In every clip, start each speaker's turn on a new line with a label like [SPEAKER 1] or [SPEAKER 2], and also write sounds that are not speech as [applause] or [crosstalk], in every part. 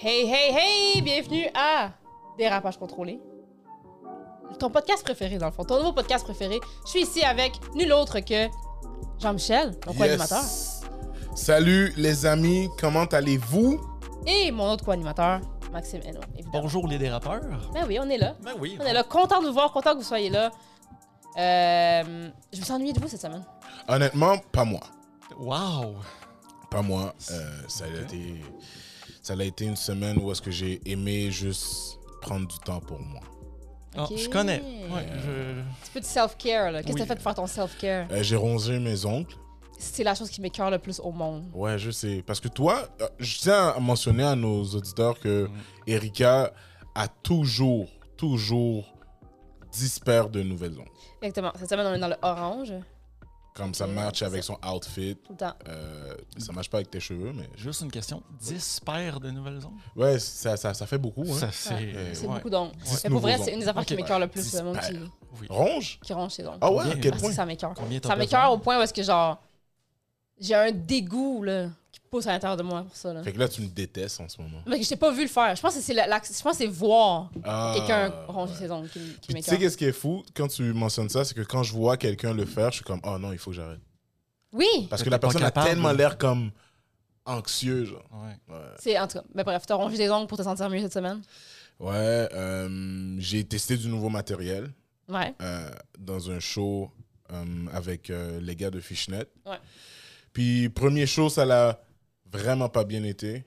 [SPEAKER 1] Hey, hey, hey! Bienvenue à Dérapage contrôlé. Ton podcast préféré, dans le fond. Ton nouveau podcast préféré. Je suis ici avec nul autre que Jean-Michel, mon co-animateur,
[SPEAKER 2] Yes. Salut les amis, comment allez-vous?
[SPEAKER 1] et mon autre co-animateur, Maxime Henault, évidemment.
[SPEAKER 3] Bonjour les dérapeurs.
[SPEAKER 1] Ben oui, on est là.
[SPEAKER 3] Ben oui.
[SPEAKER 1] On est là. Content de vous voir, content que vous soyez là. Euh, je me suis ennuyée de vous cette semaine.
[SPEAKER 2] Honnêtement, pas moi.
[SPEAKER 3] Wow.
[SPEAKER 2] Pas moi. Euh, ça, a été, ça a été une semaine où est-ce que j'ai aimé juste prendre du temps pour moi.
[SPEAKER 3] Ah,
[SPEAKER 1] Ok.
[SPEAKER 3] je connais. Ouais, je-
[SPEAKER 1] Petit peu de self-care, là. Qu'est-ce que t'as
[SPEAKER 2] Oui.
[SPEAKER 1] fait pour faire ton self-care?
[SPEAKER 2] Euh, j'ai rongé mes ongles.
[SPEAKER 1] C'est la chose qui m'écœure le plus au monde.
[SPEAKER 2] Ouais, je sais. Parce que toi, euh, je tiens à mentionner à nos auditeurs que Erika a toujours, toujours 10 paires de nouvelles ongles.
[SPEAKER 1] Exactement. Cette semaine, on est dans le orange.
[SPEAKER 2] Comme ça
[SPEAKER 1] Ok.
[SPEAKER 2] match avec son outfit.
[SPEAKER 1] Tout le temps.
[SPEAKER 3] Ben
[SPEAKER 2] Euh, ça marche pas avec tes cheveux, mais.
[SPEAKER 3] Juste une question. 10 paires de nouvelles ondes?
[SPEAKER 2] Ouais, ça, ça, ça fait beaucoup. Hein.
[SPEAKER 3] Ça, c'est.
[SPEAKER 2] Ouais.
[SPEAKER 1] C'est
[SPEAKER 3] ouais.
[SPEAKER 1] beaucoup d'ongles.
[SPEAKER 2] Dix
[SPEAKER 1] Mais pour vrai,
[SPEAKER 2] nouveaux
[SPEAKER 1] c'est une des affaires qui
[SPEAKER 3] Ok.
[SPEAKER 1] m'écœure le plus,
[SPEAKER 2] Dix
[SPEAKER 1] le monde qui,
[SPEAKER 2] paires.
[SPEAKER 3] Oui.
[SPEAKER 2] Ronge?
[SPEAKER 1] qui ronge ses ongles.
[SPEAKER 2] Ah ouais, à
[SPEAKER 3] Combien?
[SPEAKER 2] quel
[SPEAKER 1] Parce
[SPEAKER 2] point?
[SPEAKER 1] que ça m'écœure.
[SPEAKER 3] Combien t'as
[SPEAKER 1] Ça
[SPEAKER 3] besoin?
[SPEAKER 1] m'écœure au point où est-ce que, genre, j'ai un dégoût, là, qui pousse à l'intérieur de moi pour ça, là.
[SPEAKER 2] Fait que là, tu me détestes en ce moment.
[SPEAKER 1] Mais que je t'ai pas vu le faire. Je pense que c'est la- la- je pense que c'est voir
[SPEAKER 2] Ah,
[SPEAKER 1] quelqu'un ronger
[SPEAKER 2] ouais.
[SPEAKER 1] ses ongles qui, qui
[SPEAKER 2] Puis tu sais
[SPEAKER 1] m'écœure.
[SPEAKER 2] qu'est-ce qui est fou quand tu mentionnes ça, c'est que quand je vois quelqu'un le faire, je suis comme oh non, il faut que j'arrête.
[SPEAKER 1] Oui!
[SPEAKER 2] Parce
[SPEAKER 3] Mais
[SPEAKER 2] que la
[SPEAKER 3] t'es pas
[SPEAKER 2] personne
[SPEAKER 3] capable,
[SPEAKER 2] a tellement
[SPEAKER 3] là.
[SPEAKER 2] l'air comme anxieux, genre.
[SPEAKER 3] Ouais.
[SPEAKER 2] Ouais,
[SPEAKER 1] C'est, en tout cas, mais bref, t'as rongé tes ongles pour te sentir mieux cette semaine?
[SPEAKER 2] Ouais, euh, j'ai testé du nouveau matériel
[SPEAKER 1] Ouais.
[SPEAKER 2] euh, dans un show euh, avec euh, les gars de Fishnet.
[SPEAKER 1] Ouais.
[SPEAKER 2] Puis premier show, ça l'a vraiment pas bien été.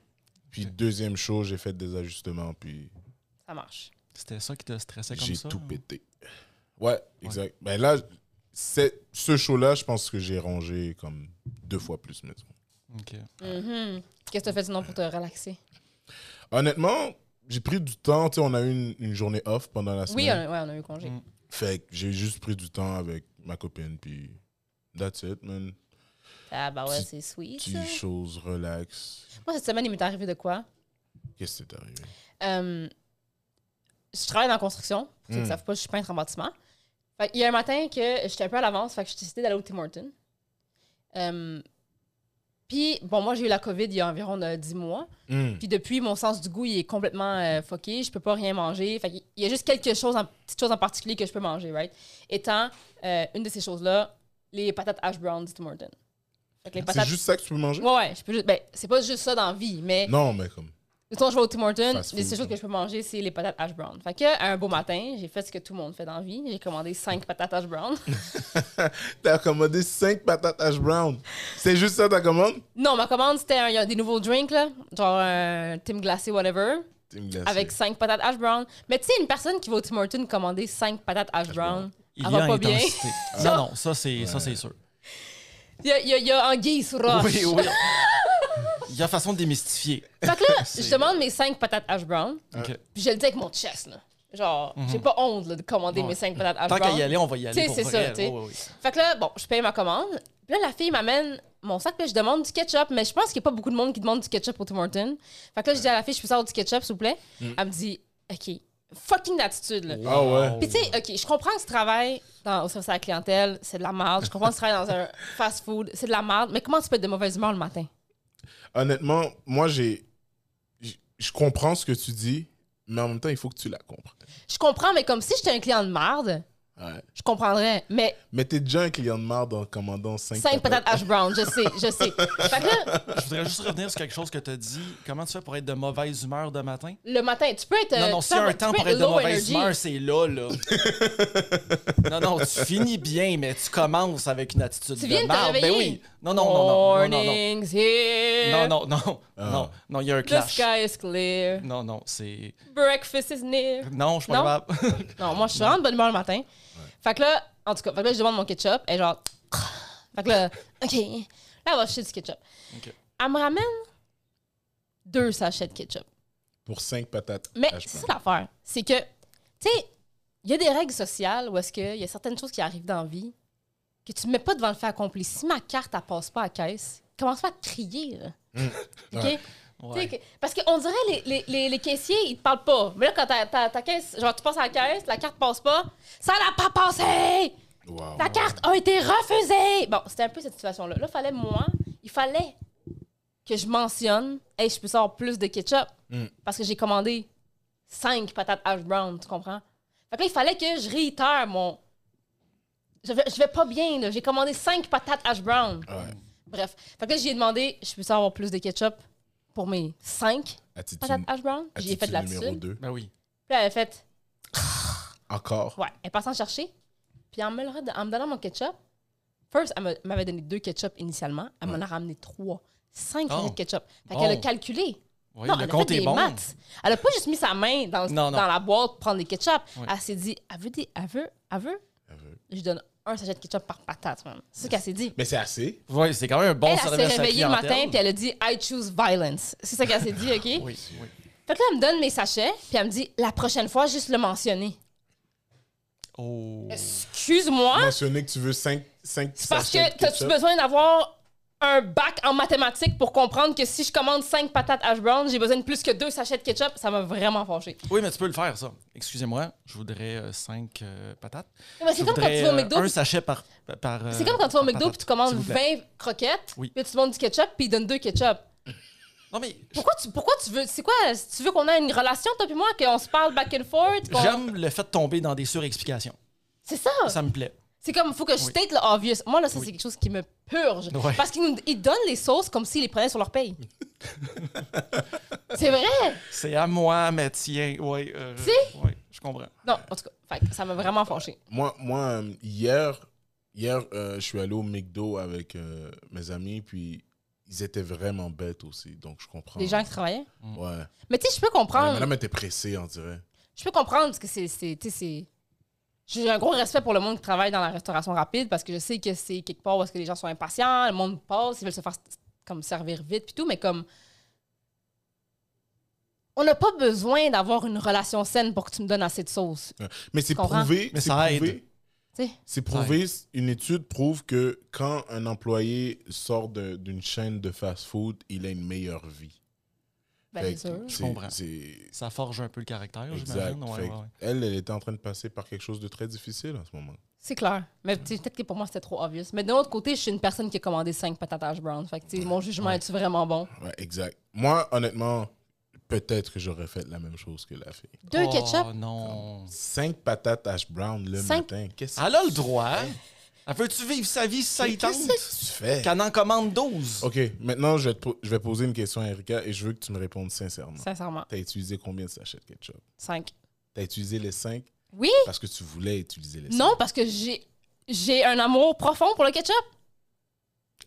[SPEAKER 2] Puis deuxième show, j'ai fait des ajustements, puis
[SPEAKER 1] Ça marche.
[SPEAKER 3] C'était ça qui te stressait comme
[SPEAKER 2] J'ai
[SPEAKER 3] ça?
[SPEAKER 2] tout
[SPEAKER 3] hein?
[SPEAKER 2] pété. Ouais, exact. Ben là, c'est- ce show-là, je pense que j'ai rangé comme deux fois plus maintenant.
[SPEAKER 3] Ok.
[SPEAKER 1] Mhm. Qu'est-ce que t'as fait sinon pour te relaxer?
[SPEAKER 2] Honnêtement, j'ai pris du temps. Tu sais, on a eu une, une journée off pendant la
[SPEAKER 1] Oui, on
[SPEAKER 2] semaine.
[SPEAKER 1] a, ouais, on a eu congé.
[SPEAKER 3] Mm.
[SPEAKER 2] Fait que j'ai juste pris du temps avec ma copine, puis that's it, man.
[SPEAKER 1] Ah bah ouais,
[SPEAKER 2] Tu-
[SPEAKER 1] c'est sweet. ça.
[SPEAKER 2] Petite chose, relax.
[SPEAKER 1] Moi, cette semaine, il m'est arrivé de quoi?
[SPEAKER 2] Qu'est-ce qui t'est arrivé?
[SPEAKER 1] Euh, je travaille dans la construction. Pour ceux qui
[SPEAKER 2] Mm.
[SPEAKER 1] ne savent pas, je suis peintre en bâtiment. Fait qu'il y a un matin que j'étais un peu à l'avance, fait que j'ai décidé d'aller au Tim Hortons. Euh, puis, bon, moi, j'ai eu la COVID il y a environ euh, 10 mois.
[SPEAKER 2] Hmm.
[SPEAKER 1] Puis depuis, mon sens du goût, il est complètement euh, fucké. Je peux pas rien manger. Fait qu'il y a juste quelque chose, en, petite chose en particulier que je peux manger, right? Étant euh, une de ces choses-là, les patates hash browns du Tim Hortons. Fait que les
[SPEAKER 2] C'est
[SPEAKER 1] patates...
[SPEAKER 2] juste ça que tu peux manger?
[SPEAKER 1] Ouais, ouais, je peux juste... Ben, c'est pas juste ça dans la vie, mais...
[SPEAKER 2] Non, mais comme. [laughs]
[SPEAKER 1] Mettons, je vais au Tim Hortons,
[SPEAKER 2] Fast
[SPEAKER 1] les seules
[SPEAKER 2] food,
[SPEAKER 1] choses que
[SPEAKER 2] ouais.
[SPEAKER 1] je peux manger, c'est les patates hash brown. Fait que, un beau matin, j'ai fait ce que tout le monde fait dans la vie. J'ai commandé 5 patates hash brown. [laughs]
[SPEAKER 2] T'as commandé 5 patates hash brown. C'est juste ça ta commande?
[SPEAKER 1] non, ma commande, c'était un- il y a des nouveaux drinks, là. Genre un Tim glacé, whatever.
[SPEAKER 2] T'es une glacée.
[SPEAKER 1] Avec 5 patates hash brown. Mais tu sais, une personne qui va au Tim Hortons commander 5 patates hash brown,
[SPEAKER 3] Il
[SPEAKER 1] elle
[SPEAKER 3] y a
[SPEAKER 1] va pas bien.
[SPEAKER 3] intensité.
[SPEAKER 1] Ça-
[SPEAKER 3] non, non, ça c'est ça c'est sûr.
[SPEAKER 1] [laughs] Il y a, il y a- il y a anguille sous roche.
[SPEAKER 3] Oui, oui. Il y a façon de démystifier.
[SPEAKER 1] Fait que là,
[SPEAKER 3] C'est-
[SPEAKER 1] je demande mes 5 patates hash brown,
[SPEAKER 2] Euh.
[SPEAKER 3] Ok.
[SPEAKER 1] puis je le dis avec mon chest, là. Genre, j'ai pas honte là, de commander
[SPEAKER 3] Ouais.
[SPEAKER 1] mes 5 patates hash
[SPEAKER 3] Mhm. Tant
[SPEAKER 1] brown.
[SPEAKER 3] qu'à y aller, on va y
[SPEAKER 1] Tu sais,
[SPEAKER 3] aller. pour
[SPEAKER 1] Ah, c'est
[SPEAKER 3] vrai,
[SPEAKER 1] ça,
[SPEAKER 3] là.
[SPEAKER 1] tu sais.
[SPEAKER 3] Ouais, ouais, ouais.
[SPEAKER 1] Fait que là, bon, je paye ma commande. Puis là, la fille m'amène mon sac. Puis là, je demande du ketchup. Mais je pense qu'il n'y a pas beaucoup de monde qui demande du ketchup au Tim Hortons. Fait que là, je dis à la fille, je peux avoir du ketchup, s'il vous plaît?
[SPEAKER 3] Mm.
[SPEAKER 1] Elle me dit, OK, fucking attitude,
[SPEAKER 3] Oh.
[SPEAKER 1] là.
[SPEAKER 2] Ah ouais.
[SPEAKER 1] Puis tu sais, OK, je comprends que tu travailles dans, au service à la clientèle, c'est de la merde. Je comprends que tu travailles
[SPEAKER 3] [laughs]
[SPEAKER 1] dans un fast-food, c'est de la merde. Mais comment tu peux être de mauvaise humeur le matin?
[SPEAKER 2] Honnêtement, moi, j'ai. j- Je comprends ce que tu dis, mais en même temps, il faut que tu la comprennes.
[SPEAKER 1] Je comprends, mais comme si j'étais un client de merde,
[SPEAKER 2] Ouais.
[SPEAKER 1] je comprendrais. Mais
[SPEAKER 2] Mais t'es déjà un client de marde en commandant 5
[SPEAKER 1] cinq patates hash brown, je sais, je sais.
[SPEAKER 3] [laughs]
[SPEAKER 1] Fait que là,
[SPEAKER 3] Je voudrais juste revenir sur quelque chose que tu as dit. Comment tu fais pour être de mauvaise humeur de matin?
[SPEAKER 1] le matin, tu peux être.
[SPEAKER 3] Non,
[SPEAKER 1] euh,
[SPEAKER 3] non,
[SPEAKER 1] tu
[SPEAKER 3] s'il y
[SPEAKER 1] peux
[SPEAKER 3] a un
[SPEAKER 1] avoir- tu
[SPEAKER 3] temps
[SPEAKER 1] peux
[SPEAKER 3] pour
[SPEAKER 1] être
[SPEAKER 3] être de
[SPEAKER 1] low
[SPEAKER 3] mauvaise
[SPEAKER 1] energy.
[SPEAKER 3] humeur, c'est là, là. non, non, tu finis bien, mais tu commences avec une attitude
[SPEAKER 1] Tu viens de
[SPEAKER 3] de
[SPEAKER 1] te
[SPEAKER 3] marde. Ben
[SPEAKER 1] réveiller.
[SPEAKER 3] oui. Non, non, non, non, non, non,
[SPEAKER 1] Morning's here.
[SPEAKER 3] non. Non, non, non, non, non, il y a un
[SPEAKER 1] The
[SPEAKER 3] clash.
[SPEAKER 1] sky is clear.
[SPEAKER 3] Non, non, c'est...
[SPEAKER 1] Breakfast is near.
[SPEAKER 3] Non, je suis
[SPEAKER 1] Non.
[SPEAKER 3] pas
[SPEAKER 1] [laughs]
[SPEAKER 3] capable.
[SPEAKER 1] Non, moi, je suis vraiment de bonne humeur le matin. Fait que là, en tout cas, fait que là, je demande mon ketchup. Et genre, [sniffs] fait que là, [sniffs] OK. Là, on va acheter du ketchup.
[SPEAKER 3] Ok.
[SPEAKER 1] Elle me ramène deux sachets de ketchup.
[SPEAKER 2] Pour 5 patates.
[SPEAKER 1] Mais
[SPEAKER 2] hash
[SPEAKER 1] c'est
[SPEAKER 2] brown.
[SPEAKER 1] ça l'affaire. C'est que, tu sais, il y a des règles sociales où est-ce qu'il y a certaines choses qui arrivent dans la vie que tu ne mets pas devant le fait accompli. Si ma carte, elle passe pas à la caisse, commence pas à crier, là. OK? Tu
[SPEAKER 2] Ouais.
[SPEAKER 1] sais
[SPEAKER 3] Ouais.
[SPEAKER 1] que- parce qu'on dirait les, les, les, les caissiers, ils te parlent pas. Mais là, quand ta, ta, ta caisse, genre, tu passes à la caisse, la carte passe pas, ça l'a pas passé!
[SPEAKER 2] Wow.
[SPEAKER 1] Ta carte a été refusée! Bon, c'était un peu cette situation-là. Là, fallait, moi, il fallait que je mentionne, hey, je peux sortir plus de ketchup
[SPEAKER 2] Mm.
[SPEAKER 1] parce que j'ai commandé 5 patates hash brown, tu comprends? Fait que là, il fallait que je réitère mon. Je vais, je vais pas bien, là. J'ai commandé 5 patates hash brown.
[SPEAKER 2] Ouais.
[SPEAKER 1] Bref. Fait que là, j'ai demandé, je peux avoir plus de ketchup pour mes 5 patates
[SPEAKER 2] Attitude,
[SPEAKER 1] hash brown? J'ai fait de
[SPEAKER 2] attitude
[SPEAKER 1] la
[SPEAKER 2] numéro
[SPEAKER 1] Puis
[SPEAKER 2] 2.
[SPEAKER 3] Ben oui.
[SPEAKER 1] là, elle a fait,
[SPEAKER 2] Encore.
[SPEAKER 1] ouais, elle passe en chercher. Puis en me, le rad- en me donnant mon ketchup, first, elle me- m'avait donné deux ketchup initialement. Elle m'en a ramené trois. Cinq
[SPEAKER 3] Oh.
[SPEAKER 1] litres de ketchup. Fait qu'elle a
[SPEAKER 3] Bon.
[SPEAKER 1] calculé.
[SPEAKER 3] Oui,
[SPEAKER 1] non,
[SPEAKER 3] le
[SPEAKER 1] elle a fait
[SPEAKER 3] compte
[SPEAKER 1] des
[SPEAKER 3] est bon.
[SPEAKER 1] maths. Elle a pas juste mis sa main dans,
[SPEAKER 3] Non, non.
[SPEAKER 1] dans la boîte pour prendre des ketchup.
[SPEAKER 3] Oui.
[SPEAKER 1] Elle s'est dit, elle veut des, elle veut, elle veut. Je lui donne un sachet de ketchup par patate, man. C'est ce qu'elle s'est dit.
[SPEAKER 2] Mais c'est assez.
[SPEAKER 3] Oui, c'est quand même un bon
[SPEAKER 1] elle, elle
[SPEAKER 3] service à
[SPEAKER 1] s'est
[SPEAKER 3] sa
[SPEAKER 1] réveillée le
[SPEAKER 3] clientèle.
[SPEAKER 1] matin puis elle a dit I choose violence. C'est ça qu'elle s'est dit, OK?
[SPEAKER 3] [laughs] Oui, oui.
[SPEAKER 1] Fait que là, elle me donne mes sachets puis elle me dit la prochaine fois, juste le mentionner.
[SPEAKER 3] Oh.
[SPEAKER 1] Excuse-moi,
[SPEAKER 2] Mentionner que tu veux 5 5
[SPEAKER 1] Ah! c'est parce que t'as-tu besoin d'avoir un bac en mathématiques pour comprendre que si je commande 5 patates hash brown, j'ai besoin de plus que 2 sachets de ketchup? Ça m'a vraiment fâché.
[SPEAKER 3] Oui, mais tu peux le faire, ça. Excusez-moi, je voudrais euh, cinq euh, patates.
[SPEAKER 1] Mais c'est
[SPEAKER 3] Je
[SPEAKER 1] comme quand tu vas au
[SPEAKER 3] voudrais,
[SPEAKER 1] McDo
[SPEAKER 3] euh, Un sachet par. par euh,
[SPEAKER 1] C'est comme quand tu vas au
[SPEAKER 3] par
[SPEAKER 1] McDo
[SPEAKER 3] patate,
[SPEAKER 1] puis tu commandes
[SPEAKER 3] s'il vous plaît.
[SPEAKER 1] 20 croquettes,
[SPEAKER 3] Oui.
[SPEAKER 1] puis tu demandes du ketchup, puis ils donnent deux ketchup.
[SPEAKER 3] Non, mais
[SPEAKER 1] Pourquoi tu, pourquoi tu veux. C'est quoi si Tu veux qu'on ait une relation, toi puis moi, qu'on se parle back and forth qu'on-
[SPEAKER 3] j'aime le fait de tomber dans des surexplications.
[SPEAKER 1] C'est ça.
[SPEAKER 3] Ça me plaît.
[SPEAKER 1] C'est comme, faut que je
[SPEAKER 3] Oui.
[SPEAKER 1] state le obvious. Moi, là, ça,
[SPEAKER 3] Oui.
[SPEAKER 1] c'est quelque chose qui me purge.
[SPEAKER 3] Ouais.
[SPEAKER 1] Parce qu'ils nous- ils donnent les sauces comme s'ils les prenaient sur leur
[SPEAKER 3] [laughs]
[SPEAKER 1] paye. c'est vrai.
[SPEAKER 3] C'est à moi, mais tiens. Oui, euh,
[SPEAKER 1] Si?
[SPEAKER 3] ouais, je comprends.
[SPEAKER 1] Non, en tout cas, fait que ça m'a vraiment fâché.
[SPEAKER 2] Moi, moi euh, hier, hier euh, je suis allé au McDo avec euh, mes amis, puis ils étaient vraiment bêtes aussi, donc je comprends.
[SPEAKER 1] Les gens qui travaillaient.
[SPEAKER 2] Ouais.
[SPEAKER 1] Mais tu sais, je peux
[SPEAKER 2] La
[SPEAKER 1] comprendre.
[SPEAKER 2] Ah. madame était pressée, on dirait.
[SPEAKER 1] je peux comprendre parce que c'est. c'est- tu sais, c'est- J'ai un gros respect pour le monde qui travaille dans la restauration rapide parce que je sais que c'est quelque part où est-ce que les gens sont impatients, le monde passe, ils veulent se faire comme servir vite puis tout, mais comme. On n'a pas besoin d'avoir une relation saine pour que tu me donnes assez de sauce.
[SPEAKER 2] Ouais. Mais c'est
[SPEAKER 1] comprends?
[SPEAKER 2] prouvé.
[SPEAKER 3] Mais
[SPEAKER 2] c'est
[SPEAKER 3] ça
[SPEAKER 2] prouvé-
[SPEAKER 3] aide.
[SPEAKER 1] Tu sais.
[SPEAKER 2] C'est prouvé. Une étude prouve que quand un employé sort de- d'une chaîne de fast-food, il a une meilleure vie.
[SPEAKER 1] Ben,
[SPEAKER 2] Fait
[SPEAKER 1] c'est sûr.
[SPEAKER 2] que
[SPEAKER 3] Je
[SPEAKER 2] c'est-
[SPEAKER 3] comprends.
[SPEAKER 2] c'est-
[SPEAKER 3] Ça forge un peu le caractère,
[SPEAKER 2] Exact.
[SPEAKER 3] j'imagine. Ouais,
[SPEAKER 2] Fait
[SPEAKER 3] ouais,
[SPEAKER 2] que
[SPEAKER 3] ouais.
[SPEAKER 2] Elle, elle était en train de passer par quelque chose de très difficile en ce moment.
[SPEAKER 1] C'est clair. Mais tu sais, peut-être que pour moi, c'était trop obvious. Mais d'un autre côté, je suis une personne qui a commandé 5 patates hash brown. Fait que tu sais, mon jugement
[SPEAKER 3] Ouais.
[SPEAKER 1] est-tu vraiment bon?
[SPEAKER 2] Ouais, exact. Moi, honnêtement, peut-être que j'aurais fait la même chose que la fille.
[SPEAKER 1] Deux
[SPEAKER 3] Oh,
[SPEAKER 1] ketchup,
[SPEAKER 3] non.
[SPEAKER 2] Cinq patates hash brown le
[SPEAKER 1] Cinq-
[SPEAKER 2] matin. Qu'est-ce
[SPEAKER 3] Elle a le droit. Elle Veux-tu vivre sa vie si ça y tente?
[SPEAKER 2] qu'est-ce que tu fais?
[SPEAKER 3] Qu'elle en commande 12.
[SPEAKER 2] Ok, maintenant, je vais, te po- je vais poser une question à Erika et je veux que tu me répondes sincèrement.
[SPEAKER 1] sincèrement.
[SPEAKER 2] T'as utilisé combien de sachets de ketchup?
[SPEAKER 1] 5.
[SPEAKER 2] T'as utilisé les cinq
[SPEAKER 1] Oui?
[SPEAKER 2] parce que tu voulais utiliser les
[SPEAKER 1] Non,
[SPEAKER 2] cinq.
[SPEAKER 1] parce que j'ai j'ai un amour profond pour le ketchup.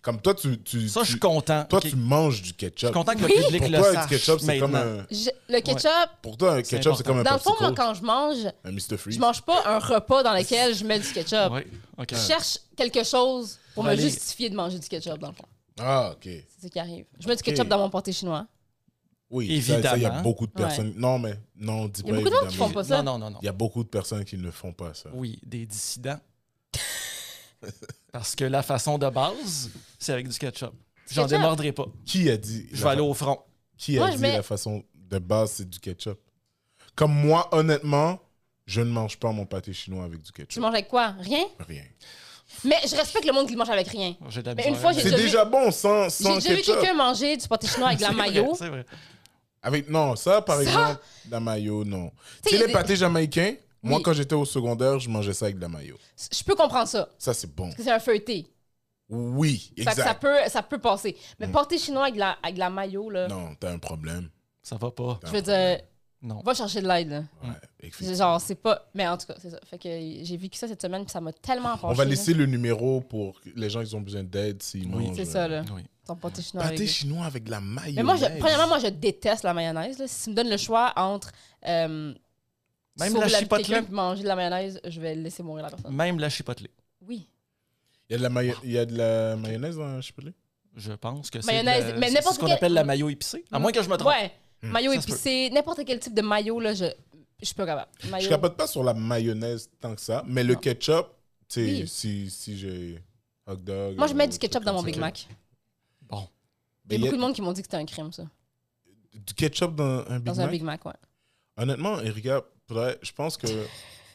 [SPEAKER 2] Comme toi, tu, tu,
[SPEAKER 3] Ça, je
[SPEAKER 2] tu-
[SPEAKER 3] suis content.
[SPEAKER 2] toi,
[SPEAKER 3] Ok.
[SPEAKER 2] tu manges du
[SPEAKER 3] Je
[SPEAKER 2] ketchup.
[SPEAKER 3] suis content que le
[SPEAKER 1] Oui.
[SPEAKER 3] public
[SPEAKER 2] Pour
[SPEAKER 3] le
[SPEAKER 2] toi,
[SPEAKER 3] sache.
[SPEAKER 2] du ketchup, c'est comme
[SPEAKER 3] maintenant.
[SPEAKER 2] un.
[SPEAKER 1] Je- le ketchup,
[SPEAKER 2] Pour toi, un
[SPEAKER 3] C'est
[SPEAKER 2] ketchup, c'est comme un
[SPEAKER 1] dans le fond, moi,
[SPEAKER 2] popsicle,
[SPEAKER 1] quand je mange,
[SPEAKER 2] un Mr. Freeze.
[SPEAKER 1] je mange pas un repas dans lequel je mets du ketchup.
[SPEAKER 3] Ouais, ok.
[SPEAKER 1] Je cherche quelque chose pour me
[SPEAKER 3] Allez.
[SPEAKER 1] justifier de manger du ketchup, dans le fond.
[SPEAKER 2] Ah, ok.
[SPEAKER 1] C'est ce qui arrive. Je mets du
[SPEAKER 2] Ok.
[SPEAKER 1] ketchup dans mon pâté chinois.
[SPEAKER 2] Oui, ça, ça, il y a
[SPEAKER 3] Évidemment.
[SPEAKER 2] beaucoup de personnes. Non, mais non, dis
[SPEAKER 1] Il y a
[SPEAKER 2] pas
[SPEAKER 1] beaucoup de monde qui
[SPEAKER 2] évidemment.
[SPEAKER 1] font pas ça.
[SPEAKER 3] Non, non, non, non.
[SPEAKER 2] Il y a beaucoup de personnes qui ne font pas ça.
[SPEAKER 3] Oui, des
[SPEAKER 2] [laughs]
[SPEAKER 3] dissidents. Parce que la façon de base, c'est avec du ketchup. J'en
[SPEAKER 1] ketchup.
[SPEAKER 3] démordrai pas.
[SPEAKER 2] Qui a dit
[SPEAKER 3] Je vais
[SPEAKER 2] la-
[SPEAKER 3] aller au front.
[SPEAKER 2] Qui a
[SPEAKER 1] Moi, je
[SPEAKER 2] dit
[SPEAKER 1] mets-
[SPEAKER 2] la façon de base, c'est du ketchup? Comme moi, honnêtement, je ne mange pas mon pâté chinois avec du
[SPEAKER 1] Tu
[SPEAKER 2] ketchup.
[SPEAKER 1] manges avec quoi? Rien?
[SPEAKER 2] Rien.
[SPEAKER 1] Mais je respecte le monde qui le mange avec rien.
[SPEAKER 3] J'ai de la
[SPEAKER 1] Mais
[SPEAKER 3] misère,
[SPEAKER 1] une fois, j'ai
[SPEAKER 2] C'est
[SPEAKER 1] déjà vu-
[SPEAKER 2] déjà bon sans,
[SPEAKER 1] J'ai
[SPEAKER 2] sans
[SPEAKER 1] déjà vu
[SPEAKER 2] ketchup.
[SPEAKER 1] quelqu'un manger du pâté chinois avec de la
[SPEAKER 3] [laughs] C'est vrai,
[SPEAKER 1] mayo.
[SPEAKER 3] C'est vrai.
[SPEAKER 2] Avec, non, ça, par
[SPEAKER 1] Ça?
[SPEAKER 2] exemple, la mayo, non.
[SPEAKER 1] Tu sais,
[SPEAKER 2] Tu
[SPEAKER 1] il y a
[SPEAKER 2] sais, les
[SPEAKER 1] des-
[SPEAKER 2] pâtés jamaïcains, moi,
[SPEAKER 1] Oui.
[SPEAKER 2] quand j'étais au secondaire, je mangeais ça avec de la mayo.
[SPEAKER 1] Je peux comprendre ça, parce
[SPEAKER 2] Ça, c'est bon.
[SPEAKER 1] que c'est un feuilleté.
[SPEAKER 2] Oui,
[SPEAKER 1] Fait que ça
[SPEAKER 2] exact. Mm.
[SPEAKER 1] peut, ça peut passer. Mais pâté chinois avec de la, avec de la mayo, là,
[SPEAKER 2] Non, t'as un problème.
[SPEAKER 3] Ça va pas.
[SPEAKER 1] euh, je veux dire,
[SPEAKER 3] Non.
[SPEAKER 1] va chercher de l'aide. là.
[SPEAKER 2] Ouais,
[SPEAKER 1] C'est
[SPEAKER 2] effectivement.
[SPEAKER 1] Genre, c'est pas. Mais en tout cas, c'est ça. Fait que j'ai vécu ça cette semaine, puis ça m'a tellement fâché.
[SPEAKER 2] On va laisser le numéro pour les gens qui ont besoin d'aide s'ils
[SPEAKER 3] Oui.
[SPEAKER 2] mangent. euh,
[SPEAKER 1] C'est ça, là.
[SPEAKER 3] Oui.
[SPEAKER 1] Ton pâté chinois.
[SPEAKER 2] Pâté
[SPEAKER 1] avec-
[SPEAKER 2] chinois avec de la mayo.
[SPEAKER 1] Mais moi, je, premièrement, moi, je déteste la mayonnaise. là. Si tu me donnes le choix entre. euh,
[SPEAKER 3] Même
[SPEAKER 1] sauver
[SPEAKER 3] la
[SPEAKER 1] vie de
[SPEAKER 3] chipotle.
[SPEAKER 1] quelqu'un puis manger de la mayonnaise, je vais laisser mourir la personne.
[SPEAKER 3] Même la chipotle.
[SPEAKER 1] Oui.
[SPEAKER 2] Il y a de la, mayo- il y a de la mayonnaise dans je peux
[SPEAKER 3] Je pense que c'est.
[SPEAKER 1] Mayonnaise,
[SPEAKER 3] de la-
[SPEAKER 1] mais
[SPEAKER 3] c'est
[SPEAKER 1] n'importe
[SPEAKER 3] ce qu'on
[SPEAKER 1] quel-
[SPEAKER 3] appelle la mayo épicée. À moins que je me trompe.
[SPEAKER 1] Ouais.
[SPEAKER 2] Hmm.
[SPEAKER 1] Mayo
[SPEAKER 3] Ça se
[SPEAKER 1] épicé, n'importe quel type de mayo, là, je. Je suis pas capable.
[SPEAKER 2] Je
[SPEAKER 1] Mayo.
[SPEAKER 2] capote pas sur la mayonnaise tant que ça, mais le
[SPEAKER 1] Non.
[SPEAKER 2] ketchup, tu sais,
[SPEAKER 1] Oui.
[SPEAKER 2] si, si j'ai hot dog.
[SPEAKER 1] Moi, je mets
[SPEAKER 2] euh,
[SPEAKER 1] du ketchup dans mon
[SPEAKER 2] truc
[SPEAKER 1] Big
[SPEAKER 2] comme ça.
[SPEAKER 1] Mac.
[SPEAKER 3] Bon.
[SPEAKER 1] Il y a
[SPEAKER 2] Mais
[SPEAKER 1] beaucoup de monde qui m'ont dit que c'était un crime, ça.
[SPEAKER 2] Du ketchup dans un Big
[SPEAKER 1] Dans un
[SPEAKER 2] Mac?
[SPEAKER 1] Big Mac, ouais.
[SPEAKER 2] Honnêtement, Erika, faudrait- je pense que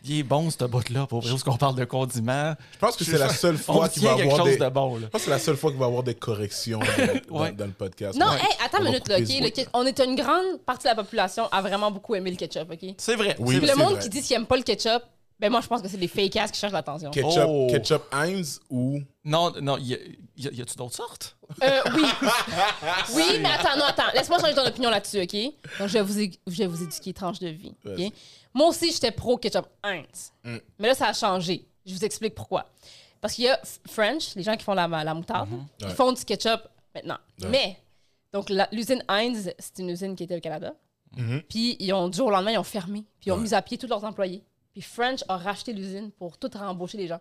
[SPEAKER 3] Il est bon, ce bout-là, pour vrai, parce qu'on parle de condiments.
[SPEAKER 2] Je pense que c'est la seule
[SPEAKER 3] On
[SPEAKER 2] fois qu'il va
[SPEAKER 3] tient quelque
[SPEAKER 2] avoir
[SPEAKER 3] chose
[SPEAKER 2] des...
[SPEAKER 3] de bon, là.
[SPEAKER 2] Je pense que c'est la seule fois qu'il va avoir des corrections dans, dans-
[SPEAKER 3] Ouais.
[SPEAKER 2] dans le podcast.
[SPEAKER 1] Non,
[SPEAKER 2] Ouais.
[SPEAKER 1] hey, attends une
[SPEAKER 2] On va
[SPEAKER 1] minute, là, OK?
[SPEAKER 2] couper ce
[SPEAKER 1] Le ke- on est une grande partie de la population a vraiment beaucoup aimé le ketchup, OK?
[SPEAKER 3] C'est vrai.
[SPEAKER 2] Oui.
[SPEAKER 3] c'est
[SPEAKER 1] Puis
[SPEAKER 3] vrai.
[SPEAKER 1] le monde
[SPEAKER 2] vrai.
[SPEAKER 1] qui dit qu'ils aiment pas le ketchup, ben moi, je pense que c'est les fake ass qui cherchent l'attention.
[SPEAKER 2] Ketchup,
[SPEAKER 3] Oh.
[SPEAKER 2] ketchup Heinz ou...
[SPEAKER 3] Non, non, y, a, y a- y a-tu d'autres sortes?
[SPEAKER 1] Euh,
[SPEAKER 2] [laughs]
[SPEAKER 1] oui. oui, mais attends, non, attends. Laisse-moi changer ton opinion là-dessus, OK? Donc, je vais vous, é- je vais vous éduquer tranche de vie,
[SPEAKER 2] Vas-y.
[SPEAKER 1] OK? Moi aussi, j'étais pro ketchup Heinz.
[SPEAKER 2] Mm.
[SPEAKER 1] Mais là, ça a changé. Je vous explique pourquoi. Parce qu'il y a F- French, les gens qui font la, ma- la moutarde, qui
[SPEAKER 2] Mm-hmm. Ouais.
[SPEAKER 1] font du ketchup maintenant.
[SPEAKER 2] Ouais.
[SPEAKER 1] Mais, donc, la- l'usine Heinz, c'est une usine qui était au Canada.
[SPEAKER 2] Mhm.
[SPEAKER 1] Puis, ils ont, du jour au lendemain, ils ont fermé. Puis, ils ont
[SPEAKER 2] Ouais.
[SPEAKER 1] mis à pied tous leurs employés. Puis, French a racheté l'usine pour tout rembaucher les gens.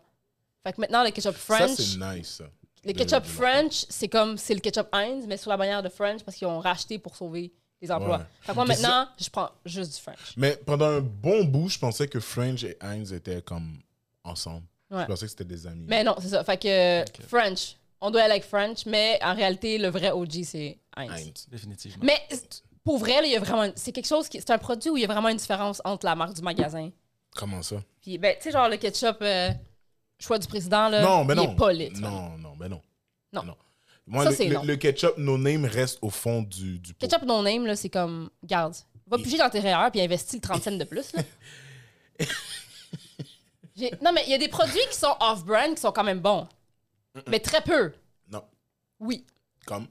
[SPEAKER 1] Fait que maintenant, le ketchup French.
[SPEAKER 2] Ça, c'est nice. ça.
[SPEAKER 1] Le
[SPEAKER 2] de-
[SPEAKER 1] ketchup
[SPEAKER 2] de
[SPEAKER 1] French, c'est comme c'est le ketchup Heinz, mais sous la bannière de French parce qu'ils ont racheté pour sauver les emplois.
[SPEAKER 2] Ouais.
[SPEAKER 1] Fait que moi,
[SPEAKER 2] Puis ça-
[SPEAKER 1] maintenant, je prends juste du French.
[SPEAKER 2] Mais pendant un bon bout, je pensais que French et Heinz étaient comme ensemble.
[SPEAKER 1] Ouais.
[SPEAKER 2] Je pensais que c'était des amis.
[SPEAKER 1] Mais non, c'est ça. Fait que
[SPEAKER 3] Ok.
[SPEAKER 1] French, on doit aller avec French, mais en réalité, le vrai OG, c'est Heinz.
[SPEAKER 2] Heinz.
[SPEAKER 3] Définitivement.
[SPEAKER 1] Mais c'est- pour vrai, là, il y a vraiment. une- C'est quelque chose qui. C'est un produit où il y a vraiment une différence entre la marque du magasin.
[SPEAKER 2] Comment ça?
[SPEAKER 1] Puis, ben, tu sais, genre le ketchup. euh, Choix du président, là,
[SPEAKER 2] non, mais
[SPEAKER 1] il
[SPEAKER 2] non.
[SPEAKER 1] est pas lit, tu vois.
[SPEAKER 2] non, non, mais non.
[SPEAKER 1] Non.
[SPEAKER 2] Moi,
[SPEAKER 1] Ça,
[SPEAKER 2] le,
[SPEAKER 1] c'est
[SPEAKER 2] le-
[SPEAKER 1] non.
[SPEAKER 2] le ketchup no name reste au fond du, du pot.
[SPEAKER 1] Ketchup non name, là, c'est comme, garde, va
[SPEAKER 2] Et-
[SPEAKER 1] piger dans tes erreurs puis investis le 30 cents de plus.
[SPEAKER 2] [laughs]
[SPEAKER 1] Là. J'ai- non, mais il y a des produits qui sont off-brand qui sont quand même bons. Mais très peu.
[SPEAKER 2] Non,
[SPEAKER 1] Oui,
[SPEAKER 2] comme.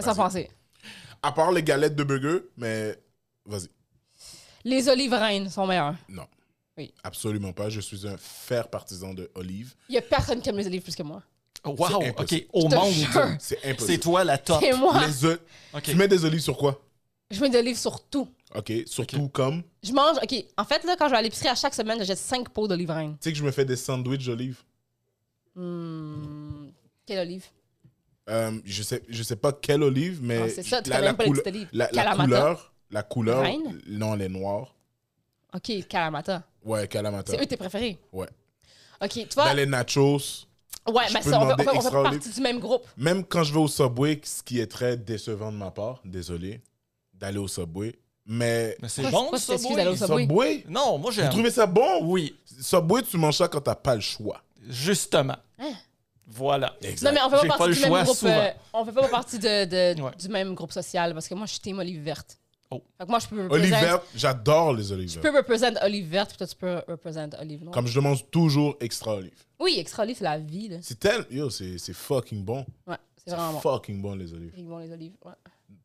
[SPEAKER 1] sans penser.
[SPEAKER 2] À part les galettes de burger, mais vas-y.
[SPEAKER 1] Les olives reines sont meilleures.
[SPEAKER 2] Non.
[SPEAKER 1] Oui.
[SPEAKER 2] Absolument pas. Je suis un fer partisan de Olive.
[SPEAKER 1] Il y a personne qui aime les olives plus que moi.
[SPEAKER 3] Oh, Wow,
[SPEAKER 2] c'est
[SPEAKER 3] OK,
[SPEAKER 2] impossible.
[SPEAKER 3] au
[SPEAKER 1] Je te
[SPEAKER 3] monde,
[SPEAKER 1] jure.
[SPEAKER 2] C'est
[SPEAKER 3] c'est
[SPEAKER 2] impossible.
[SPEAKER 3] toi la top.
[SPEAKER 1] C'est moi.
[SPEAKER 2] Les œufs-
[SPEAKER 3] OK.
[SPEAKER 2] Tu mets des olives sur quoi?
[SPEAKER 1] Je mets des olives sur tout.
[SPEAKER 2] OK. Surtout comme. Tu
[SPEAKER 1] Je mange, OK, en fait, là, quand je vais à l'épicerie à chaque semaine, je jette 5 pots d'olives reines.
[SPEAKER 2] sais que je me fais des sandwichs d'olives.
[SPEAKER 1] Hmm, Quelle olive?
[SPEAKER 2] Euh, je sais, je sais pas quelle olive, mais
[SPEAKER 1] Ah, c'est ça, tu
[SPEAKER 2] la,
[SPEAKER 1] connais
[SPEAKER 2] la
[SPEAKER 1] même pas les
[SPEAKER 2] couleur-
[SPEAKER 1] petites olives.
[SPEAKER 2] la- la
[SPEAKER 1] Kalamata.
[SPEAKER 2] couleur, la couleur,
[SPEAKER 1] Reine?
[SPEAKER 2] non, elle est noire.
[SPEAKER 1] OK, Kalamata.
[SPEAKER 2] Ouais, Kalamata.
[SPEAKER 1] C'est eux tes préférés.
[SPEAKER 2] Ouais.
[SPEAKER 1] OK, tu vois,
[SPEAKER 2] Dans les nachos,
[SPEAKER 1] ouais,
[SPEAKER 2] Ben, je
[SPEAKER 1] mais
[SPEAKER 2] peux
[SPEAKER 1] ça, on fait- on
[SPEAKER 2] demander
[SPEAKER 1] fait- on fait
[SPEAKER 2] extra
[SPEAKER 1] partie
[SPEAKER 2] olive.
[SPEAKER 1] du même groupe.
[SPEAKER 2] même quand je vais au Subway, ce qui est très décevant de ma part, désolé, d'aller au Subway, mais
[SPEAKER 3] Mais c'est
[SPEAKER 1] Pourquoi-
[SPEAKER 3] bon,
[SPEAKER 1] pourquoi tu
[SPEAKER 3] ça,
[SPEAKER 1] t'excuses d'aller au
[SPEAKER 3] boy?
[SPEAKER 1] Subway?
[SPEAKER 2] Subway,
[SPEAKER 3] Non, moi,
[SPEAKER 2] vous
[SPEAKER 3] j'aime.
[SPEAKER 2] trouvez ça bon?
[SPEAKER 3] Oui,
[SPEAKER 2] Subway, tu manges ça quand t'as pas le choix.
[SPEAKER 3] justement.
[SPEAKER 1] Hein? Non,
[SPEAKER 3] Voilà.
[SPEAKER 1] mais on fait
[SPEAKER 3] J'ai
[SPEAKER 1] pas
[SPEAKER 3] pas le
[SPEAKER 1] partie du
[SPEAKER 3] choix
[SPEAKER 1] même groupe.
[SPEAKER 3] souvent.
[SPEAKER 1] euh, on fait pas partie de, de-
[SPEAKER 3] [laughs] Ouais.
[SPEAKER 1] du même groupe social parce que moi, je suis team olive verte.
[SPEAKER 3] Oh.
[SPEAKER 1] Fait que moi, je peux
[SPEAKER 2] Olive
[SPEAKER 1] represent-
[SPEAKER 2] verte, j'adore les
[SPEAKER 1] Je
[SPEAKER 2] olives vertes.
[SPEAKER 1] peux représenter olive verte, puis toi, tu peux représenter olive noire.
[SPEAKER 2] Comme je demande toujours extra olive.
[SPEAKER 1] Oui, extra olive, c'est la vie, là.
[SPEAKER 2] C'est tel, yo, c'est c'est fucking bon.
[SPEAKER 1] Ouais, c'est
[SPEAKER 2] C'est
[SPEAKER 1] vraiment bon.
[SPEAKER 2] fucking bon les olives.
[SPEAKER 1] Ils vont les olives. ouais.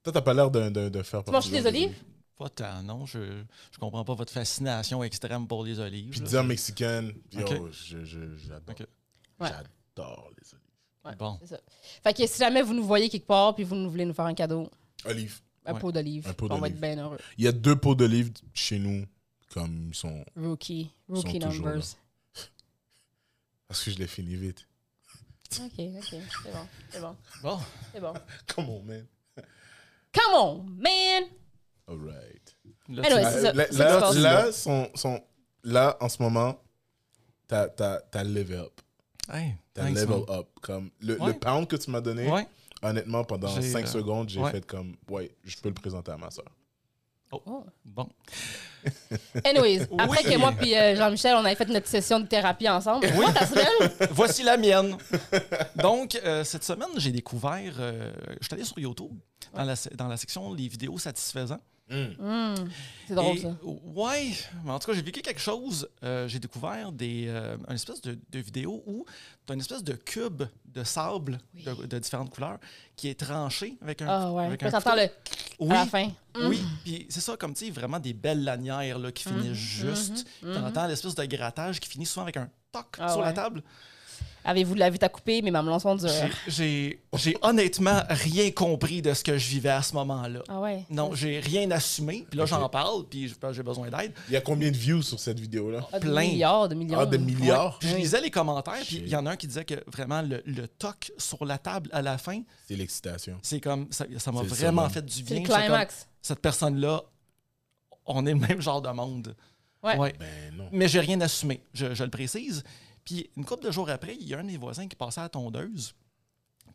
[SPEAKER 2] Toi, t'as pas l'air d'un d'un- d'un faire.
[SPEAKER 1] Tu manges des olives?
[SPEAKER 3] Pas tant, non. Je, je comprends pas votre fascination extrême pour les olives.
[SPEAKER 2] Puis
[SPEAKER 3] là.
[SPEAKER 2] disant mexicaine, yo,
[SPEAKER 3] Ok.
[SPEAKER 2] je- je- j'adore.
[SPEAKER 3] Ok.
[SPEAKER 1] Ouais.
[SPEAKER 2] J'adore les olives.
[SPEAKER 1] Ouais,
[SPEAKER 3] Bon.
[SPEAKER 1] c'est ça. Fait que si jamais vous nous voyez quelque part puis vous nous voulez nous faire un cadeau,
[SPEAKER 2] Olives.
[SPEAKER 1] un
[SPEAKER 3] Ouais.
[SPEAKER 1] pot d'olive,
[SPEAKER 2] Un pot
[SPEAKER 1] on va
[SPEAKER 2] d'olive.
[SPEAKER 1] être bien heureux.
[SPEAKER 2] Il y a deux pots d'olives chez nous, comme ils sont.
[SPEAKER 1] Rookie,
[SPEAKER 2] Ils sont
[SPEAKER 1] rookie
[SPEAKER 2] toujours
[SPEAKER 1] numbers.
[SPEAKER 2] [laughs] Parce que je les finis vite. [laughs]
[SPEAKER 1] Ok, ok, c'est bon, c'est bon,
[SPEAKER 3] Bon.
[SPEAKER 1] c'est bon.
[SPEAKER 2] Come on, man.
[SPEAKER 1] Come on, man!
[SPEAKER 2] Alright.
[SPEAKER 3] Là,
[SPEAKER 1] Anyway,
[SPEAKER 3] tu-
[SPEAKER 1] Ben c'est ça,
[SPEAKER 2] Euh, Là,
[SPEAKER 1] c'est ça qui se
[SPEAKER 2] là,
[SPEAKER 1] passe.
[SPEAKER 2] là, sont- sont- là, en ce moment, t'as t'as- t'as level up.
[SPEAKER 3] Hey,
[SPEAKER 2] T'as
[SPEAKER 3] thanks,
[SPEAKER 2] level
[SPEAKER 3] man.
[SPEAKER 2] up. Comme le, le
[SPEAKER 3] Ouais.
[SPEAKER 2] pound que tu m'as donné,
[SPEAKER 3] Ouais.
[SPEAKER 2] honnêtement, pendant
[SPEAKER 3] J'ai,
[SPEAKER 2] 5
[SPEAKER 3] euh,
[SPEAKER 2] secondes, j'ai
[SPEAKER 3] ouais.
[SPEAKER 2] fait comme, ouais, je peux le présenter à ma soeur.
[SPEAKER 1] Oh.
[SPEAKER 3] Bon.
[SPEAKER 2] [laughs]
[SPEAKER 1] Anyways, après
[SPEAKER 3] Oui.
[SPEAKER 1] que moi puis euh, Jean-Michel, on avait fait notre session de thérapie ensemble. Moi, ta
[SPEAKER 2] [laughs]
[SPEAKER 1] semaine?
[SPEAKER 3] Voici la mienne. [laughs] Donc, euh, cette semaine, j'ai découvert. euh, je suis allé sur YouTube, dans la, dans la section Les vidéos satisfaisantes.
[SPEAKER 2] Mm.
[SPEAKER 1] Hmm, C'est drôle,
[SPEAKER 3] Et-
[SPEAKER 1] ça.
[SPEAKER 3] Ouais, mais en tout cas, j'ai vécu quelque chose. Euh, j'ai découvert des, euh, une espèce de, de vidéo où tu as une espèce de cube de sable
[SPEAKER 1] Oui.
[SPEAKER 3] de, de différentes couleurs qui est tranché avec un.
[SPEAKER 1] Ah ouais.
[SPEAKER 3] avec
[SPEAKER 1] Puis
[SPEAKER 3] un
[SPEAKER 1] t'entends le Ah,
[SPEAKER 3] couteau.
[SPEAKER 1] à
[SPEAKER 3] Oui,
[SPEAKER 1] la fin.
[SPEAKER 3] oui. Puis c'est ça, comme tu sais, vraiment des belles lanières là, qui
[SPEAKER 1] Mm-hmm.
[SPEAKER 3] finissent juste. T'entends l'espèce de grattage qui finit souvent avec un toc
[SPEAKER 1] Ah
[SPEAKER 3] sur la
[SPEAKER 1] ouais.
[SPEAKER 3] table.
[SPEAKER 1] Avez-vous de la vite à couper? Mes mamelons sont durs.
[SPEAKER 3] J'ai- J'ai j'ai honnêtement rien compris de ce que je vivais à ce moment-là.
[SPEAKER 1] Ah ouais.
[SPEAKER 3] Non, j'ai rien assumé. Puis là,
[SPEAKER 2] Ok.
[SPEAKER 3] j'en parle, puis je- ben, j'ai besoin d'aide.
[SPEAKER 2] Il y a combien de views sur cette vidéo-là?
[SPEAKER 1] Ah, des
[SPEAKER 3] plein.
[SPEAKER 1] milliards, de millions.
[SPEAKER 2] Ah, des milliards?
[SPEAKER 3] Puis je
[SPEAKER 1] Oui.
[SPEAKER 3] lisais les commentaires, puis
[SPEAKER 2] Shit.
[SPEAKER 3] il y en a un qui disait que vraiment le, le toc sur la table à la fin,
[SPEAKER 2] C'est l'excitation.
[SPEAKER 3] c'est comme ça ça m'a
[SPEAKER 2] C'est le
[SPEAKER 3] vraiment
[SPEAKER 2] summum.
[SPEAKER 3] fait du
[SPEAKER 1] C'est
[SPEAKER 3] bien.
[SPEAKER 1] le
[SPEAKER 3] J'étais
[SPEAKER 1] climax.
[SPEAKER 3] comme, cette personne-là, on est le même genre de monde.
[SPEAKER 1] Ouais.
[SPEAKER 2] Ben non.
[SPEAKER 3] Mais j'ai rien assumé, je, je le précise. Puis une couple de jours après, il y a un des voisins qui passait à la tondeuse.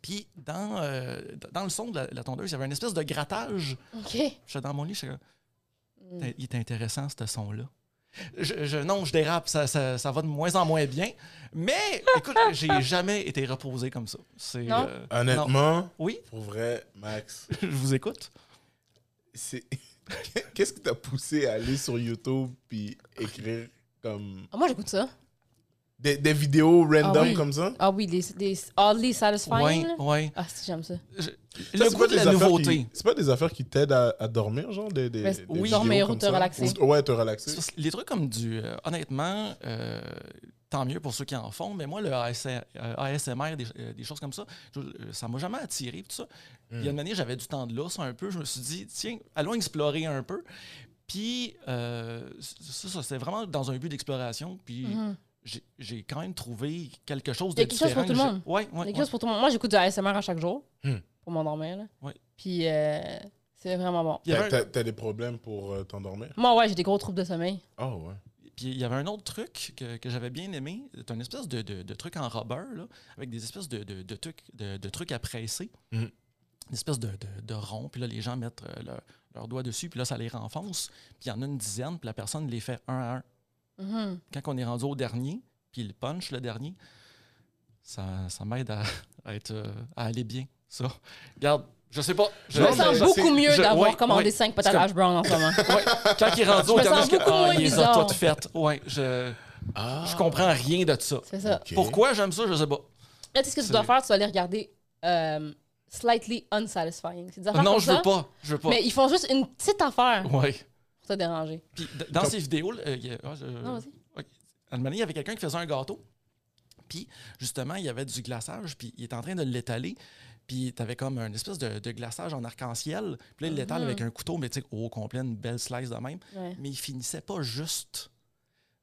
[SPEAKER 3] Puis dans, euh, dans le son de la, la tondeuse, il y avait une espèce de grattage.
[SPEAKER 1] OK.
[SPEAKER 3] J'étais dans mon lit, j'étais comme, il est intéressant ce son-là. Je, je- non, je dérape, ça, ça- ça va de moins en moins bien. Mais écoute, j'ai jamais été reposé comme ça. C'est,
[SPEAKER 1] Non.
[SPEAKER 3] euh,
[SPEAKER 2] Honnêtement, [laughs]
[SPEAKER 3] Oui,
[SPEAKER 2] pour vrai, Max,
[SPEAKER 3] je vous écoute.
[SPEAKER 2] c'est. [laughs] Qu'est-ce qui t'a poussé à aller sur YouTube puis écrire comme.
[SPEAKER 1] Ah, moi, j'écoute ça.
[SPEAKER 2] Des, des vidéos random
[SPEAKER 1] Ah oui.
[SPEAKER 2] comme ça?
[SPEAKER 1] Ah oui, des, des oddly satisfying.
[SPEAKER 3] Oui,
[SPEAKER 1] là.
[SPEAKER 3] oui.
[SPEAKER 1] Ah, si, j'aime ça.
[SPEAKER 2] Ça,
[SPEAKER 3] Le
[SPEAKER 2] c'est
[SPEAKER 3] goût
[SPEAKER 2] pas
[SPEAKER 3] de
[SPEAKER 2] des
[SPEAKER 3] la
[SPEAKER 2] affaires
[SPEAKER 3] nouveauté.
[SPEAKER 2] qui- C'est pas des affaires qui t'aident à, à dormir, genre des. des,
[SPEAKER 1] Mais-
[SPEAKER 2] des
[SPEAKER 1] oui.
[SPEAKER 2] vidéos
[SPEAKER 1] Dormir
[SPEAKER 2] comme
[SPEAKER 1] ou te
[SPEAKER 2] ça?
[SPEAKER 1] relaxer.
[SPEAKER 2] Ou- ouais, te relaxer.
[SPEAKER 3] C'est parce que Les trucs comme du. euh, honnêtement, euh, tant mieux pour ceux qui en font, mais moi, le ASR, euh, ASMR, des, euh, des choses comme ça, je- euh, ça m'a jamais attiré. Tout ça. Il y a une année, j'avais du temps de l'os un peu. Je me suis dit, tiens, allons explorer un peu. Puis, euh, ça, ça c'était vraiment dans un but d'exploration. Puis,
[SPEAKER 1] Mhm.
[SPEAKER 3] j'ai- j'ai quand même trouvé quelque
[SPEAKER 1] Il
[SPEAKER 3] chose
[SPEAKER 1] y
[SPEAKER 3] de
[SPEAKER 1] a quelque chose pour
[SPEAKER 3] différent.
[SPEAKER 1] tout le monde.
[SPEAKER 3] Oui,
[SPEAKER 1] Il
[SPEAKER 3] oui.
[SPEAKER 1] y a quelque chose pour tout le monde. Moi, j'écoute du ASMR à chaque jour
[SPEAKER 2] Hmm.
[SPEAKER 1] pour m'endormir. là.
[SPEAKER 3] Ouais.
[SPEAKER 1] Puis euh, c'est vraiment bon.
[SPEAKER 3] Il y
[SPEAKER 2] Ben, T'as
[SPEAKER 3] avait un-
[SPEAKER 2] t'as- t'as des problèmes pour euh, t'endormir?
[SPEAKER 1] Moi, ouais, j'ai des gros troubles de sommeil.
[SPEAKER 2] Ah ouais.
[SPEAKER 3] Puis il y avait un autre truc que, que j'avais bien aimé. C'est un espèce de, de- de truc en rubber, là, avec des espèces de, de- de trucs, de, de trucs à presser.
[SPEAKER 2] Mhm.
[SPEAKER 3] Une espèce de, de- de rond. Puis là, les gens mettent euh, leur, leur doigt dessus, puis là, ça les renfonce. Puis il y en a une dizaine, puis la personne les fait un à un.
[SPEAKER 1] Mhm.
[SPEAKER 3] Quand on est rendu au dernier, puis il punch le dernier, ça, ça m'aide à, à être, euh, à aller bien. Ça. Regarde, je sais pas. Je,
[SPEAKER 1] Je me
[SPEAKER 2] mais
[SPEAKER 1] sens
[SPEAKER 2] ça,
[SPEAKER 1] beaucoup
[SPEAKER 2] c'est-
[SPEAKER 1] mieux
[SPEAKER 3] je-
[SPEAKER 1] d'avoir
[SPEAKER 3] ouais,
[SPEAKER 1] commandé
[SPEAKER 3] ouais.
[SPEAKER 1] 5
[SPEAKER 3] C'est
[SPEAKER 1] patates
[SPEAKER 3] comme-
[SPEAKER 1] hash brown en ce moment.
[SPEAKER 3] [laughs] Ouais, quand il est rendu
[SPEAKER 1] Je
[SPEAKER 3] au
[SPEAKER 1] me
[SPEAKER 3] dernier,
[SPEAKER 1] sens
[SPEAKER 3] je-
[SPEAKER 1] beaucoup
[SPEAKER 3] Ah,
[SPEAKER 1] moins
[SPEAKER 3] il les a
[SPEAKER 1] bizarre. Ah.
[SPEAKER 3] toutes faites. Ouais, je, je comprends rien de ça.
[SPEAKER 1] C'est ça.
[SPEAKER 2] Ok.
[SPEAKER 3] Pourquoi j'aime ça, je sais pas.
[SPEAKER 1] Là, tu sais ce que tu
[SPEAKER 3] C'est-
[SPEAKER 1] dois faire, tu dois aller regarder euh, slightly unsatisfying. C'est des affaires
[SPEAKER 3] Non,
[SPEAKER 1] comme
[SPEAKER 3] je
[SPEAKER 1] ça,
[SPEAKER 3] veux pas. Je veux pas.
[SPEAKER 1] Mais ils font juste une petite affaire
[SPEAKER 3] Ouais.
[SPEAKER 1] pour te déranger.
[SPEAKER 3] Puis d- dans ces vidéos, là, euh, il y a- ah, je-
[SPEAKER 1] Non, vas-y.
[SPEAKER 3] à un moment donné, il y avait quelqu'un qui faisait un gâteau. Puis justement, il y avait du glaçage, puis il était en train de l'étaler. Puis tu avais comme un espèce de, de glaçage en arc-en-ciel. Puis là, il l'étale
[SPEAKER 1] Mhm.
[SPEAKER 3] avec un couteau, mais tu sais, au complet, une belle slice de même.
[SPEAKER 1] Ouais.
[SPEAKER 3] Mais il finissait pas juste.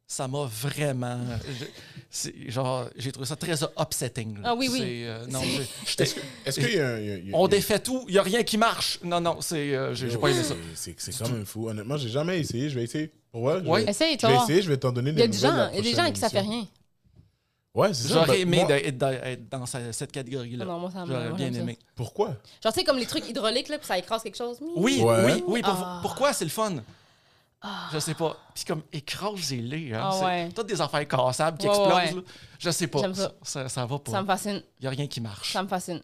[SPEAKER 3] Ça m'a vraiment. je- c'est- genre, j'ai trouvé ça très euh, upsetting. là.
[SPEAKER 1] Ah oui, oui.
[SPEAKER 3] C'est, euh, non, je- j'étais-
[SPEAKER 2] Est-ce qu'il y a un. il y a- il y a-
[SPEAKER 3] on
[SPEAKER 2] il y a-
[SPEAKER 3] défait tout, il n'y a rien qui marche. Non, non, c'est. euh, j'ai j'ai pas aimé ça.
[SPEAKER 2] C'est- C'est c'est quand même fou. Honnêtement, j'ai jamais essayé. Je vais essayer. Pour vrai, je
[SPEAKER 3] Ouais.
[SPEAKER 2] vais-
[SPEAKER 1] Essaye,
[SPEAKER 2] Je
[SPEAKER 1] tu
[SPEAKER 2] vais
[SPEAKER 1] vois.
[SPEAKER 2] essayer, je vais t'en donner
[SPEAKER 1] Il y a
[SPEAKER 2] des
[SPEAKER 1] des
[SPEAKER 2] nouvelles
[SPEAKER 1] gens,
[SPEAKER 2] la
[SPEAKER 1] il y a des gens
[SPEAKER 2] prochaine
[SPEAKER 1] qui savent
[SPEAKER 2] émission.
[SPEAKER 1] rien.
[SPEAKER 2] Ouais, c'est ça.
[SPEAKER 3] J'aurais
[SPEAKER 2] bah,
[SPEAKER 3] aimé
[SPEAKER 2] moi-
[SPEAKER 3] d'être dans, être dans ce- cette catégorie-là.
[SPEAKER 1] Non, moi, ça me-
[SPEAKER 3] J'aurais
[SPEAKER 1] moi,
[SPEAKER 3] bien
[SPEAKER 1] j'aime ça.
[SPEAKER 3] aimé.
[SPEAKER 2] Pourquoi
[SPEAKER 1] Genre, tu sais, comme les trucs hydrauliques, là, puis ça écrase quelque chose.
[SPEAKER 3] Oui,
[SPEAKER 2] Ouais.
[SPEAKER 3] oui, oui. pour-
[SPEAKER 1] Ah.
[SPEAKER 3] Pourquoi c'est le fun? Je sais pas. Puis comme écrasez-les. Hein.
[SPEAKER 1] Ah
[SPEAKER 3] C'est
[SPEAKER 1] ouais.
[SPEAKER 3] Toutes des affaires cassables qui
[SPEAKER 1] Ouais, ouais,
[SPEAKER 3] explosent.
[SPEAKER 1] ouais.
[SPEAKER 3] là. Je sais pas.
[SPEAKER 1] J'aime
[SPEAKER 3] Ça,
[SPEAKER 1] ça.
[SPEAKER 3] ça, ça va
[SPEAKER 1] Ça
[SPEAKER 3] pas.
[SPEAKER 1] me fascine.
[SPEAKER 3] Il n'y a rien qui marche.
[SPEAKER 1] Ça me fascine.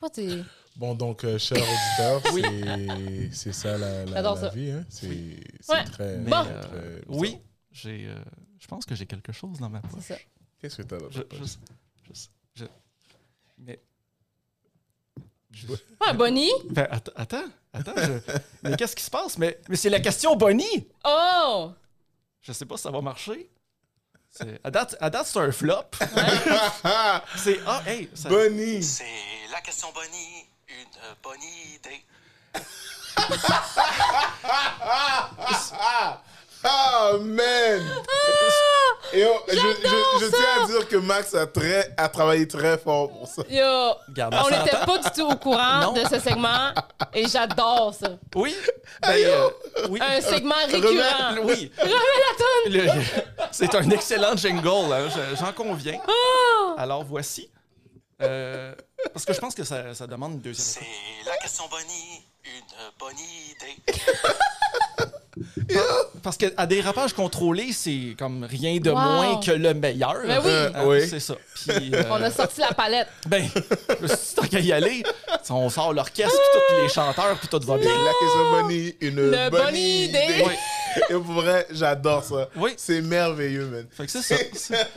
[SPEAKER 1] Pas tes.
[SPEAKER 2] Bon, donc, euh, cher auditeur,
[SPEAKER 3] [laughs]
[SPEAKER 2] c'est- c'est ça la, la,
[SPEAKER 1] J'adore
[SPEAKER 2] la
[SPEAKER 1] ça.
[SPEAKER 2] vie. Hein? C'est
[SPEAKER 3] Oui.
[SPEAKER 2] c'est
[SPEAKER 1] Ouais.
[SPEAKER 2] très,
[SPEAKER 3] Mais,
[SPEAKER 1] Bon.
[SPEAKER 2] très,
[SPEAKER 3] euh,
[SPEAKER 2] très bizarre.
[SPEAKER 3] oui, j'ai. euh, je pense que j'ai quelque chose dans ma poche. [laughs]
[SPEAKER 1] C'est ça.
[SPEAKER 2] Qu'est-ce que t'as là?
[SPEAKER 3] Je, je, je- je- mais
[SPEAKER 1] Ouais, Bonnie.
[SPEAKER 3] ben, att- attends, attends. je- mais qu'est-ce qui se passe? Mais, mais c'est la question Bonnie.
[SPEAKER 1] Oh!
[SPEAKER 3] Je sais pas si ça va marcher. C'est- À date, à date, c'est un flop. c'est ah hey, ça-
[SPEAKER 2] Bonnie!
[SPEAKER 4] C'est la question Bonnie, une bonne idée.
[SPEAKER 2] Ah, man! Et oh, je, je- je tiens à dire que Max a, très, a travaillé très fort pour ça.
[SPEAKER 1] Yo!
[SPEAKER 3] Regarde,
[SPEAKER 1] On
[SPEAKER 3] on
[SPEAKER 1] n'était
[SPEAKER 3] s'entend.
[SPEAKER 1] pas du tout au courant
[SPEAKER 3] Non.
[SPEAKER 1] de ce segment et j'adore ça.
[SPEAKER 3] Oui. ben, euh, oui. [laughs]
[SPEAKER 1] Un segment récurrent.
[SPEAKER 3] Remets- oui. Le- c'est un excellent jingle, hein, je- j'en conviens.
[SPEAKER 1] Oh!
[SPEAKER 3] Alors voici. Euh, parce que je pense que ça, ça demande une deuxième. écoute.
[SPEAKER 4] C'est la question Bonnie, une bonne idée.
[SPEAKER 3] Parce qu'à dérapage contrôlé, c'est comme rien de
[SPEAKER 1] Wow.
[SPEAKER 3] moins que le meilleur.
[SPEAKER 1] Ben oui.
[SPEAKER 3] Hein,
[SPEAKER 2] Euh, Oui.
[SPEAKER 3] C'est ça.
[SPEAKER 1] [laughs]
[SPEAKER 3] Puis, euh,
[SPEAKER 1] On a sorti la palette.
[SPEAKER 3] Ben, [laughs] je me suis dit, tant qu'à y aller, on sort l'orchestre, puis tout, puis les chanteurs, puis tout va
[SPEAKER 2] Et
[SPEAKER 3] bien.
[SPEAKER 2] la question Bonnie, une
[SPEAKER 1] Le
[SPEAKER 2] bonne
[SPEAKER 1] Bonnie
[SPEAKER 2] idée.
[SPEAKER 1] idée.
[SPEAKER 3] Oui.
[SPEAKER 2] [laughs] Et pour vrai, j'adore ça.
[SPEAKER 3] Oui.
[SPEAKER 2] C'est merveilleux, man.
[SPEAKER 3] Fait que c'est ça. C'est-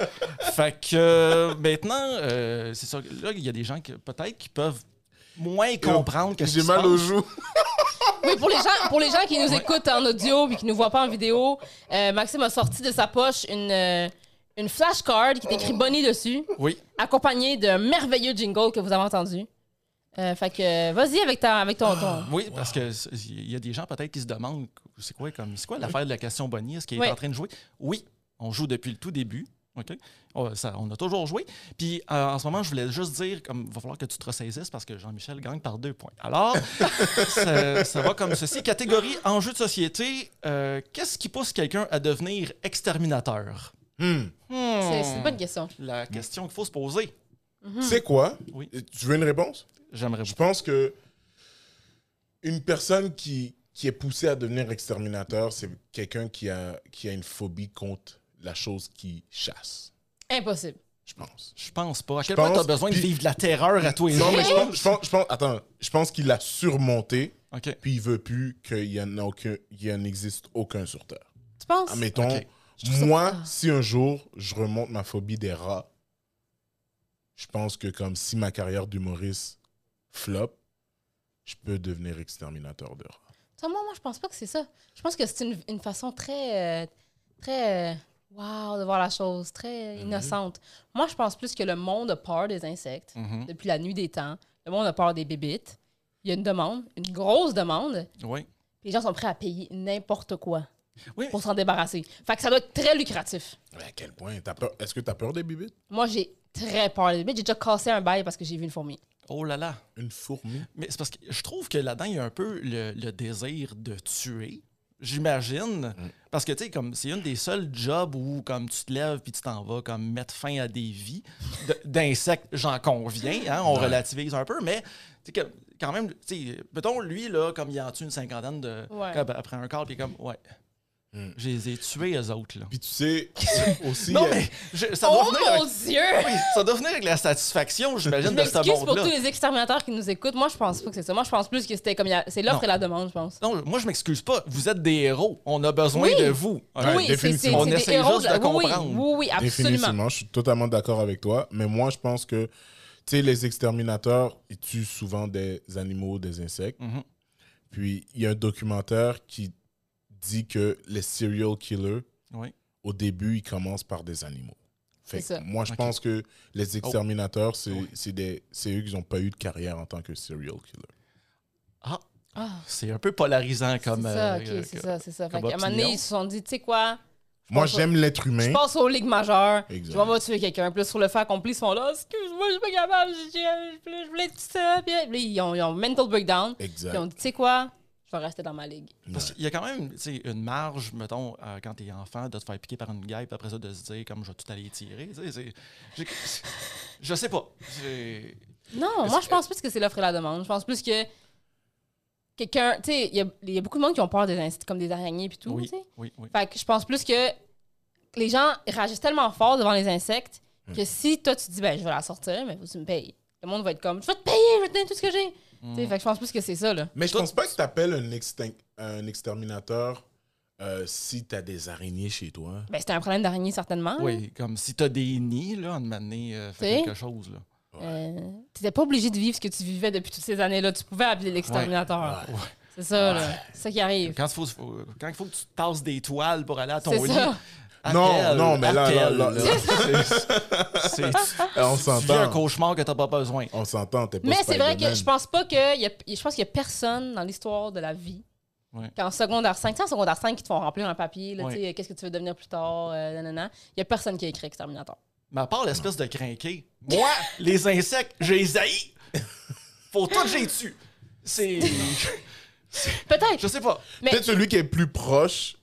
[SPEAKER 3] fait que euh, maintenant, euh, c'est ça. Là, il y a des gens qui peut-être qui peuvent moins comprendre que
[SPEAKER 2] J'ai mal aux
[SPEAKER 3] [laughs]
[SPEAKER 2] joues.
[SPEAKER 1] Oui, pour les gens, pour les gens qui nous écoutent en audio et qui nous voient pas en vidéo, euh, Maxime a sorti de sa poche une, euh, une flashcard qui est écrit Bonnie dessus,
[SPEAKER 3] Oui.
[SPEAKER 1] accompagnée d'un merveilleux jingle que vous avez entendu. Euh, fait que euh, vas-y avec, ta, avec ton ton.
[SPEAKER 3] Oui, parce que c'est- il y a des gens peut-être qui se demandent c'est quoi comme c'est quoi l'affaire de la question Bonnie, est-ce qu'il
[SPEAKER 1] Oui.
[SPEAKER 3] est en train de jouer Oui, on joue depuis le tout début. OK? On, ça- on a toujours joué. Puis euh, en ce moment, je voulais juste dire comme va falloir que tu te ressaisisses parce que Jean-Michel gagne par deux points.
[SPEAKER 1] [laughs]
[SPEAKER 3] Alors, ça, ça va comme ceci. Catégorie enjeu de société, euh, qu'est-ce qui pousse quelqu'un à devenir exterminateur?
[SPEAKER 2] Hmm.
[SPEAKER 1] C'est c'est une bonne question.
[SPEAKER 3] La question qu'il faut se poser,
[SPEAKER 2] C'est quoi?
[SPEAKER 3] Oui.
[SPEAKER 2] Tu veux une réponse?
[SPEAKER 3] j'aimerais
[SPEAKER 2] Je
[SPEAKER 3] vous.
[SPEAKER 2] pense que une personne qui, qui est poussé à devenir exterminateur, c'est quelqu'un qui a, qui a une phobie contre la chose qui chasse,
[SPEAKER 1] Impossible.
[SPEAKER 2] je pense.
[SPEAKER 3] Je pense pas. À quel
[SPEAKER 2] pense,
[SPEAKER 3] point t'as besoin de
[SPEAKER 2] puis-
[SPEAKER 3] vivre de la terreur à tous les
[SPEAKER 2] Non,
[SPEAKER 3] jours?
[SPEAKER 2] mais je pense, je pense- je pense- attends, je pense qu'il a surmonté,
[SPEAKER 3] OK.
[SPEAKER 2] puis il veut plus qu'il y en a aucun, il en existe aucun sur Terre.
[SPEAKER 1] Tu penses?
[SPEAKER 2] Admettons,
[SPEAKER 3] Ok.
[SPEAKER 2] moi,
[SPEAKER 1] Ah.
[SPEAKER 2] si un jour je remonte ma phobie des rats, je pense que comme si ma carrière d'humoriste flop, je peux devenir exterminateur de rats.
[SPEAKER 1] Ça, moi, moi, je pense pas que c'est ça. Je pense que c'est une, une façon très. euh, très. euh, wow, de voir la chose, très innocente. Moi, je pense plus que le monde a peur des insectes
[SPEAKER 3] Mhm.
[SPEAKER 1] depuis la nuit des temps. Le monde a peur des bébites. Il y a une demande, une grosse demande.
[SPEAKER 3] Oui.
[SPEAKER 1] puis Les gens sont prêts à payer n'importe quoi
[SPEAKER 3] Oui.
[SPEAKER 1] pour s'en débarrasser. Fait que ça doit être très lucratif.
[SPEAKER 2] Mais à quel point t'as peur- Est-ce que tu as peur des bibites
[SPEAKER 1] Moi, j'ai très peur des bébites. J'ai déjà cassé un bail parce que j'ai vu une fourmi.
[SPEAKER 3] Oh là là.
[SPEAKER 2] Une fourmi
[SPEAKER 3] Mais c'est parce que je trouve que là-dedans, il y a un peu le, le désir de tuer. J'imagine. Parce que, tu sais, comme c'est une des seules jobs où, comme, tu te lèves puis tu t'en vas, comme, mettre fin à des vies de- d'insectes, j'en conviens, hein, on relativise un peu, mais, tu sais, que- quand même, tu sais, mettons, lui, là, comme, il en tue une cinquantaine de.
[SPEAKER 1] Ouais.
[SPEAKER 3] comme, après un quart, puis comme, ouais. Je les ai tués, eux autres, là.
[SPEAKER 2] Puis tu [laughs] sais, aussi.
[SPEAKER 3] Non,
[SPEAKER 2] euh,
[SPEAKER 3] mais je- ça, doit
[SPEAKER 1] Oh
[SPEAKER 3] venir
[SPEAKER 1] mon
[SPEAKER 3] avec,
[SPEAKER 1] Dieu!
[SPEAKER 3] [laughs] oui, ça doit venir avec la satisfaction,
[SPEAKER 1] Je
[SPEAKER 3] j'imagine, de ce
[SPEAKER 1] m'excuse pour
[SPEAKER 3] monde-là.
[SPEAKER 1] tous les exterminateurs qui nous écoutent. Moi, je pense pas que c'est ça. Moi, je pense plus que c'était comme. il y a- C'est l'offre
[SPEAKER 3] Non.
[SPEAKER 1] et la demande, je pense.
[SPEAKER 3] Non, moi, je m'excuse pas. Vous êtes des héros. On a besoin
[SPEAKER 1] Oui.
[SPEAKER 3] de vous.
[SPEAKER 1] oui, c'est-
[SPEAKER 2] Ouais,
[SPEAKER 1] c'est c'est
[SPEAKER 2] définitivement.
[SPEAKER 3] On
[SPEAKER 1] des
[SPEAKER 3] essaie
[SPEAKER 1] héros.
[SPEAKER 3] juste de
[SPEAKER 1] de- oui,
[SPEAKER 3] comprendre.
[SPEAKER 1] Oui, oui, absolument.
[SPEAKER 2] Définitivement, je suis totalement d'accord avec toi. Mais moi, je pense que, tu sais, les exterminateurs, ils tuent souvent des animaux, des insectes.
[SPEAKER 3] Mhm.
[SPEAKER 2] Puis, il y a un documentaire qui dit que les serial killers,
[SPEAKER 3] Oui.
[SPEAKER 2] au début, ils commencent par des animaux. Fait
[SPEAKER 1] C'est ça.
[SPEAKER 2] que moi, je
[SPEAKER 3] Ok.
[SPEAKER 2] pense que les exterminateurs, c'est
[SPEAKER 3] Oui.
[SPEAKER 2] c'est des- c'est eux qui n'ont pas eu de carrière en tant que serial killer.
[SPEAKER 3] Ah,
[SPEAKER 1] Ah,
[SPEAKER 3] c'est un peu polarisant
[SPEAKER 1] c'est
[SPEAKER 3] comme.
[SPEAKER 1] ça,
[SPEAKER 3] euh,
[SPEAKER 1] ok,
[SPEAKER 3] euh,
[SPEAKER 1] c'est
[SPEAKER 3] que-
[SPEAKER 1] ça, c'est ça. Fait
[SPEAKER 3] comme
[SPEAKER 1] qu'à un moment donné,
[SPEAKER 3] opinion.
[SPEAKER 1] ils se sont dit, tu sais quoi,
[SPEAKER 2] Moi,
[SPEAKER 1] pense-
[SPEAKER 2] j'aime l'être
[SPEAKER 1] je
[SPEAKER 2] humain.
[SPEAKER 1] passe aux ligues majeures, je
[SPEAKER 2] Exact.
[SPEAKER 1] vais moi tuer quelqu'un. Puis là, sur le fait accompli, ils sont là, excuse-moi, je suis pas capable, je, je- je voulais tout ça. Puis là, ils ont, ils ont mental breakdown. Puis ils ont
[SPEAKER 2] Exact.
[SPEAKER 1] dit, tu sais quoi, je vais rester dans ma ligue.
[SPEAKER 3] Parce qu'il y a quand même tu sais, une marge, mettons, euh, quand t'es enfant, de te faire piquer par une guêpe, après ça, de se dire, comme je vais tout aller tirer. tu sais, c'est- j'ai- Je sais pas. J'ai-
[SPEAKER 1] Non, moi, je pense plus que c'est l'offre et la demande. Je pense plus que quelqu'un, tu sais, il y a, il y a beaucoup de monde qui ont peur des insectes, comme des araignées, puis tout,
[SPEAKER 3] Oui,
[SPEAKER 1] tu sais.
[SPEAKER 3] oui, oui.
[SPEAKER 1] Fait que je pense plus que les gens réagissent tellement fort devant les insectes que si toi tu dis ben je vais la sortir, mais faut que tu me payes. Le monde va être comme je vais te payer, je vais te donner tout ce que j'ai. Tu sais, Fait que je pense plus que c'est ça là.
[SPEAKER 2] Mais je pense pas que tu appelles un, extin- un exterminateur euh, si tu as des araignées chez toi.
[SPEAKER 1] Ben c'était un problème d'araignée certainement. là.
[SPEAKER 3] Oui, comme si t'as des nids, là, en donné, euh,
[SPEAKER 1] Hein? Tu
[SPEAKER 3] fait
[SPEAKER 1] sais?
[SPEAKER 3] quelque chose, là.
[SPEAKER 1] Euh, T'étais pas obligé de vivre ce que tu vivais depuis toutes ces années là. Tu pouvais appeler l'exterminateur.
[SPEAKER 3] Ouais.
[SPEAKER 1] C'est ça là. C'est ça qui arrive.
[SPEAKER 3] Quand il faut, faut- quand il faut que tu tasses des toiles pour aller à ton
[SPEAKER 1] C'est
[SPEAKER 3] lit.
[SPEAKER 1] ça.
[SPEAKER 2] Non, non, mais là, là, là, là.
[SPEAKER 3] C'est- c'est-
[SPEAKER 2] Eh, [laughs] on
[SPEAKER 3] tu vis un
[SPEAKER 2] s'entend.
[SPEAKER 3] cauchemar que t'as pas besoin.
[SPEAKER 2] On s'entend, t'es pas
[SPEAKER 1] Mais c'est vrai que
[SPEAKER 2] Spider-Man.
[SPEAKER 1] je pense pas que. il Y a, je pense qu'il y a personne dans l'histoire de la vie
[SPEAKER 3] Ouais.
[SPEAKER 1] qu'en secondaire 5, tu sais, en secondaire 5 qui te font remplir un papier, là,
[SPEAKER 3] Ouais.
[SPEAKER 1] tu sais, qu'est-ce que tu veux devenir plus tard, euh, nanana. Il y a personne qui a écrit Exterminator.
[SPEAKER 3] Mais à part l'espèce de crinqué, moi, [laughs] les insectes, j'ai les haïs. Faut tout que j'ai dessus. C'est.
[SPEAKER 1] Peut-être.
[SPEAKER 3] Je sais pas.
[SPEAKER 1] Mais-
[SPEAKER 2] Peut-être celui qui est plus proche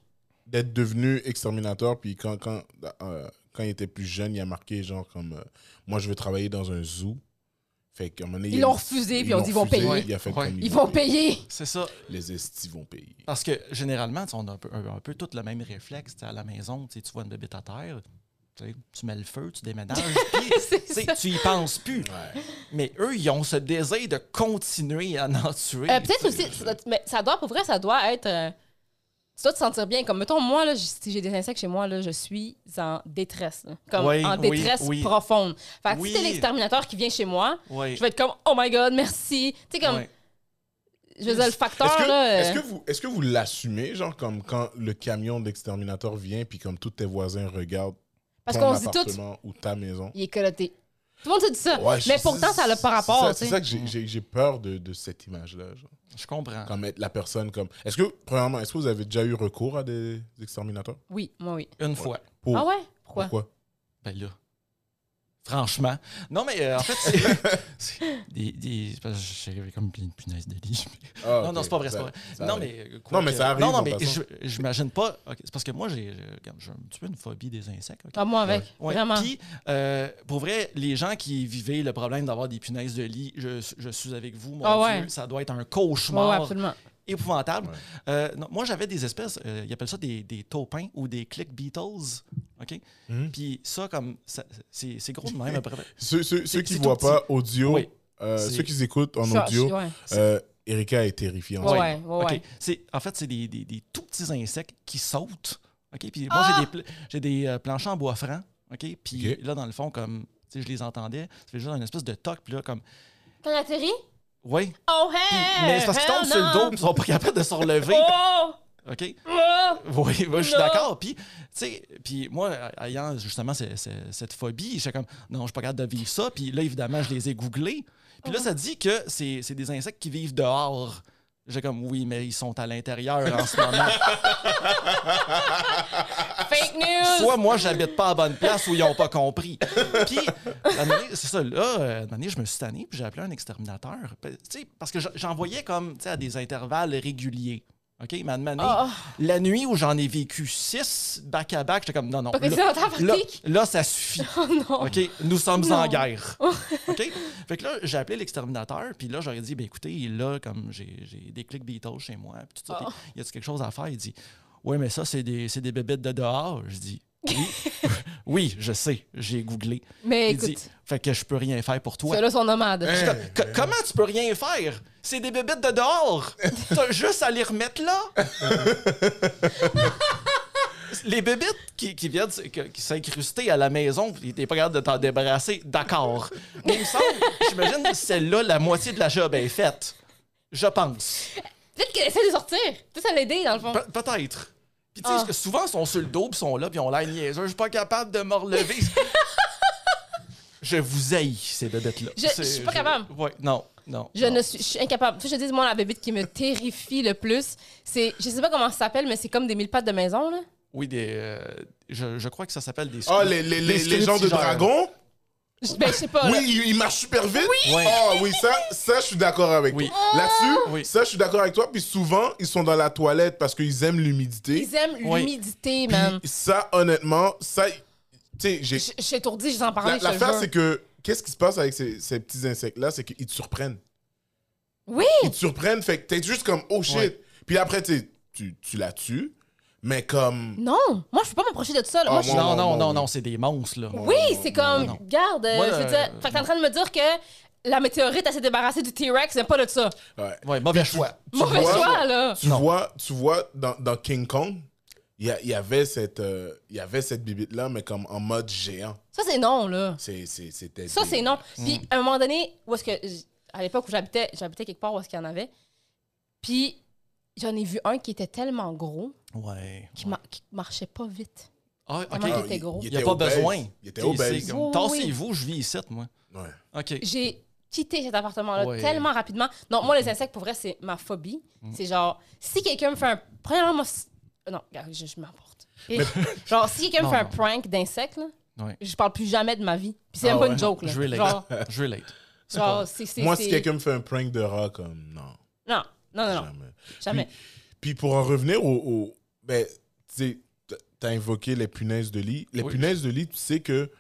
[SPEAKER 2] d'être devenu exterminateur, puis quand, quand, euh, quand il était plus jeune, il a marqué genre comme euh, Moi, je veux travailler dans un zoo. Fait qu'à un moment donné,
[SPEAKER 1] Ils
[SPEAKER 2] il a-
[SPEAKER 1] l'ont refusé, puis
[SPEAKER 2] ils
[SPEAKER 1] on
[SPEAKER 2] l'ont
[SPEAKER 1] dit, ils vont
[SPEAKER 2] refusé,
[SPEAKER 1] payer.
[SPEAKER 2] Il a fait
[SPEAKER 3] Ouais.
[SPEAKER 2] comme
[SPEAKER 1] Ils vont payer. [laughs]
[SPEAKER 3] C'est ça.
[SPEAKER 2] Les estis vont payer.
[SPEAKER 3] Parce que généralement, tu sais, on a un peu, un, peu tout le même réflexe. Tu sais, À la maison, tu sais, tu vois une bébête à terre, tu sais, tu mets le feu, tu [laughs] déménages, puis
[SPEAKER 1] C'est
[SPEAKER 3] tu sais,
[SPEAKER 1] ça.
[SPEAKER 3] tu y penses plus. Mais eux, ils ont ce désir de continuer à en tuer.
[SPEAKER 1] Euh, Peut-être aussi, ça doit- mais ça doit, pour vrai, ça doit être. euh, tu dois te sentir bien. Comme, mettons, moi, là, j- si j'ai des insectes chez moi, là, je suis en détresse. là. Comme
[SPEAKER 3] Oui,
[SPEAKER 1] en
[SPEAKER 3] oui,
[SPEAKER 1] détresse
[SPEAKER 3] oui.
[SPEAKER 1] profonde. Fait que
[SPEAKER 3] Oui.
[SPEAKER 1] si c'est l'exterminateur qui vient chez moi,
[SPEAKER 3] Ouais.
[SPEAKER 1] je vais être comme, oh my god, merci. Tu sais, comme,
[SPEAKER 3] Ouais.
[SPEAKER 1] je veux dire, le
[SPEAKER 2] Est-ce
[SPEAKER 1] facteur,
[SPEAKER 2] que,
[SPEAKER 1] là.
[SPEAKER 2] est-ce
[SPEAKER 1] euh,
[SPEAKER 2] que vous, est-ce que vous l'assumez, genre comme quand le camion d'exterminateur vient, puis comme tous tes voisins regardent
[SPEAKER 1] parce
[SPEAKER 2] ton
[SPEAKER 1] qu'on se dit tout,
[SPEAKER 2] appartement ou ta maison
[SPEAKER 1] il est coloté. Tout le monde se dit ça.
[SPEAKER 2] Ouais, je-
[SPEAKER 1] mais pourtant, ça n'a pas
[SPEAKER 2] c'est
[SPEAKER 1] rapport,
[SPEAKER 2] ça-
[SPEAKER 1] tu
[SPEAKER 2] C'est
[SPEAKER 1] sais.
[SPEAKER 2] ça que j'ai- j'ai j'ai peur de, de cette image-là. genre.
[SPEAKER 3] Je comprends.
[SPEAKER 2] Ah. Comme être la personne comme. Est-ce que, premièrement, est-ce que vous avez déjà eu recours à des exterminateurs
[SPEAKER 1] Oui, moi, oui.
[SPEAKER 3] Une fois.
[SPEAKER 2] Pour-
[SPEAKER 1] Ah ouais? Pourquoi?
[SPEAKER 3] Ben là. Franchement. Non, mais euh, en fait,
[SPEAKER 2] [laughs]
[SPEAKER 3] c'est. c'est des, des, c'est parce que J'avais comme plein de punaises de lit.
[SPEAKER 2] Ah,
[SPEAKER 3] Non,
[SPEAKER 2] [laughs]
[SPEAKER 3] non,
[SPEAKER 2] ok.
[SPEAKER 3] c'est pas vrai, c'est
[SPEAKER 2] Ça-
[SPEAKER 3] pas vrai.
[SPEAKER 2] ça
[SPEAKER 3] non,
[SPEAKER 2] arrive.
[SPEAKER 3] mais, euh, quoi
[SPEAKER 2] Non, mais
[SPEAKER 3] que-
[SPEAKER 2] ça arrive,
[SPEAKER 3] Non, non,
[SPEAKER 2] en
[SPEAKER 3] mais
[SPEAKER 2] passant.
[SPEAKER 3] je- j'imagine pas. ok, c'est parce que moi, j'ai euh, regarde, j'ai un petit peu une phobie des insectes. ok.
[SPEAKER 1] Ah, moi, avec.
[SPEAKER 3] Ouais,
[SPEAKER 1] Vraiment.
[SPEAKER 3] Puis, euh, pour vrai, les gens qui vivaient le problème d'avoir des punaises de lit, je, je suis avec vous, mon
[SPEAKER 1] Ah
[SPEAKER 3] Dieu,
[SPEAKER 1] ouais.
[SPEAKER 3] ça doit être un
[SPEAKER 1] Ouais, ouais,
[SPEAKER 3] cauchemar
[SPEAKER 1] absolument.
[SPEAKER 3] épouvantable.
[SPEAKER 2] Ouais.
[SPEAKER 3] Euh, non, moi, j'avais des espèces, euh, ils appellent ça des, des taupins ou des click beetles. OK?
[SPEAKER 2] Mhm.
[SPEAKER 3] Puis ça, comme, ça- c'est c'est gros de même après.
[SPEAKER 2] Ceux, ceux- ceux qui
[SPEAKER 3] c'est
[SPEAKER 2] ne
[SPEAKER 3] tout
[SPEAKER 2] voient
[SPEAKER 3] petit.
[SPEAKER 2] pas audio,
[SPEAKER 3] Oui.
[SPEAKER 2] euh,
[SPEAKER 3] C'est-
[SPEAKER 2] ceux qui écoutent en
[SPEAKER 1] Ça,
[SPEAKER 2] audio,
[SPEAKER 1] Ouais,
[SPEAKER 2] euh, Erika est terrifiante.
[SPEAKER 1] [laughs] ouais, ouais. ouais.
[SPEAKER 3] OK. C'est- En fait, c'est des, des- des tout petits insectes qui sautent. OK? Puis moi,
[SPEAKER 1] Ah!
[SPEAKER 3] j'ai des, pla- j'ai des euh, planchers en bois franc. OK? Puis
[SPEAKER 2] OK.
[SPEAKER 3] là, dans le fond, comme, tu sais, je les entendais, ça fait juste une espèce de toc. Puis là, comme,
[SPEAKER 1] T'en as atterri?
[SPEAKER 3] ouais.
[SPEAKER 1] Oh,
[SPEAKER 3] Puis-
[SPEAKER 1] hey!
[SPEAKER 3] mais c'est parce qu'ils
[SPEAKER 1] hell
[SPEAKER 3] tombent sur le
[SPEAKER 1] no!
[SPEAKER 3] dos, puis ils sont pas capables de se relever.
[SPEAKER 1] [laughs] Oh!
[SPEAKER 3] OK?
[SPEAKER 1] Oh!
[SPEAKER 3] [laughs] Oui, moi, je suis
[SPEAKER 1] Non.
[SPEAKER 3] d'accord. Puis, tu sais, puis moi, ayant justement ce- ce- cette phobie, j'étais comme, non, je suis pas capable de vivre ça. Puis là, évidemment, je les ai googlés. Puis là, ça dit que c'est c'est des insectes qui vivent dehors. J'ai comme, oui, mais ils sont à l'intérieur en ce moment.
[SPEAKER 1] Fake news!
[SPEAKER 3] Soit moi, j'habite pas à la bonne place ou ils ont pas compris. Puis, à un moment donné, c'est ça, là, euh, à un moment donné, je me suis tanné, puis j'ai appelé un exterminateur. Puis, tu sais, Parce que j'en- j'en voyais comme, tu sais, à des intervalles réguliers. OK, mais à un moment donné,
[SPEAKER 1] Oh,
[SPEAKER 3] la nuit où j'en ai vécu six back-à-back, j'étais comme, non, non,
[SPEAKER 1] Pas que
[SPEAKER 3] là-
[SPEAKER 1] c'est dans
[SPEAKER 3] là,
[SPEAKER 1] l'Antarctique?
[SPEAKER 3] là, ça suffit.
[SPEAKER 1] Oh non!
[SPEAKER 3] OK, nous sommes
[SPEAKER 1] Non. [laughs]
[SPEAKER 3] en guerre. OK? Fait que là, j'ai appelé l'exterminateur, puis là, j'aurais dit, ben écoutez, là, comme j'ai j'ai des clics Beatles chez moi, puis tout ça,
[SPEAKER 1] Oh.
[SPEAKER 3] puis y a-tu quelque chose à faire? Il dit, ouais, mais ça, c'est des, c'est des bébêtes de dehors. Je dis,
[SPEAKER 1] [laughs]
[SPEAKER 3] oui, oui, je sais, j'ai googlé.
[SPEAKER 1] Mais
[SPEAKER 3] Il dit,
[SPEAKER 1] écoute,
[SPEAKER 3] fait que je peux rien faire pour toi.
[SPEAKER 1] ceux-là sont nomades.
[SPEAKER 3] Je suis
[SPEAKER 2] Hein?
[SPEAKER 3] comme, Co- comment tu peux rien faire? C'est des bébêtes de dehors! T'as juste à les remettre là! les bébêtes qui, qui viennent s- que- qui s'incruster à la maison, pis t'es pas capable de t'en débarrasser, d'accord. Mais il me semble, j'imagine que celle-là, la moitié de la job est faite. Je pense.
[SPEAKER 1] Peut-être qu'elle essaie de sortir. Peut-être ça l'aider, dans le fond.
[SPEAKER 3] Pe- Peut-être. Puis tu sais,
[SPEAKER 1] Ah.
[SPEAKER 3] souvent, ils sont sur le dos, pis ils sont là, puis ils ont l'air niaiseux. Je suis pas capable de
[SPEAKER 1] [laughs]
[SPEAKER 3] me relever. Je vous haïs, ces bébêtes-là.
[SPEAKER 1] Je- je
[SPEAKER 3] C'est-
[SPEAKER 1] suis pas capable.
[SPEAKER 3] Ouais, non, non.
[SPEAKER 1] Je
[SPEAKER 3] non.
[SPEAKER 1] ne suis, je suis incapable. Faut que Je te dis, moi, la bébite qui me terrifie le plus, c'est. Je sais pas comment ça s'appelle, mais c'est comme des mille pattes de maison, là.
[SPEAKER 3] Oui, des. euh, je, je crois que ça s'appelle des.
[SPEAKER 2] Ah, les, les, les,
[SPEAKER 3] Des
[SPEAKER 2] les gens de
[SPEAKER 3] sculptigeurs.
[SPEAKER 2] dragons
[SPEAKER 1] Je- Ben, je sais pas.
[SPEAKER 2] Oui,
[SPEAKER 1] là.
[SPEAKER 2] ils, ils marchent super vite. Ah
[SPEAKER 3] Ouais.
[SPEAKER 2] oui, ça, ça je suis d'accord avec
[SPEAKER 3] Oui.
[SPEAKER 2] toi.
[SPEAKER 1] Ah.
[SPEAKER 2] Là-dessus,
[SPEAKER 3] Oui.
[SPEAKER 2] ça, je suis d'accord avec toi. Puis souvent, ils sont dans la toilette parce qu'ils aiment l'humidité.
[SPEAKER 1] Ils aiment
[SPEAKER 3] Oui.
[SPEAKER 1] l'humidité,
[SPEAKER 2] Puis
[SPEAKER 1] man.
[SPEAKER 2] ça, honnêtement, ça, tu sais, j'ai.
[SPEAKER 1] Je je suis étourdie, je vous en
[SPEAKER 2] La-
[SPEAKER 1] parlais. je te le
[SPEAKER 2] L'affaire,
[SPEAKER 1] jure.
[SPEAKER 2] c'est que qu'est-ce qui se passe avec ces, ces petits insectes-là, c'est qu'ils te surprennent.
[SPEAKER 1] Oui!
[SPEAKER 2] Ils te surprennent, fait que t'es juste comme oh shit.
[SPEAKER 3] Ouais.
[SPEAKER 2] Puis après, tu sais, tu, tu la tues, mais comme.
[SPEAKER 1] Non! Moi, je peux pas m'approcher de ça, là.
[SPEAKER 2] Ah,
[SPEAKER 1] Moi, je-
[SPEAKER 2] moi,
[SPEAKER 3] Non, non,
[SPEAKER 2] non,
[SPEAKER 3] non,
[SPEAKER 2] oui.
[SPEAKER 3] non, c'est des monstres, là.
[SPEAKER 2] Ouais.
[SPEAKER 1] Oui, c'est comme.
[SPEAKER 3] non.
[SPEAKER 1] Garde. euh,
[SPEAKER 3] Moi,
[SPEAKER 1] je veux
[SPEAKER 3] euh,
[SPEAKER 1] dire. Fait que t'es en train de me dire que la météorite, elle s'est débarrassée du T-Rex, c'est pas de ça.
[SPEAKER 2] Ouais.
[SPEAKER 3] Ouais, mauvais choix.
[SPEAKER 1] Mauvais
[SPEAKER 2] vois?
[SPEAKER 1] choix, là.
[SPEAKER 2] Tu
[SPEAKER 3] Non.
[SPEAKER 2] vois, tu vois dans, dans King Kong, il y, a- il y avait cette, euh, il y avait cette bibite là, mais comme en mode géant.
[SPEAKER 1] Ça, c'est non, là.
[SPEAKER 2] C'est- c'est- C'était.
[SPEAKER 1] Ça,
[SPEAKER 2] des-
[SPEAKER 1] c'est hein, non. Puis, à un moment donné, où est-ce que. j- À l'époque où j'habitais, j'habitais quelque part où est-ce qu'il y en avait. Puis, j'en ai vu un qui était tellement gros
[SPEAKER 3] Ouais.
[SPEAKER 1] qu'il mar- qu'il marchait pas vite.
[SPEAKER 3] Ah,
[SPEAKER 1] Vraiment,
[SPEAKER 3] ok.
[SPEAKER 1] il était gros.
[SPEAKER 3] Il n'y a pas
[SPEAKER 2] obèse.
[SPEAKER 3] besoin.
[SPEAKER 2] Il était
[SPEAKER 3] T'es
[SPEAKER 2] obèse.
[SPEAKER 3] ici, comme,
[SPEAKER 1] Oui,
[SPEAKER 3] Tassez-vous, je vis ici, moi.
[SPEAKER 2] Ouais.
[SPEAKER 3] OK.
[SPEAKER 1] J'ai quitté cet appartement-là
[SPEAKER 3] Ouais.
[SPEAKER 1] tellement rapidement. Non, moi, les insectes, pour vrai, c'est ma phobie. C'est genre, si quelqu'un me fait un. Premièrement, moi. si- Non, regarde, je, je m'emporte. Et- [laughs] genre, si quelqu'un me
[SPEAKER 3] Non,
[SPEAKER 1] fait un
[SPEAKER 3] non.
[SPEAKER 1] prank d'insectes, là,
[SPEAKER 3] Ouais.
[SPEAKER 1] je parle plus jamais de ma vie. Puis c'est
[SPEAKER 2] Ah
[SPEAKER 1] même pas
[SPEAKER 2] ouais.
[SPEAKER 1] une joke. Là.
[SPEAKER 3] Je relate.
[SPEAKER 1] Genre,
[SPEAKER 3] Je relate. C'est
[SPEAKER 1] genre
[SPEAKER 3] pas-
[SPEAKER 1] c'est. c'est-
[SPEAKER 2] Moi,
[SPEAKER 1] c'est-
[SPEAKER 2] si quelqu'un me fait un prank de rat, comme non.
[SPEAKER 1] Non, non, non, non.
[SPEAKER 2] Jamais.
[SPEAKER 1] Jamais.
[SPEAKER 2] Puis, puis pour en revenir au. au- ben, tu sais, t- t'as invoqué les punaises de lit. Les
[SPEAKER 3] Oui.
[SPEAKER 2] punaises de lit, tu sais que.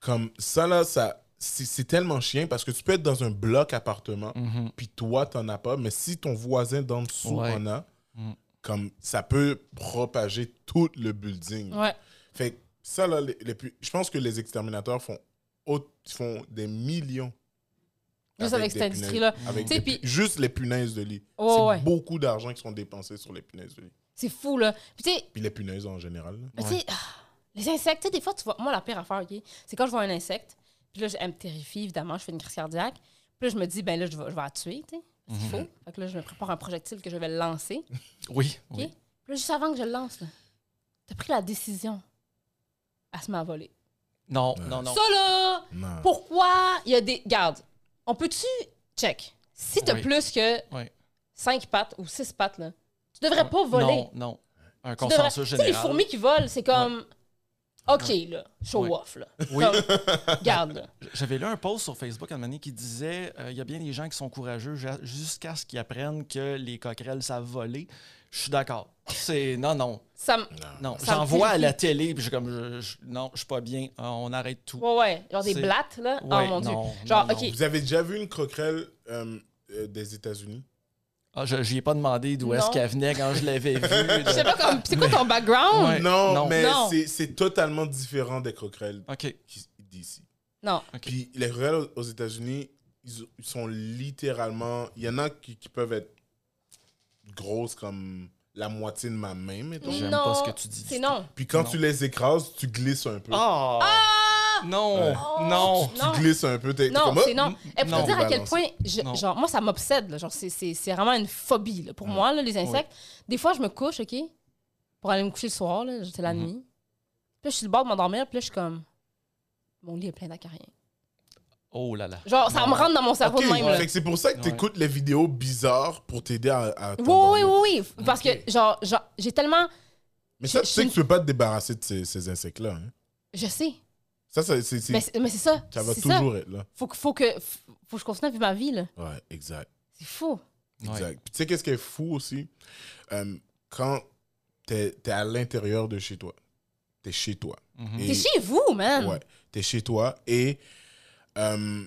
[SPEAKER 2] Comme ça, là, ça. C'est c'est tellement chien parce que tu peux être dans un bloc appartement,
[SPEAKER 3] Mhm.
[SPEAKER 2] puis toi, t'en as pas, mais si ton voisin d'en dessous
[SPEAKER 3] Ouais.
[SPEAKER 2] en a,
[SPEAKER 3] Mm.
[SPEAKER 2] comme ça peut propager tout le building.
[SPEAKER 1] Ouais.
[SPEAKER 2] Fait que ça, là, les, les pu- je pense que les exterminateurs font, au- font des millions.
[SPEAKER 1] Juste avec cette
[SPEAKER 2] des
[SPEAKER 1] industrie-là.
[SPEAKER 3] Mm.
[SPEAKER 2] punaises- avec
[SPEAKER 1] Tu sais,
[SPEAKER 2] des pu-
[SPEAKER 1] puis-
[SPEAKER 2] Juste les punaises de lit.
[SPEAKER 1] Ouais,
[SPEAKER 2] c'est
[SPEAKER 1] ouais.
[SPEAKER 2] beaucoup d'argent qui sont dépensés sur les punaises de lit.
[SPEAKER 1] C'est fou, là. Puis, tu sais,
[SPEAKER 2] Puis les punaises en général. là.
[SPEAKER 1] tu sais, ah, les insectes, tu sais, des fois, tu vois. Moi, la pire affaire, OK, c'est quand je vois un insecte, puis là, je- elle me terrifie, évidemment, je fais une crise cardiaque. Puis là, je me dis, ben là, je vais, je vais la tuer, tu sais, parce
[SPEAKER 3] Mhm.
[SPEAKER 1] qu'il faut. Fait que là, je me prépare un projectile que je vais le lancer. Puis
[SPEAKER 3] Oui, oui.
[SPEAKER 1] Ok. là, juste avant que je le lance, là, t'as pris la décision. Elle se m'a volé.
[SPEAKER 3] Non, non, non.
[SPEAKER 1] Ça, là,
[SPEAKER 2] Non.
[SPEAKER 1] pourquoi il y a des. Garde, on peut-tu. Check. Si t'as
[SPEAKER 3] Oui.
[SPEAKER 1] plus que
[SPEAKER 3] Ouais.
[SPEAKER 1] 5 pattes ou 6 pattes, là, tu devrais pas voler.
[SPEAKER 3] Non, non. Un
[SPEAKER 1] Tu devrais-
[SPEAKER 3] consensus
[SPEAKER 1] Tu sais, les
[SPEAKER 3] général.
[SPEAKER 1] fourmis qui volent, c'est comme. OK, là. Show
[SPEAKER 3] Ouais.
[SPEAKER 1] off, là.
[SPEAKER 3] Oui.
[SPEAKER 1] Comme, Garde, là.
[SPEAKER 3] J'avais lu un post sur Facebook à un moment donné qui disait euh, il y a bien des gens qui sont courageux ja- jusqu'à ce qu'ils apprennent que les coquerelles savent voler. Je suis d'accord. C'est non, non,
[SPEAKER 1] Ça m-
[SPEAKER 3] non.
[SPEAKER 1] Ça
[SPEAKER 3] J'en
[SPEAKER 1] me
[SPEAKER 3] vois à
[SPEAKER 1] terrifie.
[SPEAKER 3] la télé puis je suis comme je- je- non, je suis pas bien. Ah, on arrête tout.
[SPEAKER 1] Ouais, ouais. Genre des
[SPEAKER 3] C'est-
[SPEAKER 1] blattes, là.
[SPEAKER 3] Ouais,
[SPEAKER 1] oh mon dieu.
[SPEAKER 3] non,
[SPEAKER 1] Genre,
[SPEAKER 3] non,
[SPEAKER 1] OK.
[SPEAKER 2] Vous avez déjà vu une croquerelle euh, euh, des États-Unis
[SPEAKER 3] Ah, je n'y ai pas demandé d'où est-ce
[SPEAKER 1] Non.
[SPEAKER 3] qu'elle venait quand je l'avais
[SPEAKER 1] [laughs]
[SPEAKER 3] vue.
[SPEAKER 1] Je sais pas comme. C'est quoi ton background?
[SPEAKER 3] Ouais,
[SPEAKER 2] Non,
[SPEAKER 3] non.
[SPEAKER 2] mais
[SPEAKER 1] Non.
[SPEAKER 2] c'est- c'est totalement différent des croquerelles
[SPEAKER 3] OK.
[SPEAKER 2] qui- d'ici.
[SPEAKER 1] Non.
[SPEAKER 3] Ok.
[SPEAKER 2] Puis les croquerelles aux- aux États-Unis, ils ils sont littéralement. Il y en a qui, qui peuvent être grosses comme la moitié de ma main, mettons.
[SPEAKER 3] J'aime
[SPEAKER 1] Non,
[SPEAKER 3] pas ce que tu dis.
[SPEAKER 1] C'est non.
[SPEAKER 2] Puis quand
[SPEAKER 3] Non.
[SPEAKER 2] tu les écrases, tu glisses un peu.
[SPEAKER 3] Oh. Non,
[SPEAKER 2] Ouais.
[SPEAKER 3] non.
[SPEAKER 2] Tu
[SPEAKER 1] Ah, Non.
[SPEAKER 2] glisses un peu. t'es- t'es
[SPEAKER 1] Non,
[SPEAKER 2] comme, oh,
[SPEAKER 1] c'est non. Et pour
[SPEAKER 3] Non.
[SPEAKER 1] te dire à quel
[SPEAKER 2] Balance.
[SPEAKER 1] point, je-
[SPEAKER 3] Non.
[SPEAKER 1] genre, moi, ça m'obsède. là. Genre, c'est- c'est c'est vraiment une phobie là, pour moi, là, les insectes. Des fois, je me couche, OK, pour aller me coucher le soir, là, c'est la
[SPEAKER 3] Mhm.
[SPEAKER 1] nuit. Puis là, je suis sur le bord de m'endormir, puis là, je suis comme, mon lit est plein d'acariens.
[SPEAKER 3] Oh là là.
[SPEAKER 1] Genre, ça
[SPEAKER 3] Non.
[SPEAKER 1] me rentre dans mon cerveau
[SPEAKER 2] oh, Ok,
[SPEAKER 1] de même. là.
[SPEAKER 2] fait que c'est pour ça que tu écoutes les vidéos bizarres pour t'aider à, à
[SPEAKER 1] Oui,
[SPEAKER 2] t'endormir.
[SPEAKER 1] oui, oui, oui. Parce
[SPEAKER 2] Ok.
[SPEAKER 1] que, genre, genre, j'ai tellement.
[SPEAKER 2] Mais ça,
[SPEAKER 1] Je-
[SPEAKER 2] tu
[SPEAKER 1] je
[SPEAKER 2] sais
[SPEAKER 1] suis-
[SPEAKER 2] que tu peux pas te débarrasser de ces, ces insectes-là. hein.
[SPEAKER 1] Je sais.
[SPEAKER 2] Ça, ça, c'est- c'est-
[SPEAKER 1] Mais c'est mais c'est ça.
[SPEAKER 2] ça va
[SPEAKER 1] C'est ça.
[SPEAKER 2] toujours être là.
[SPEAKER 1] Faut, que- faut, que, faut que je continue à vivre ma vie, là.
[SPEAKER 2] Ouais, exact.
[SPEAKER 1] C'est fou.
[SPEAKER 2] exact. Puis tu sais, qu'est-ce qui est fou aussi? Euh, quand t'es es à l'intérieur de chez toi, t'es chez toi.
[SPEAKER 3] Mhm.
[SPEAKER 2] Et-
[SPEAKER 1] T'es chez vous, man.
[SPEAKER 2] Ouais, t'es chez toi et euh,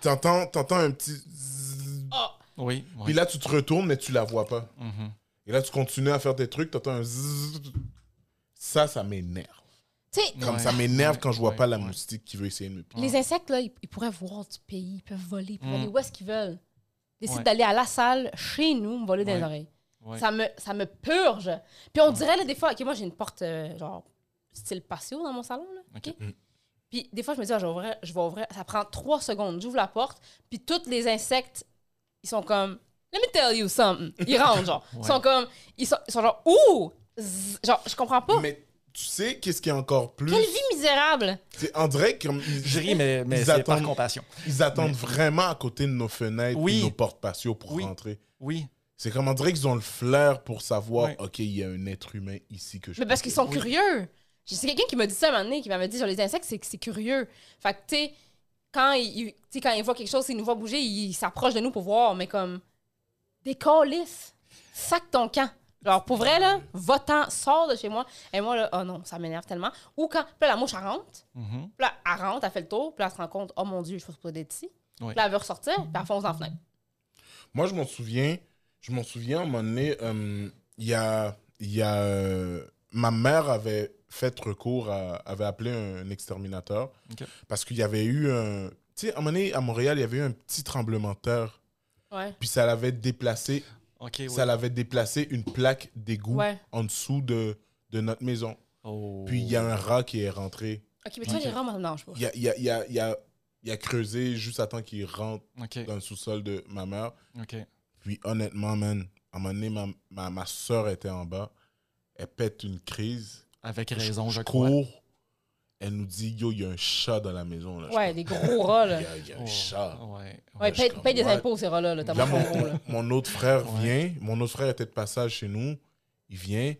[SPEAKER 2] t'entends t'entends un petit. zzzz.
[SPEAKER 1] Ah.
[SPEAKER 3] Oui, oui.
[SPEAKER 2] Puis là, tu te retournes, mais tu la vois pas.
[SPEAKER 3] Mhm.
[SPEAKER 2] Et là, tu continues à faire tes trucs, t'entends un zzzz. Ça, ça m'énerve.
[SPEAKER 1] Tu sais,
[SPEAKER 2] Comme
[SPEAKER 3] Ouais.
[SPEAKER 2] ça m'énerve
[SPEAKER 3] Ouais,
[SPEAKER 2] quand je vois
[SPEAKER 3] ouais,
[SPEAKER 2] pas la
[SPEAKER 3] ouais.
[SPEAKER 2] moustique qui veut essayer de me piquer.
[SPEAKER 1] les insectes, là, ils, ils pourraient voir du pays, ils peuvent voler, ils peuvent
[SPEAKER 3] Mm.
[SPEAKER 1] aller où est-ce qu'ils veulent. Ils décident
[SPEAKER 3] Ouais.
[SPEAKER 1] d'aller à la salle, chez nous, me voler dans les
[SPEAKER 3] Ouais.
[SPEAKER 1] oreilles.
[SPEAKER 3] Ouais.
[SPEAKER 1] Ça, me, ça me purge. Puis on
[SPEAKER 3] Ouais.
[SPEAKER 1] dirait, là, des fois, OK, moi, j'ai une porte, euh, genre, style patio dans mon salon, là.
[SPEAKER 3] OK.
[SPEAKER 1] OK?
[SPEAKER 2] Mm.
[SPEAKER 1] Puis des fois, je me dis, ah, je, vais ouvrir, je vais ouvrir. Ça prend trois secondes. J'ouvre la porte, puis tous les insectes, ils sont comme, let me tell you something. Ils rentrent,
[SPEAKER 3] [laughs]
[SPEAKER 1] genre. Ils
[SPEAKER 3] Ouais.
[SPEAKER 1] sont comme, ils sont, ils sont genre, ouh! Zzz! Genre, je comprends pas.
[SPEAKER 2] Mais tu sais, qu'est-ce qui est encore plus.
[SPEAKER 1] Quelle vie misérable!
[SPEAKER 2] C'est- On dirait qu'ils
[SPEAKER 3] Je ris, mais, mais
[SPEAKER 2] Ils
[SPEAKER 3] c'est par
[SPEAKER 2] attendent-
[SPEAKER 3] compassion.
[SPEAKER 2] ils attendent vraiment à côté de nos fenêtres
[SPEAKER 3] Oui.
[SPEAKER 2] et nos portes patio pour
[SPEAKER 3] Oui.
[SPEAKER 2] rentrer.
[SPEAKER 3] Oui.
[SPEAKER 2] C'est comme on dirait qu'ils ont le flair pour savoir,
[SPEAKER 3] Ouais.
[SPEAKER 2] OK, il y a un être humain ici que je
[SPEAKER 1] Mais parce
[SPEAKER 2] peux
[SPEAKER 1] qu'ils
[SPEAKER 2] tuer.
[SPEAKER 1] sont curieux. Je- C'est quelqu'un qui m'a dit ça un moment donné, qui m'avait dit sur les insectes, c'est que c'est curieux. Fait que, tu sais, quand ils, ils- tu sais, quand ils voient quelque chose, ils nous voient bouger, ils s'approchent de nous pour voir, mais comme, des câlisses. Sac ton camp. Alors, pour vrai, là, va-t'en, sors de chez moi. Et moi, là, oh non, ça m'énerve tellement. Ou quand, puis là, la mouche, elle rentre.
[SPEAKER 3] Mhm.
[SPEAKER 1] Puis là, elle rentre, elle fait le tour. Puis là, elle se rend compte, oh mon Dieu, je suis pas supposée d'être ici.
[SPEAKER 3] Ouais.
[SPEAKER 1] Puis là, elle veut ressortir, puis elle fonce dans la fenêtre.
[SPEAKER 2] Moi, je m'en souviens, je m'en souviens, à un moment donné, euh, il y a, il y a, euh, ma mère avait fait recours, à- avait appelé un exterminateur,
[SPEAKER 3] Ok.
[SPEAKER 2] parce qu'il y avait eu un... Tu sais, à un moment donné, à Montréal, il y avait eu un petit tremblement de terre,
[SPEAKER 1] Ouais.
[SPEAKER 2] puis ça l'avait déplacé,
[SPEAKER 3] OK, oui.
[SPEAKER 2] ça l'avait déplacé une plaque d'égout
[SPEAKER 1] Ouais.
[SPEAKER 2] en dessous de, de notre maison.
[SPEAKER 3] Oh.
[SPEAKER 2] Puis il y a un rat qui est rentré.
[SPEAKER 1] Ok, mais tu vois,
[SPEAKER 3] Ok.
[SPEAKER 1] les rats, moi, ça me dérange pas.
[SPEAKER 2] Il a, il a- il a- il a- il a creusé juste à temps qu'il rentre
[SPEAKER 3] OK,
[SPEAKER 2] dans le sous-sol de ma mère.
[SPEAKER 3] OK.
[SPEAKER 2] Puis honnêtement, man, à un moment donné, ma, ma, ma soeur était en bas. Elle pète une crise.
[SPEAKER 3] Avec raison, je, crois.
[SPEAKER 2] Cours. Elle nous dit, yo, il y a un chat dans la maison. Là.
[SPEAKER 1] Ouais, des gros rats,
[SPEAKER 2] Il
[SPEAKER 1] là.
[SPEAKER 2] y a, il y a un
[SPEAKER 3] Oh,
[SPEAKER 2] chat.
[SPEAKER 3] Ouais.
[SPEAKER 1] Ouais,
[SPEAKER 2] je
[SPEAKER 1] paye,
[SPEAKER 2] suis
[SPEAKER 1] paye des
[SPEAKER 2] comme, what?
[SPEAKER 1] impôts, ces rats-là, là. T'as
[SPEAKER 2] Là,
[SPEAKER 1] pas
[SPEAKER 2] mon,
[SPEAKER 1] trop gros, là.
[SPEAKER 2] mon autre frère
[SPEAKER 3] Ouais.
[SPEAKER 2] vient. Mon autre frère était de passage chez nous. Il vient.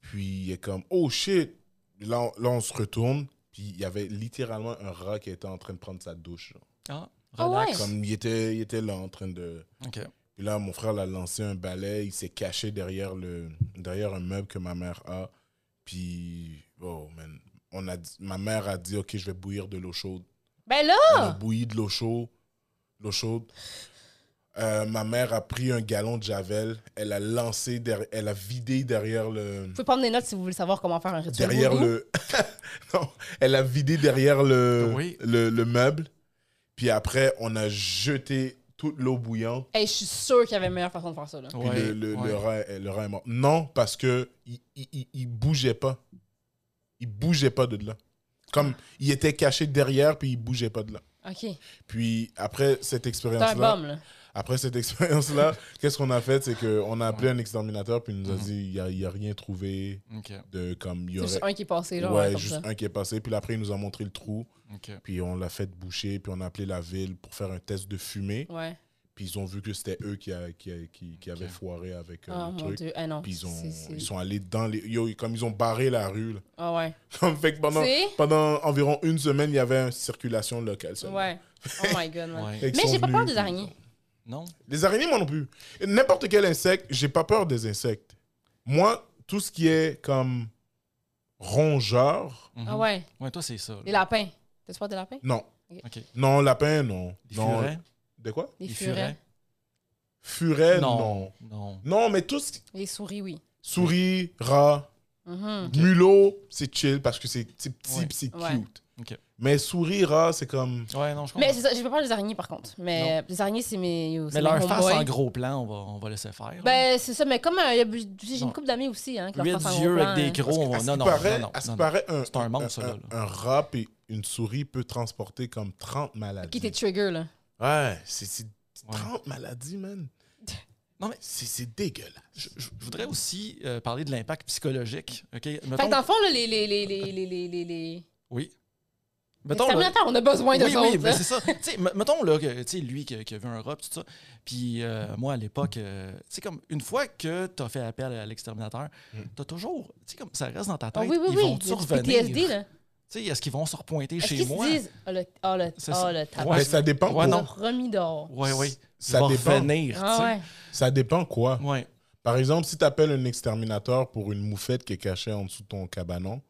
[SPEAKER 2] Puis il est comme, oh shit. Là, on, là, on se retourne. Puis il y avait littéralement un rat qui était en train de prendre sa douche. genre.
[SPEAKER 3] Ah,
[SPEAKER 1] Ah
[SPEAKER 3] relax.
[SPEAKER 1] ouais.
[SPEAKER 2] Comme il était, il était là en train de.
[SPEAKER 3] OK.
[SPEAKER 2] Puis là, mon frère l'a lancé un balai, il s'est caché derrière, le, derrière un meuble que ma mère a. Puis, oh man, on a, dit- ma mère a dit, OK, je vais bouillir de l'eau chaude.
[SPEAKER 1] Ben là,
[SPEAKER 2] On a bouilli de l'eau chaude. L'eau chaude. Euh, ma mère a pris un gallon de javel, elle a lancé, derrière, elle a vidé derrière le...
[SPEAKER 1] vous pouvez prendre des notes si vous voulez savoir comment faire un rituel.
[SPEAKER 2] Derrière
[SPEAKER 1] vaudou.
[SPEAKER 2] le... [laughs] non, elle a vidé derrière le,
[SPEAKER 3] Oui.
[SPEAKER 2] le, le meuble. Puis après, on a jeté toute l'eau bouillante.
[SPEAKER 1] Hey, je suis sûre qu'il y avait une meilleure façon de faire ça, là.
[SPEAKER 2] Puis
[SPEAKER 3] Ouais,
[SPEAKER 2] le, le-
[SPEAKER 3] ouais.
[SPEAKER 2] le rat, est- le rat est mort. Non, parce que il, il, il- il bougeait pas. Il bougeait pas de là. Comme il était caché derrière, puis il bougeait pas de là.
[SPEAKER 1] OK.
[SPEAKER 2] Puis après cette
[SPEAKER 1] T'es un
[SPEAKER 2] expérience-là,
[SPEAKER 1] bum, là.
[SPEAKER 2] après cette expérience-là,
[SPEAKER 3] [laughs]
[SPEAKER 2] qu'est-ce qu'on a fait, c'est qu'on a appelé un exterminateur, puis il nous a
[SPEAKER 3] Mhm.
[SPEAKER 2] dit il y a, il y a rien trouvé
[SPEAKER 3] OK,
[SPEAKER 2] de comme il y
[SPEAKER 1] C'est
[SPEAKER 2] aurait.
[SPEAKER 1] juste un qui est passé, genre,
[SPEAKER 2] ouais,
[SPEAKER 1] comme
[SPEAKER 2] juste
[SPEAKER 1] ça.
[SPEAKER 2] un qui est passé. Puis là, après il nous a montré le trou,
[SPEAKER 3] OK.
[SPEAKER 2] puis on l'a fait boucher, puis on a appelé la ville pour faire un test de fumée.
[SPEAKER 1] Ouais.
[SPEAKER 2] Puis ils ont vu que c'était eux qui, a- qui, a- qui, qui avaient
[SPEAKER 3] Ok.
[SPEAKER 2] foiré avec euh,
[SPEAKER 1] Oh,
[SPEAKER 2] le
[SPEAKER 1] mon
[SPEAKER 2] truc.
[SPEAKER 1] Dieu. Ah non.
[SPEAKER 2] Puis ils, ont-
[SPEAKER 1] C'est- c'est-
[SPEAKER 2] ils sont allés dans les. Yo, comme ils ont barré la rue. là. [laughs]
[SPEAKER 1] Ah ouais.
[SPEAKER 2] Comme fait que
[SPEAKER 1] Tu
[SPEAKER 2] pendant,
[SPEAKER 1] sais?
[SPEAKER 2] pendant environ une semaine, il y avait une circulation locale. seulement.
[SPEAKER 1] Ouais. Oh my God, man.
[SPEAKER 3] Ouais.
[SPEAKER 2] Fait qu'ils
[SPEAKER 1] Mais
[SPEAKER 2] sont
[SPEAKER 1] j'ai pas
[SPEAKER 2] venus,
[SPEAKER 1] peur des
[SPEAKER 2] puis ils
[SPEAKER 1] araignées.
[SPEAKER 2] ont-
[SPEAKER 3] Non?
[SPEAKER 2] Les araignées, moi non plus. N'importe quel insecte, j'ai pas peur des insectes. Moi, tout ce qui est comme rongeur,
[SPEAKER 3] Mhm.
[SPEAKER 1] Ah ouais.
[SPEAKER 3] Ouais, toi, c'est ça. là.
[SPEAKER 1] Des lapins. T'as peur des lapins?
[SPEAKER 2] non.
[SPEAKER 3] OK.
[SPEAKER 2] Non, lapin, non.
[SPEAKER 3] Des
[SPEAKER 2] non.
[SPEAKER 3] furets.
[SPEAKER 2] De quoi
[SPEAKER 1] Des
[SPEAKER 3] Des
[SPEAKER 1] furets.
[SPEAKER 3] furets.
[SPEAKER 2] Furet, non.
[SPEAKER 3] Non.
[SPEAKER 2] Non, mais tout ce qui-
[SPEAKER 1] Les souris, oui.
[SPEAKER 2] Souris, rat,
[SPEAKER 1] Mhm.
[SPEAKER 2] mulot, c'est chill parce que c'est c'est petit
[SPEAKER 3] Ouais.
[SPEAKER 2] pis c'est
[SPEAKER 1] Ouais.
[SPEAKER 2] cute.
[SPEAKER 3] Ok.
[SPEAKER 2] Mais souris, rat, c'est comme.
[SPEAKER 3] Ouais, non, je comprends.
[SPEAKER 1] Mais
[SPEAKER 3] Mais,
[SPEAKER 1] c'est ça, je peux pas les araignées par contre. Mais les araignées, c'est mes. yo, c'est mes
[SPEAKER 3] leur face
[SPEAKER 1] homeboys.
[SPEAKER 3] en gros plan, on va, on va laisser faire.
[SPEAKER 1] Ben, c'est ça, mais comme euh, y a- j'ai une
[SPEAKER 3] Non.
[SPEAKER 1] couple d'amis aussi, hein, qui leur
[SPEAKER 3] Huit
[SPEAKER 1] face en
[SPEAKER 3] yeux
[SPEAKER 1] gros plan,
[SPEAKER 3] avec des
[SPEAKER 1] hein.
[SPEAKER 3] gros. on va-
[SPEAKER 2] à ce
[SPEAKER 3] Non,
[SPEAKER 2] qui
[SPEAKER 3] non,
[SPEAKER 2] paraît,
[SPEAKER 3] non, non,
[SPEAKER 2] à ce qui
[SPEAKER 3] non, non.
[SPEAKER 2] paraît, un,
[SPEAKER 3] C'est un monstre, ça,
[SPEAKER 2] un,
[SPEAKER 3] là.
[SPEAKER 2] un rat et une souris peut transporter comme 30 maladies.
[SPEAKER 1] Qui t'es trigger, là.
[SPEAKER 2] Ouais, c'est c'est
[SPEAKER 3] Ouais.
[SPEAKER 2] 30 maladies, man.
[SPEAKER 3] [laughs] Non, mais-
[SPEAKER 2] C'est c'est dégueulasse.
[SPEAKER 3] Je, je- je voudrais aussi euh, parler de l'impact psychologique. OK? Mettons-
[SPEAKER 1] Fait que dans le fond, là, les. les, les, les, les, les, les, les...
[SPEAKER 3] Oui.
[SPEAKER 1] les
[SPEAKER 3] Mettons, là-
[SPEAKER 1] exterminateurs, on a besoin de hein.
[SPEAKER 3] oui,
[SPEAKER 1] ça.
[SPEAKER 3] oui, ben c'est ça. Tu sais, me- mettons là, que, tu sais, lui qui, qui a vu un rap, tout ça. Puis euh, moi, à l'époque, euh, tu sais, comme une fois que tu as fait appel à l'exterminateur,
[SPEAKER 2] Mm.
[SPEAKER 3] tu as toujours, tu sais, comme ça reste dans ta
[SPEAKER 1] Ah
[SPEAKER 3] tête.
[SPEAKER 1] oui, oui,
[SPEAKER 3] ils
[SPEAKER 1] oui.
[SPEAKER 3] vont
[SPEAKER 1] Il y a du
[SPEAKER 3] survenir.
[SPEAKER 1] PTSD, là.
[SPEAKER 3] Tu sais, est-ce qu'ils vont se repointer
[SPEAKER 1] Est-ce
[SPEAKER 3] chez
[SPEAKER 1] qu'ils
[SPEAKER 3] moi?
[SPEAKER 1] se disent, oh le, oh le,
[SPEAKER 3] C'est
[SPEAKER 1] oh
[SPEAKER 3] ça.
[SPEAKER 1] le tabac,
[SPEAKER 3] Ouais.
[SPEAKER 2] Mais ça dépend
[SPEAKER 3] Ouais,
[SPEAKER 1] on
[SPEAKER 2] quoi.
[SPEAKER 1] l'a
[SPEAKER 3] non.
[SPEAKER 1] remis dehors.
[SPEAKER 3] Oui, oui.
[SPEAKER 2] Ça
[SPEAKER 3] va
[SPEAKER 2] dépend.
[SPEAKER 3] revenir, tu sais.
[SPEAKER 1] Ah
[SPEAKER 2] Ça dépend quoi.
[SPEAKER 3] Ouais.
[SPEAKER 2] Par exemple, si tu appelles un exterminateur pour une moufette qui est cachée en dessous de ton cabanon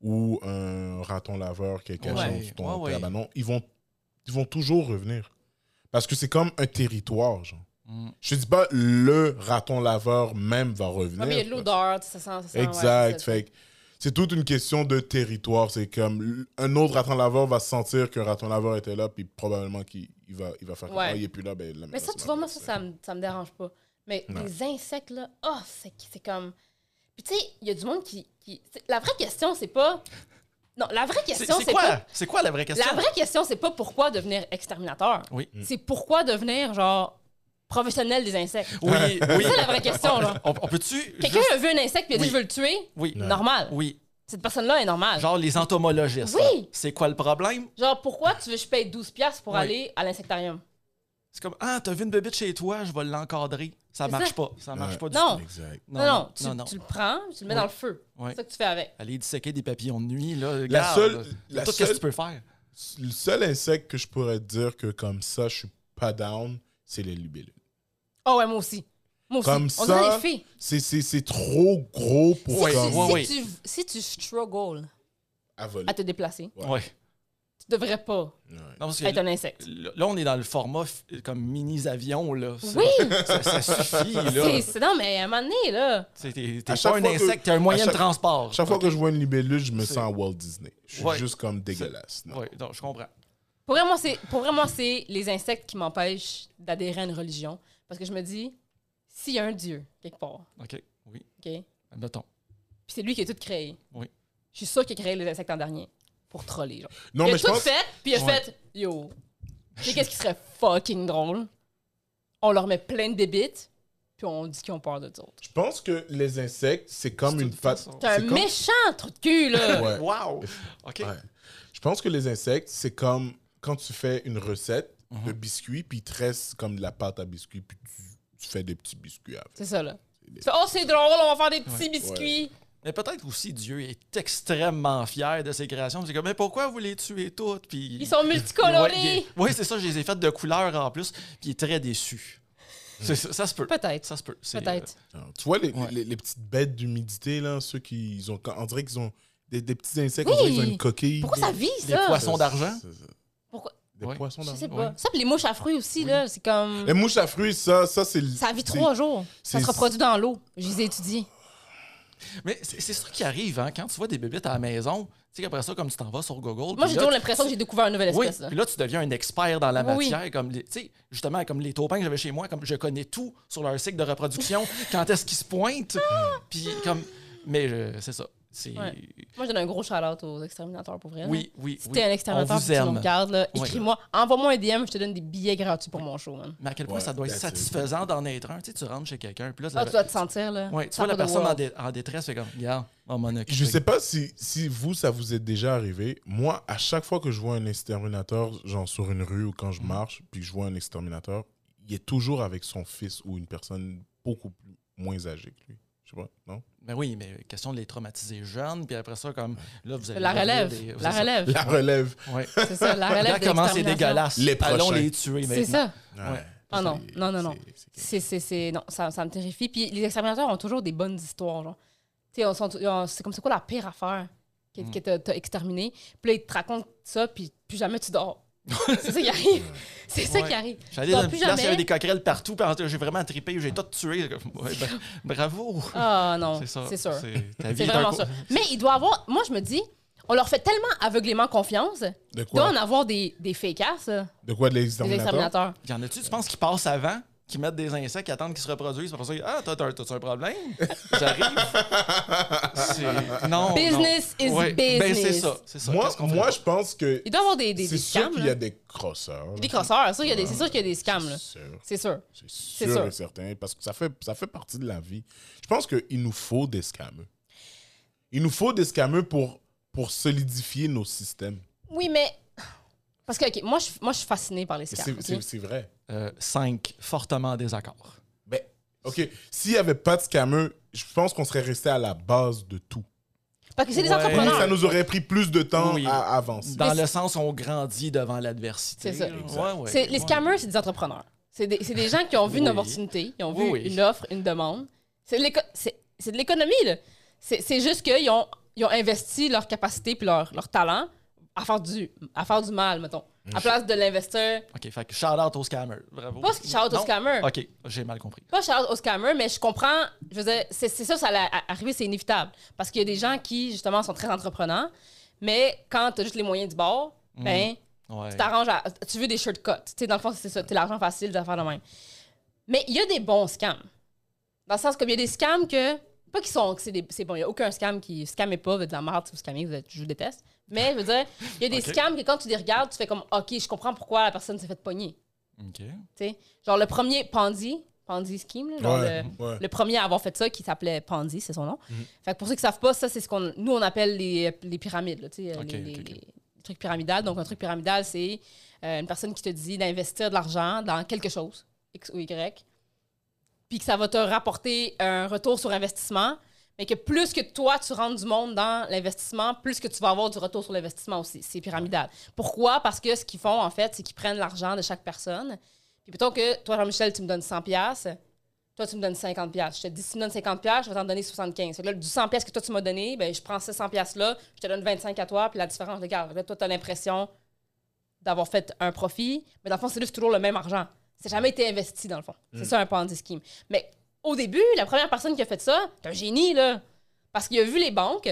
[SPEAKER 2] ou un raton laveur qui est caché
[SPEAKER 3] Ouais,
[SPEAKER 2] en dessous de ton
[SPEAKER 3] ouais, ouais.
[SPEAKER 2] cabanon, ils, vont, ils vont toujours revenir. Parce que c'est comme un territoire, genre.
[SPEAKER 3] Mm.
[SPEAKER 2] Je te dis pas le raton laveur même va
[SPEAKER 1] ouais.
[SPEAKER 2] revenir.
[SPEAKER 1] Ouais, mais il y a de l'odeur, ça sent. Ça sent
[SPEAKER 2] Exact.
[SPEAKER 1] ouais, c'est ça.
[SPEAKER 2] fait que c'est toute une question de territoire. C'est comme l- un autre raton laveur va sentir qu'un raton laveur était là, puis probablement qu'il il va, il va faire comme,
[SPEAKER 1] Ouais.
[SPEAKER 2] Ah, il est plus là. Ben, la
[SPEAKER 1] Mais
[SPEAKER 2] menace
[SPEAKER 1] ça, tu
[SPEAKER 2] m'a
[SPEAKER 1] vois,
[SPEAKER 2] fait
[SPEAKER 1] moi, ça, ça me, ça me dérange pas. Mais
[SPEAKER 2] Ouais.
[SPEAKER 1] les insectes, là, oh, c'est c'est comme. Puis, tu sais, il y a du monde qui. qui- c'est- La vraie question, c'est pas. Non, la vraie
[SPEAKER 3] C'est
[SPEAKER 1] question,
[SPEAKER 3] c'est
[SPEAKER 1] c'est
[SPEAKER 3] quoi,
[SPEAKER 1] pas.
[SPEAKER 3] c'est quoi la vraie question?
[SPEAKER 1] La vraie question, c'est pas pourquoi devenir exterminateur.
[SPEAKER 3] Oui.
[SPEAKER 1] C'est pourquoi devenir, genre, professionnel des insectes.
[SPEAKER 3] Oui, oui.
[SPEAKER 1] [laughs] C'est ça la vraie question, là.
[SPEAKER 3] On, on peut-tu.
[SPEAKER 1] Quelqu'un
[SPEAKER 3] juste-
[SPEAKER 1] a vu un insecte et a dit
[SPEAKER 3] Oui.
[SPEAKER 1] je veux le tuer,
[SPEAKER 3] Oui.
[SPEAKER 1] normal.
[SPEAKER 3] Oui.
[SPEAKER 1] Cette personne-là est normale. Genre,
[SPEAKER 3] Genre les entomologistes.
[SPEAKER 1] Oui.
[SPEAKER 3] là. C'est quoi le problème?
[SPEAKER 1] pourquoi tu veux que je paye 12$ piastres pour
[SPEAKER 3] Oui.
[SPEAKER 1] aller à l'insectarium?
[SPEAKER 3] C'est comme Ah, t'as vu une bébite chez toi, je vais l'encadrer. Ça
[SPEAKER 1] C'est
[SPEAKER 3] marche
[SPEAKER 1] ça.
[SPEAKER 3] pas. Ça marche
[SPEAKER 2] Ouais.
[SPEAKER 3] pas du
[SPEAKER 1] Non.
[SPEAKER 3] tout.
[SPEAKER 2] Exact.
[SPEAKER 1] Non, non, tu,
[SPEAKER 3] non, non.
[SPEAKER 1] tu le prends, tu le mets
[SPEAKER 3] Oui.
[SPEAKER 1] dans le feu.
[SPEAKER 3] Ouais.
[SPEAKER 1] C'est ça que tu fais avec.
[SPEAKER 3] Aller disséquer des papillons de nuit, là.
[SPEAKER 2] La
[SPEAKER 3] regarde,
[SPEAKER 2] seule-
[SPEAKER 3] là.
[SPEAKER 2] la
[SPEAKER 3] tout ce que
[SPEAKER 2] seule-
[SPEAKER 3] tu peux faire.
[SPEAKER 2] Le seul insecte que je pourrais te dire que comme ça, je suis pas down, c'est les libellules.
[SPEAKER 1] Oh ouais, moi aussi. Moi aussi.
[SPEAKER 2] Comme
[SPEAKER 1] On
[SPEAKER 2] ça,
[SPEAKER 1] dirait les filles.
[SPEAKER 2] C'est- C'est c'est trop gros pour
[SPEAKER 3] Ouais,
[SPEAKER 1] si,
[SPEAKER 2] comme,
[SPEAKER 1] tu,
[SPEAKER 3] ouais, ouais.
[SPEAKER 1] si, tu, si tu struggles
[SPEAKER 2] à voler.
[SPEAKER 1] à te déplacer,
[SPEAKER 2] Ouais.
[SPEAKER 3] Ouais.
[SPEAKER 1] tu devrais pas
[SPEAKER 2] Ouais.
[SPEAKER 3] Non, parce que
[SPEAKER 1] être un insecte.
[SPEAKER 3] l- là, on est dans le format f- comme mini-avion, là. Ça,
[SPEAKER 1] Oui!
[SPEAKER 3] ça, ça suffit, là.
[SPEAKER 2] [laughs]
[SPEAKER 1] C'est- c'est- Non, mais à un moment donné, là.
[SPEAKER 3] T'sais, T'es t'es
[SPEAKER 2] À
[SPEAKER 3] pas
[SPEAKER 2] chaque
[SPEAKER 3] un
[SPEAKER 2] fois que-
[SPEAKER 3] insecte, t'es un moyen
[SPEAKER 2] à chaque-
[SPEAKER 3] de transport.
[SPEAKER 2] Chaque fois que je vois une libellule, je me
[SPEAKER 3] C'est-
[SPEAKER 2] sens à Walt Disney. Je suis
[SPEAKER 3] Ouais.
[SPEAKER 2] juste comme dégueulasse. non.
[SPEAKER 3] Oui, non, je comprends.
[SPEAKER 1] Pour vrai, moi, c'est- pour vrai, moi, c'est les insectes qui m'empêchent d'adhérer à une religion. Parce que je me dis, s'il y a un Dieu, quelque part,
[SPEAKER 3] OK, oui.
[SPEAKER 1] OK?
[SPEAKER 3] Admettons.
[SPEAKER 1] Puis c'est lui qui a tout créé.
[SPEAKER 3] Oui.
[SPEAKER 1] Je suis sûr qu'il a créé les insectes en dernier pour troller. Genre.
[SPEAKER 2] Non,
[SPEAKER 1] il a
[SPEAKER 2] mais je
[SPEAKER 1] tout
[SPEAKER 2] pense.
[SPEAKER 1] fait, puis il a
[SPEAKER 3] Ouais.
[SPEAKER 1] fait Yo. Tu sais qu'est-ce qui serait fucking drôle? On leur met plein de débites, puis on dit qu'ils ont peur de autres.
[SPEAKER 2] Je pense que les insectes, c'est comme
[SPEAKER 3] C'est
[SPEAKER 2] une
[SPEAKER 3] toute
[SPEAKER 2] fa-
[SPEAKER 3] façon.
[SPEAKER 1] T'es un
[SPEAKER 2] c'est comme-
[SPEAKER 1] méchant trou de cul, là!
[SPEAKER 2] Ouais. [laughs]
[SPEAKER 3] Wow! OK.
[SPEAKER 2] Ouais. Je pense que les insectes, c'est comme quand tu fais une recette
[SPEAKER 3] Mhm.
[SPEAKER 2] de biscuits, puis il te reste comme de la pâte à biscuits, puis tu, tu fais des petits biscuits avec.
[SPEAKER 1] C'est ça, là. Tu fais, oh, c'est drôle, on va faire des petits
[SPEAKER 3] Ouais.
[SPEAKER 1] biscuits.
[SPEAKER 3] Mais peut-être aussi Dieu est extrêmement fier de ses créations. C'est comme, mais pourquoi vous les tuez toutes? Puis...
[SPEAKER 1] Ils sont
[SPEAKER 3] Oui,
[SPEAKER 1] multicolorés.
[SPEAKER 3] c'est ça, je les ai faites de couleur en plus, puis il est très déçu.
[SPEAKER 2] Mm.
[SPEAKER 3] C'est Ça, ça se peut.
[SPEAKER 1] Peut-être.
[SPEAKER 3] Ça se peut. C'est, euh,
[SPEAKER 1] Peut-être.
[SPEAKER 2] Alors, Hein, tu vois les,
[SPEAKER 3] Ouais.
[SPEAKER 2] les- les petites bêtes d'humidité, là, ceux qui ils ont, on dirait qu'ils ont des, des petits insectes,
[SPEAKER 1] Oui.
[SPEAKER 2] on dirait qu'ils ont une coquille.
[SPEAKER 1] Pourquoi ça vit,
[SPEAKER 3] les
[SPEAKER 1] ça?
[SPEAKER 3] poissons. d'argent?
[SPEAKER 2] C'est- c'est-
[SPEAKER 1] Pourquoi?
[SPEAKER 2] Des
[SPEAKER 3] Ouais.
[SPEAKER 2] poissons
[SPEAKER 1] Je
[SPEAKER 2] d'argent.
[SPEAKER 1] sais
[SPEAKER 3] Ouais.
[SPEAKER 1] pas. Ça, puis les mouches à fruits aussi, là, c'est comme.
[SPEAKER 2] Les mouches à fruits, ça, ça c'est.
[SPEAKER 1] Ça vit
[SPEAKER 2] c'est-
[SPEAKER 1] trois jours. Ça
[SPEAKER 2] c'est-
[SPEAKER 1] se reproduit dans l'eau. Je les ai étudiés.
[SPEAKER 3] euh, Mais c'est, c'est ça qui arrive, hein, quand tu vois des bébites à la maison, tu sais qu'après ça, comme tu t'en vas sur
[SPEAKER 1] Moi,
[SPEAKER 3] Google. puis
[SPEAKER 1] j'ai
[SPEAKER 3] là,
[SPEAKER 1] toujours
[SPEAKER 3] tu-
[SPEAKER 1] l'impression que j'ai découvert une nouvelle
[SPEAKER 3] Oui,
[SPEAKER 1] espèce, là.
[SPEAKER 3] puis là, tu deviens un expert dans la
[SPEAKER 1] Oui, oui.
[SPEAKER 3] matière. Comme les- tu sais, justement, comme les taupins que j'avais chez moi, comme je connais tout sur leur cycle de
[SPEAKER 1] [laughs]
[SPEAKER 3] reproduction, quand est-ce qu'ils se pointent. puis comme. Mais euh, c'est ça. C'est...
[SPEAKER 1] Ouais. Moi, je donne un gros shout-out aux exterminateurs pour vrai. hein. là.
[SPEAKER 3] Oui, oui,
[SPEAKER 1] Si
[SPEAKER 3] oui.
[SPEAKER 1] t'es un
[SPEAKER 3] On
[SPEAKER 1] exterminateur
[SPEAKER 3] vous
[SPEAKER 1] si tu nous
[SPEAKER 3] aime.
[SPEAKER 1] regardes, là,
[SPEAKER 3] Ouais.
[SPEAKER 1] écris-moi, envoie-moi un DM, je te donne des billets gratuits pour mon show, man.
[SPEAKER 3] Mais à quel point
[SPEAKER 2] Ouais,
[SPEAKER 3] ça doit être
[SPEAKER 2] that's it.
[SPEAKER 3] satisfaisant d'en être un. Tu sais, tu rentres chez quelqu'un, puis là,
[SPEAKER 1] Ah,
[SPEAKER 3] la-
[SPEAKER 1] tu dois te sentir, là.
[SPEAKER 3] Ouais, tu
[SPEAKER 1] Ça
[SPEAKER 3] vois la
[SPEAKER 1] va de
[SPEAKER 3] personne en,
[SPEAKER 1] world.
[SPEAKER 3] dé- en détresse, fait comme, regarde, on m'en occupe.
[SPEAKER 2] Je sais pas si, si vous, ça vous est déjà arrivé. Moi, à chaque fois que je vois un exterminateur, genre sur une rue ou quand
[SPEAKER 3] Mm.
[SPEAKER 2] je marche, puis que je vois un exterminateur, il est toujours avec son fils ou une personne beaucoup plus, moins âgée que lui. Je sais pas, non?
[SPEAKER 3] Mais oui, mais question de les traumatiser jeunes, puis après ça, comme, là, vous allez.
[SPEAKER 1] La relève.
[SPEAKER 3] devenir des-
[SPEAKER 1] La
[SPEAKER 3] c'est ça.
[SPEAKER 1] relève.
[SPEAKER 2] La relève.
[SPEAKER 3] Ouais.
[SPEAKER 1] C'est
[SPEAKER 3] [laughs]
[SPEAKER 1] ça, la relève.
[SPEAKER 3] Regarde comment c'est
[SPEAKER 1] d'extermination.
[SPEAKER 3] dégueulasse.
[SPEAKER 2] Les
[SPEAKER 3] Allons
[SPEAKER 2] prochains.
[SPEAKER 3] les tuer maintenant.
[SPEAKER 1] C'est ça.
[SPEAKER 3] Ouais.
[SPEAKER 1] Ah non,
[SPEAKER 2] C'est-
[SPEAKER 1] non, non, non.
[SPEAKER 2] c'est-
[SPEAKER 1] C'est,
[SPEAKER 2] c'est-
[SPEAKER 1] c'est, c'est, non, ça, ça me terrifie. Puis les exterminateurs ont toujours des bonnes histoires, genre. Tu sais, on sont- on- c'est comme c'est quoi la pire affaire que,
[SPEAKER 3] Mm. [laughs]
[SPEAKER 1] que t'as, t'as exterminée. Puis là, ils te racontent ça, puis plus jamais tu dors. C'est ça qui arrive. C'est ça
[SPEAKER 3] Ouais.
[SPEAKER 1] qui arrive.
[SPEAKER 3] J'allais
[SPEAKER 1] Bon,
[SPEAKER 3] dans une
[SPEAKER 1] Bah, plus
[SPEAKER 3] petite place, il y
[SPEAKER 1] jamais.
[SPEAKER 3] avait des coquerelles partout. puis en tout cas, J'ai vraiment trippé, j'ai tout tué. Ouais, ben, bravo!
[SPEAKER 1] Ah non,
[SPEAKER 3] c'est ça.
[SPEAKER 1] c'est sûr.
[SPEAKER 3] ta vie
[SPEAKER 1] C'est
[SPEAKER 3] est un
[SPEAKER 1] vraiment
[SPEAKER 3] co-
[SPEAKER 1] ça. Mais il doit avoir. Moi, je me dis, on leur fait tellement aveuglément confiance, il
[SPEAKER 2] De quoi
[SPEAKER 1] doit en avoir des, des fake ass, là,
[SPEAKER 2] De quoi de
[SPEAKER 1] des
[SPEAKER 2] l'exterminateur
[SPEAKER 1] exterminateurs.
[SPEAKER 3] Y en a-tu, tu penses, qui passent avant, qui mettent des insectes, qui attendent qu'ils se reproduisent, pour ça, ah, toi, t'as t'as-tu un problème? J'arrive. C'est- non.
[SPEAKER 1] Business
[SPEAKER 3] non.
[SPEAKER 1] is
[SPEAKER 3] Ouais, Ben, c'est
[SPEAKER 1] business.
[SPEAKER 3] ça. C'est ça.
[SPEAKER 2] Moi,
[SPEAKER 3] Qu'est-ce qu'on fait
[SPEAKER 2] moi
[SPEAKER 3] là?
[SPEAKER 2] je pense que.
[SPEAKER 1] Il doit avoir des, des,
[SPEAKER 2] C'est
[SPEAKER 1] des
[SPEAKER 2] sûr
[SPEAKER 1] scams.
[SPEAKER 2] qu'il y
[SPEAKER 1] là.
[SPEAKER 2] a des crosseurs. là.
[SPEAKER 1] Des crosseurs, ça, il y a des- c'est sûr qu'il y a des scams, là.
[SPEAKER 2] C'est sûr.
[SPEAKER 1] C'est sûr.
[SPEAKER 2] C'est
[SPEAKER 1] sûr.
[SPEAKER 2] sûr et certain, parce que ça fait, ça fait partie de la vie. Je pense qu'il nous faut des scammeux. Il nous faut des scammeux pour, pour solidifier nos systèmes.
[SPEAKER 1] Oui, mais. Parce que, OK, moi, je, moi, je suis fascinée par les
[SPEAKER 2] Et
[SPEAKER 1] scams.
[SPEAKER 2] C'est c'est-
[SPEAKER 1] ok?
[SPEAKER 2] c'est vrai.
[SPEAKER 3] Euh, cinq, fortement en désaccord.
[SPEAKER 2] Ben, OK, s'il n'y avait pas de scammeux, je pense qu'on serait resté à la base de tout.
[SPEAKER 1] Parce que c'est des
[SPEAKER 3] Ouais.
[SPEAKER 1] entrepreneurs.
[SPEAKER 2] Ça nous aurait pris plus de temps
[SPEAKER 3] Oui.
[SPEAKER 2] à avancer.
[SPEAKER 3] Dans
[SPEAKER 1] Mais
[SPEAKER 3] le sens où on grandit devant l'adversité.
[SPEAKER 1] C'est ça.
[SPEAKER 3] là.
[SPEAKER 2] Exact.
[SPEAKER 3] Ouais, ouais,
[SPEAKER 1] C'est- les
[SPEAKER 3] ouais.
[SPEAKER 1] scammers, c'est des entrepreneurs. C'est des, c'est des gens qui ont vu une
[SPEAKER 3] Oui.
[SPEAKER 1] opportunité, ils ont
[SPEAKER 3] Oui,
[SPEAKER 1] vu
[SPEAKER 3] oui.
[SPEAKER 1] une offre, une demande. C'est de l'éco- c'est- c'est de l'économie, là. C'est c'est juste qu'ils ont, ils ont investi leur capacité puis leur, leur talent à faire, du, à faire du mal, mettons. À place de l'investir.
[SPEAKER 3] OK, fait que shout-out aux scammers. Bravo.
[SPEAKER 1] Pas shout-out aux
[SPEAKER 3] Non?
[SPEAKER 1] scammers.
[SPEAKER 3] OK, j'ai mal compris.
[SPEAKER 1] Pas shout-out aux scammers, mais je comprends. Je veux dire, c'est c'est ça, ça allait a- arriver, c'est inévitable. Parce qu'il y a des gens qui, justement, sont très entreprenants, mais quand t'as juste les moyens du bord,
[SPEAKER 3] Mm.
[SPEAKER 1] ben,
[SPEAKER 3] Ouais.
[SPEAKER 1] tu t'arranges à- Tu veux des shirts cuts. Tu sais, dans le fond, c'est ça. T'es l'argent facile de faire de même. Mais il y a des bons scams. Dans le sens comme il y a des scams que. Pas qu'ils sont. que C'est des- c'est bon, il n'y a aucun scam qui. Scammez pas, vous êtes de la merde si vous scammez, vous êtes, je vous déteste. Mais je veux dire, il y a des
[SPEAKER 3] Ok.
[SPEAKER 1] scams que quand tu les regardes, tu fais comme OK, je comprends pourquoi la personne s'est fait pogner.
[SPEAKER 3] OK.
[SPEAKER 1] Tu sais, genre le premier Pandy, Pandy Scheme, là, genre
[SPEAKER 2] Ouais,
[SPEAKER 1] le,
[SPEAKER 2] ouais.
[SPEAKER 1] le premier à avoir fait ça qui s'appelait Pandy, c'est son nom.
[SPEAKER 3] Mhm.
[SPEAKER 1] Fait que pour ceux qui savent pas, ça c'est ce qu'on nous on appelle les, les pyramides, là, tu sais, euh,
[SPEAKER 3] Ok,
[SPEAKER 1] les, les-
[SPEAKER 3] ok, ok.
[SPEAKER 1] les trucs pyramidales. Donc un truc pyramidal, c'est euh, une personne qui te dit d'investir de l'argent dans quelque chose, X ou Y, puis que ça va te rapporter un retour sur investissement. Mais que plus que toi, tu rentres du monde dans l'investissement, plus que tu vas avoir du retour sur l'investissement aussi. C'est pyramidal. Pourquoi? Parce que ce qu'ils font, en fait, c'est qu'ils prennent l'argent de chaque personne. Puis plutôt que toi, Jean-Michel, tu me donnes 100$, piastres, toi, tu me donnes 50$. piastres. Je te dis, si tu me donnes 50$, piastres, je vais t'en donner 75$. Fait que là, du 100$ piastres que toi, tu m'as donné, ben, je prends ces 100$-là, -là, je te donne 25$ à toi, puis la différence, regarde, là, toi, tu as l'impression d'avoir fait un profit, mais dans le fond, c'est juste toujours le même argent. C'est jamais été investi, dans le fond.
[SPEAKER 3] Mm.
[SPEAKER 1] C'est ça, un Ponzi scheme. Mais au début, la première personne qui a fait ça, c'est un génie, là. Parce qu'il a vu les banques,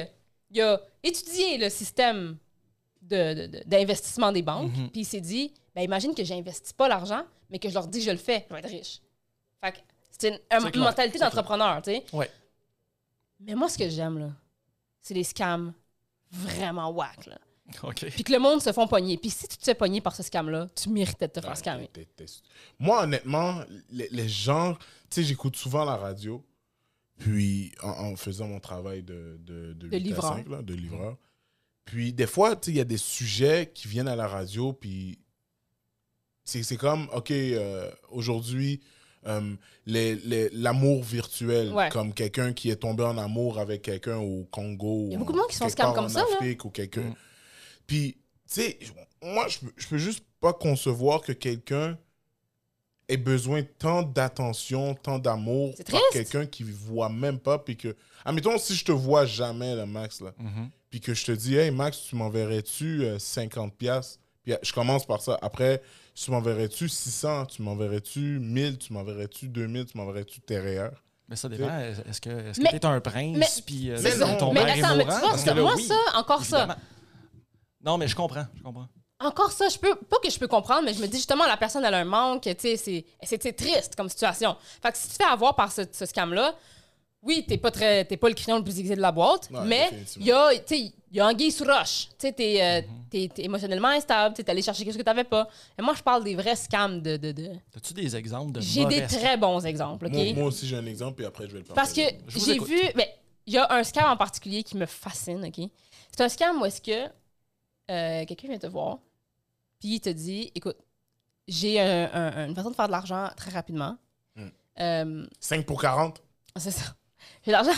[SPEAKER 1] il a étudié le système de- de- de- d'investissement des banques,
[SPEAKER 3] Mhm.
[SPEAKER 1] puis il s'est dit, ben, imagine que j'investis pas l'argent, mais que je leur dis que je le fais, je vais être riche. Fait que c'est une, une
[SPEAKER 3] C'est clair,
[SPEAKER 1] mentalité
[SPEAKER 3] c'est clair.
[SPEAKER 1] d'entrepreneur, tu sais.
[SPEAKER 3] Ouais.
[SPEAKER 1] Mais moi, ce que j'aime, là, c'est les scams vraiment whack, là.
[SPEAKER 3] OK.
[SPEAKER 1] Puis que le monde se font pogner. Puis si tu te fais pogner par ce scam-là, tu méritais de te
[SPEAKER 2] Ah,
[SPEAKER 1] faire
[SPEAKER 2] je
[SPEAKER 1] scammer.
[SPEAKER 2] déteste. Moi, honnêtement, les, les gens, tu sais, j'écoute souvent la radio, puis en, en faisant mon travail de, de, de, huit à
[SPEAKER 1] livreur.
[SPEAKER 2] cinq, là, de livreur. Puis des fois, tu sais, il y a des sujets qui viennent à la radio, puis c'est c'est comme, OK, euh, aujourd'hui, euh, les- les- l'amour virtuel,
[SPEAKER 1] Ouais.
[SPEAKER 2] comme quelqu'un qui est tombé en amour avec quelqu'un au Congo.
[SPEAKER 1] Il y a
[SPEAKER 2] ou
[SPEAKER 1] beaucoup de
[SPEAKER 2] en-
[SPEAKER 1] monde qui sont
[SPEAKER 2] quelque
[SPEAKER 1] scams
[SPEAKER 2] part
[SPEAKER 1] comme
[SPEAKER 2] en
[SPEAKER 1] ça, là.
[SPEAKER 2] Afrique, ou quelqu'un.
[SPEAKER 3] Mm.
[SPEAKER 2] Puis, tu sais, moi, je, peux- je peux juste pas concevoir que quelqu'un ait besoin tant d'attention, tant d'amour
[SPEAKER 1] C'est
[SPEAKER 2] par
[SPEAKER 1] triste.
[SPEAKER 2] quelqu'un qui voit même pas. Puis que, admettons, si je te vois jamais, le Max, là,
[SPEAKER 3] Mhm.
[SPEAKER 2] puis que je te dis, hey, Max, tu m'enverrais-tu euh, 50$? piastres Puis euh, je commence par ça. Après, tu m'enverrais-tu 600? Tu m'enverrais-tu 1000? Tu m'enverrais-tu 2000? Tu m'enverrais-tu TRR?
[SPEAKER 3] Mais ça dépend. Est-ce que est-ce que
[SPEAKER 1] Mais-
[SPEAKER 3] t'es un prince,
[SPEAKER 1] mais-
[SPEAKER 3] puis euh,
[SPEAKER 2] c'est ça.
[SPEAKER 3] ton
[SPEAKER 1] mais
[SPEAKER 3] père est
[SPEAKER 1] attends, mais tu
[SPEAKER 3] mourant?
[SPEAKER 1] vois,
[SPEAKER 3] Parce
[SPEAKER 1] ça-
[SPEAKER 3] que là,
[SPEAKER 1] moi,
[SPEAKER 3] oui,
[SPEAKER 1] ça, encore ça,
[SPEAKER 3] évidemment. Non, mais je comprends. Je comprends.
[SPEAKER 1] encore ça, je peux, pas que je peux comprendre, mais je me dis justement, la personne, elle a un manque, tu sais, c'est- c'est c'est triste comme situation. Fait que si tu te fais avoir par ce, ce scam-là, oui, t'es pas, très- t'es pas le crayon le plus aiguisé de la boîte,
[SPEAKER 2] Ouais,
[SPEAKER 1] mais
[SPEAKER 2] définitivement.
[SPEAKER 1] il y a, tu sais, il y a anguille sous roche. Tu sais, t'es euh,
[SPEAKER 3] Mm-hmm.
[SPEAKER 1] t'es- t'es émotionnellement instable, tu es allé chercher ce que t'avais pas. Et moi, je parle des vrais scams de. de, de-
[SPEAKER 3] As-tu des exemples de
[SPEAKER 1] J'ai des
[SPEAKER 3] mauvais-
[SPEAKER 1] très bons exemples, OK?
[SPEAKER 2] Moi, moi aussi, j'ai un exemple, puis après, je vais le
[SPEAKER 1] Parce que
[SPEAKER 2] partager.
[SPEAKER 3] Je vous
[SPEAKER 1] j'ai
[SPEAKER 3] écoute.
[SPEAKER 1] vu. ben, Il y a un scam en particulier qui me fascine, OK? C'est un scam où est-ce que euh, quelqu'un vient te voir, puis il te dit écoute, j'ai un- un- une façon de faire de l'argent très rapidement.
[SPEAKER 3] Hmm.
[SPEAKER 2] Mm.
[SPEAKER 1] Euh, [laughs]
[SPEAKER 2] 5 pour 40,
[SPEAKER 1] c'est ça. J'ai de l'argent.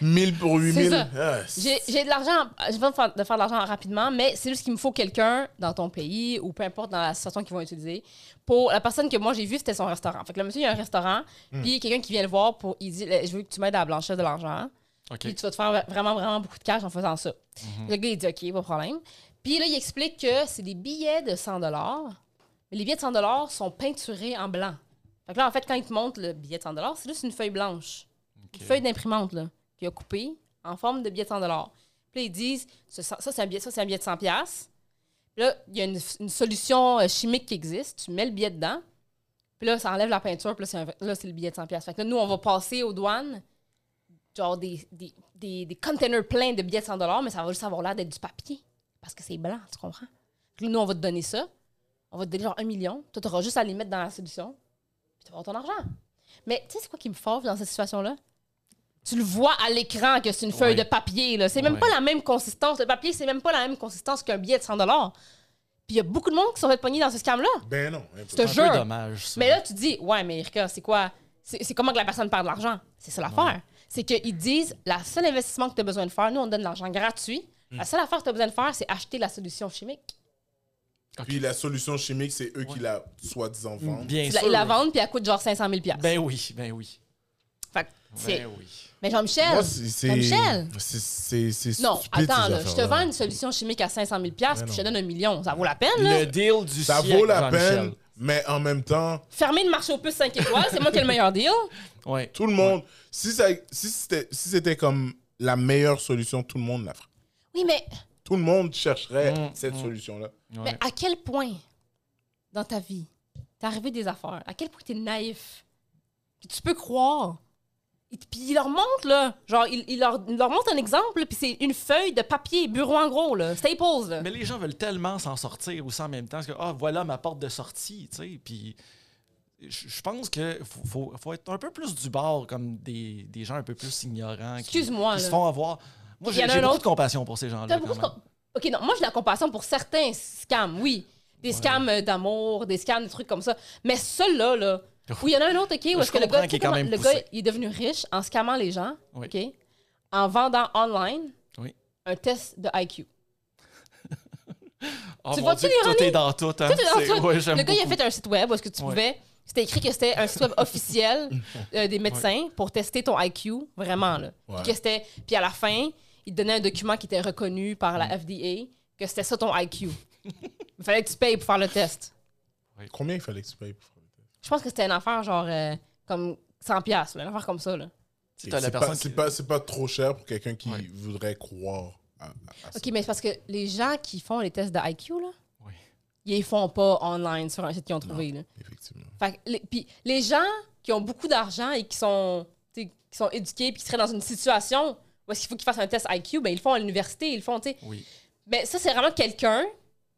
[SPEAKER 2] 1000 pour 8000.
[SPEAKER 1] ça.
[SPEAKER 2] Ah,
[SPEAKER 1] J'ai j'ai de l'argent, j'ai pas de faire de faire de l'argent rapidement, mais c'est juste qu'il me faut quelqu'un dans ton pays ou peu importe dans la situation qu'ils vont utiliser. Pour la personne que moi j'ai vue, c'était son restaurant. Fait que le monsieur, il y a un restaurant,
[SPEAKER 3] Hmm.
[SPEAKER 1] puis quelqu'un qui vient le voir pour, il dit, Eh, je veux que tu m'aides à blanchir de l'argent.
[SPEAKER 3] OK. Mhm.
[SPEAKER 1] Puis tu vas te faire vraiment, vraiment beaucoup de cash en faisant ça. Le gars, il dit OK, pas de problème. Puis là, il explique que c'est des billets de 100 mais les billets de 100 sont peinturés en blanc. Fait que là, en fait, quand il te montre le billet de 100 c'est juste une feuille blanche,
[SPEAKER 3] Ok.
[SPEAKER 1] une feuille d'imprimante, là, qu'il a coupée en forme de billet de 100 Puis là, ils disent, Ce- ça, c'est un billet, ça, c'est un billet de 100 Puis là, il y a une, une solution euh, chimique qui existe. Tu mets le billet dedans, puis là, ça enlève la peinture, puis là, c'est, un- là, c'est le billet de 100 Fait que là, nous, on va passer aux douanes, genre des, des, des, des containers pleins de billets de 100 mais ça va juste avoir l'air d'être du papier, parce que c'est blanc, tu comprends? Fait que là, nous, on va te donner ça, on va te donner genre un million, toi, t'auras juste à les mettre dans la solution, puis tu vas avoir ton argent. Mais tu sais, c'est quoi qui me forge dans cette situation-là? Tu le vois à l'écran que c'est une feuille
[SPEAKER 3] Ouais.
[SPEAKER 1] de papier, là. C'est même
[SPEAKER 3] Ouais.
[SPEAKER 1] pas la même consistance. Le papier, c'est même pas la même consistance qu'un billet de 100 Puis il y a beaucoup de monde qui sont fait pogner dans ce scam-là.
[SPEAKER 2] Ben non.
[SPEAKER 1] C'est un
[SPEAKER 3] C'est
[SPEAKER 1] jeu.
[SPEAKER 3] un peu dommage, ça.
[SPEAKER 1] Mais là, tu dis, ouais, mais Erika, c'est quoi? C'est c'est comment que la personne perd de l'argent? C'est ça l'affaire. C'est qu'ils disent, la seule investissement que tu as besoin de faire, nous, on te donne de l'argent gratuit.
[SPEAKER 2] Hmm.
[SPEAKER 1] La seule affaire que tu as besoin de faire, c'est acheter la solution chimique.
[SPEAKER 2] Puis la solution chimique, c'est eux qui
[SPEAKER 3] Ouais.
[SPEAKER 2] la soi-disant vendent.
[SPEAKER 3] Bien
[SPEAKER 1] Ils
[SPEAKER 3] sûr.
[SPEAKER 1] la, ils la vendent, puis elle coûte genre 500 000
[SPEAKER 3] Ben oui, ben oui.
[SPEAKER 1] Fait que, tu sais,
[SPEAKER 3] Ben oui.
[SPEAKER 1] Mais Jean-Michel,
[SPEAKER 2] Moi, c'est- c'est.
[SPEAKER 1] Michel?
[SPEAKER 2] c'est- C'est c'est
[SPEAKER 1] non,
[SPEAKER 2] stupide,
[SPEAKER 1] attends,
[SPEAKER 2] ces
[SPEAKER 1] là, je te
[SPEAKER 2] affaires-là. Ben
[SPEAKER 1] vends une solution chimique à 500 000 puis
[SPEAKER 2] non.
[SPEAKER 1] je te donne un million. Ça vaut la peine, là?
[SPEAKER 3] Le deal du
[SPEAKER 2] Ça
[SPEAKER 3] siècle,
[SPEAKER 2] vaut la
[SPEAKER 3] Jean-Michel.
[SPEAKER 2] peine, mais en même temps,
[SPEAKER 1] Fermer le marché aux puces 5 étoiles, c'est moi qui ai le meilleur deal.
[SPEAKER 3] Ouais.
[SPEAKER 2] tout le monde. Si, ça- si c'était si c'était comme la meilleure solution, tout le monde la ferait.
[SPEAKER 1] Oui, mais,
[SPEAKER 2] Tout le monde chercherait
[SPEAKER 3] Mm,
[SPEAKER 2] cette
[SPEAKER 3] mm.
[SPEAKER 2] solution-là.
[SPEAKER 1] mais
[SPEAKER 3] ouais.
[SPEAKER 1] à quel point, dans ta vie, t'es arrivé des affaires? À quel point t'es naïf? Puis tu peux croire. Et puis il leur montre, là, genre, il, il leur, il leur montre un exemple, puis c'est une feuille de papier, bureau en gros, là, staples, là.
[SPEAKER 3] Mais les gens veulent tellement s'en sortir aussi en même temps. Parce que, ah, voilà ma porte de sortie, tu sais. Puis, je je pense que faut, faut, faut être un peu plus du bord, comme des, des gens un peu plus ignorants. qui-
[SPEAKER 1] Excuse-moi,
[SPEAKER 3] Qui, se
[SPEAKER 1] là.
[SPEAKER 3] font avoir. Moi,
[SPEAKER 1] Il y en
[SPEAKER 3] j'ai
[SPEAKER 1] a
[SPEAKER 3] j'ai
[SPEAKER 1] un
[SPEAKER 3] beaucoup
[SPEAKER 1] autre.
[SPEAKER 3] de compassion pour ces gens-là.
[SPEAKER 1] T'as
[SPEAKER 3] quand
[SPEAKER 1] beaucoup de
[SPEAKER 3] même.
[SPEAKER 1] com- OK, non, moi, j'ai la compassion pour certains scams, oui. Des scams euh, d'amour, des scams, des trucs comme ça. Mais celui-là, là, où il y en a un autre, OK, où
[SPEAKER 3] Je
[SPEAKER 1] est-ce que le
[SPEAKER 3] comprends
[SPEAKER 1] gars, tu sais
[SPEAKER 3] qu'il est quand
[SPEAKER 1] comment-
[SPEAKER 3] même
[SPEAKER 1] le
[SPEAKER 3] poussé.
[SPEAKER 1] gars, il est devenu riche en scammant les gens,
[SPEAKER 3] Oui.
[SPEAKER 1] OK, en vendant online
[SPEAKER 3] Oui.
[SPEAKER 1] un test de IQ.
[SPEAKER 3] Ah,
[SPEAKER 1] Tu
[SPEAKER 3] mon
[SPEAKER 1] vois-tu
[SPEAKER 3] Dieu, Tout
[SPEAKER 1] l'ironie?
[SPEAKER 3] est dans tout. hein.
[SPEAKER 1] Tout est dans
[SPEAKER 3] C'est-
[SPEAKER 1] tout.
[SPEAKER 3] ouais, j'aime
[SPEAKER 1] le gars, il a
[SPEAKER 3] beaucoup.
[SPEAKER 1] fait un site web où est-ce que tu
[SPEAKER 3] Ouais.
[SPEAKER 1] pouvais... C'était écrit que c'était un site web officiel
[SPEAKER 3] [laughs]
[SPEAKER 1] euh, des médecins pour tester ton IQ, vraiment, là.
[SPEAKER 2] Ouais.
[SPEAKER 1] Puis, que c'était- puis à la fin, il te donnait un document qui était reconnu par la FDA, que c'était ça ton IQ. il fallait que tu payes pour faire le test.
[SPEAKER 2] Combien il fallait que tu payes pour faire le test?
[SPEAKER 1] Je pense que c'était une affaire genre euh, comme 100 pièces, une affaire comme ça là.
[SPEAKER 3] Tu sais, t'as la
[SPEAKER 2] C'est pas-
[SPEAKER 3] personne
[SPEAKER 2] C'est
[SPEAKER 3] qui-
[SPEAKER 2] pas, c'est pas trop cher pour quelqu'un qui
[SPEAKER 3] Ouais.
[SPEAKER 2] voudrait croire à, à- à ça.
[SPEAKER 1] OK, mais c'est parce que les gens qui font les tests de IQ là,
[SPEAKER 3] Oui.
[SPEAKER 1] ils les font pas online sur un site qu'ils ont trouvé là.
[SPEAKER 2] Effectivement.
[SPEAKER 1] Fait que les, puis les gens qui ont beaucoup d'argent et qui sont tu sais, qui sont éduqués puis qui seraient dans une situation où est-ce qu'il faut qu'ils fassent un test IQ, ben ils le font à l'université, ils le font, tu sais.
[SPEAKER 3] Oui.
[SPEAKER 1] Mais ça c'est vraiment quelqu'un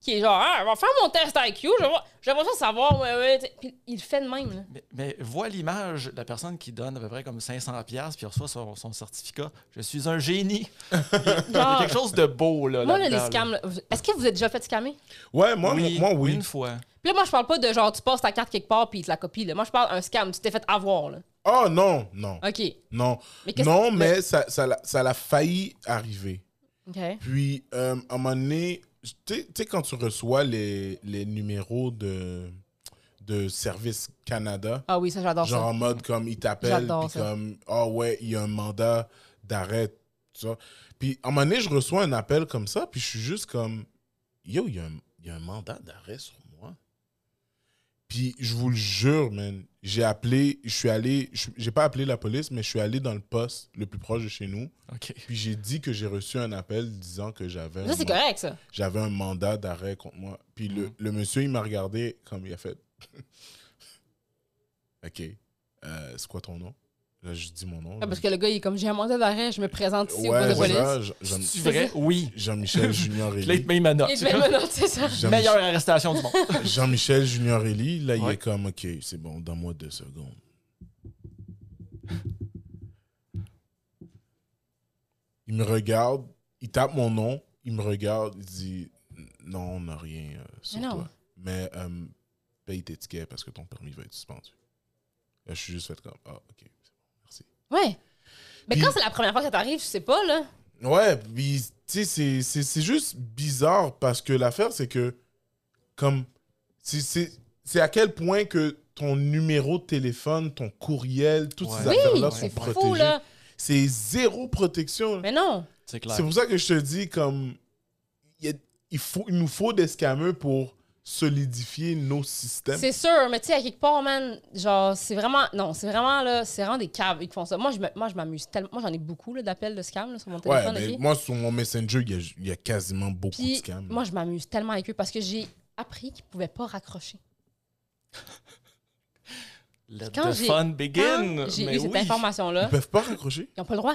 [SPEAKER 1] qui est genre ah, je vais faire mon test IQ, je vais je vais pas savoir ouais ouais, tu sais. puis il le fait de même là.
[SPEAKER 3] Mais, mais vois l'image de la personne qui donne à peu près comme 500 pièces puis reçoit son, son certificat. Je suis un génie. Il y a
[SPEAKER 1] Genre,
[SPEAKER 3] quelque chose de beau là.
[SPEAKER 1] moi là,
[SPEAKER 3] là-dedans,
[SPEAKER 1] les scams, là, vous- est-ce que vous êtes déjà fait scammer
[SPEAKER 2] Ouais, moi
[SPEAKER 3] oui,
[SPEAKER 2] moi, oui.
[SPEAKER 3] Une fois.
[SPEAKER 1] Puis là, moi, je parle pas de genre, tu passes ta carte quelque part puis ils te la copient. Là. Moi, je parle un scam, tu t'es fait avoir. Là.
[SPEAKER 2] Oh non, non,
[SPEAKER 1] OK.
[SPEAKER 2] non.
[SPEAKER 1] Mais qu'est-ce
[SPEAKER 2] Non,
[SPEAKER 1] que-
[SPEAKER 2] mais ça, ça, l'a- ça l'a failli arriver.
[SPEAKER 1] OK.
[SPEAKER 2] Puis, euh, à un moment donné, tu sais- tu sais, quand tu reçois les, les numéros de, de Service Canada,
[SPEAKER 1] Ah oui, ça, j'adore
[SPEAKER 2] genre
[SPEAKER 1] ça.
[SPEAKER 2] en mode comme ils t'appellent,
[SPEAKER 1] J'adore
[SPEAKER 2] puis
[SPEAKER 1] ça.
[SPEAKER 2] comme, ah ouais, il y a un mandat d'arrêt, tout ça. Puis, à un moment donné, je reçois un appel comme ça, puis je suis juste comme, yo, il y a un, il y a un mandat d'arrêt sur moi. Puis, je vous le jure, man, j'ai appelé, je suis allé, je- j'ai pas appelé la police, mais je suis allé dans le poste le plus proche de chez nous.
[SPEAKER 3] Ok.
[SPEAKER 2] Puis j'ai dit que j'ai reçu un appel disant que j'avais
[SPEAKER 1] Ça,
[SPEAKER 2] un,
[SPEAKER 1] c'est
[SPEAKER 2] man-
[SPEAKER 1] correct, Mm. ça.
[SPEAKER 2] j'avais un mandat d'arrêt contre moi. Puis le,
[SPEAKER 3] Mhm.
[SPEAKER 2] le monsieur, il m'a regardé comme il a fait. [laughs] OK. Euh, c'est quoi ton nom? Là, je dis mon nom.
[SPEAKER 1] Ah, parce que le gars, il est comme, j'ai un mandat d'arrêt, je me présente ici au poste de
[SPEAKER 2] ouais,
[SPEAKER 1] police.
[SPEAKER 2] ça, je- Jean-
[SPEAKER 3] C'est vrai? Oui.
[SPEAKER 2] Jean-Michel Junior
[SPEAKER 3] Puis Là, il
[SPEAKER 2] Ellie.
[SPEAKER 3] te met une note.
[SPEAKER 1] Il te fait [laughs] menacer, ben, ça.
[SPEAKER 2] Jean-
[SPEAKER 3] Meilleure arrestation du monde.
[SPEAKER 2] [laughs] Jean-Michel Junior Ellie, là, il
[SPEAKER 3] Ouais.
[SPEAKER 2] est comme, OK, c'est bon, donne-moi deux secondes. Il me regarde, il tape mon nom, il me regarde, il dit, non, on n'a rien euh, sur
[SPEAKER 1] Mais non.
[SPEAKER 2] toi. Mais euh, paye tes tickets parce que ton permis va être suspendu. Là, je suis juste fait comme, ah, OK, c'est bon, merci.
[SPEAKER 1] Ouais. Mais
[SPEAKER 2] Puis-
[SPEAKER 1] quand c'est la première fois que ça t'arrive, je sais pas, là.
[SPEAKER 2] Ouais, puis tu sais, c'est- c'est c'est juste bizarre parce que l'affaire, c'est que, comme, c'est- c'est c'est à quel point que ton numéro de téléphone, ton courriel, toutes
[SPEAKER 3] Ouais.
[SPEAKER 2] ces
[SPEAKER 3] Oui,
[SPEAKER 2] affaires-là sont
[SPEAKER 1] c'est fou,
[SPEAKER 2] protégées.
[SPEAKER 1] là.
[SPEAKER 2] C'est zéro protection. là.
[SPEAKER 1] Mais non.
[SPEAKER 3] C'est clair.
[SPEAKER 2] C'est pour ça que je te dis, comme, il y a- il, faut, il nous faut des scammers pour solidifier nos systèmes.
[SPEAKER 1] C'est sûr, mais tu sais, à quelque part, man, genre, c'est vraiment. Non, c'est vraiment, là, c'est vraiment des caves qui font ça. Moi, je me- moi, je m'amuse tellement. Moi, j'en ai beaucoup, là, d'appels de scam, là, sur mon
[SPEAKER 2] Ouais, ben,
[SPEAKER 1] téléphone.
[SPEAKER 2] mais
[SPEAKER 1] ok?
[SPEAKER 2] moi, sur mon Messenger, il y a, il y a quasiment beaucoup de
[SPEAKER 1] Puis,
[SPEAKER 2] scams.
[SPEAKER 1] moi, je m'amuse tellement avec eux parce que j'ai appris qu'ils pouvaient pas raccrocher.
[SPEAKER 3] Let
[SPEAKER 1] Quand
[SPEAKER 3] the
[SPEAKER 1] j'ai-
[SPEAKER 3] fun begin.
[SPEAKER 1] Quand J'ai
[SPEAKER 3] Mais
[SPEAKER 1] eu cette
[SPEAKER 3] oui.
[SPEAKER 2] Ils
[SPEAKER 1] information-là.
[SPEAKER 2] peuvent pas raccrocher?
[SPEAKER 1] Ils n'ont pas le droit.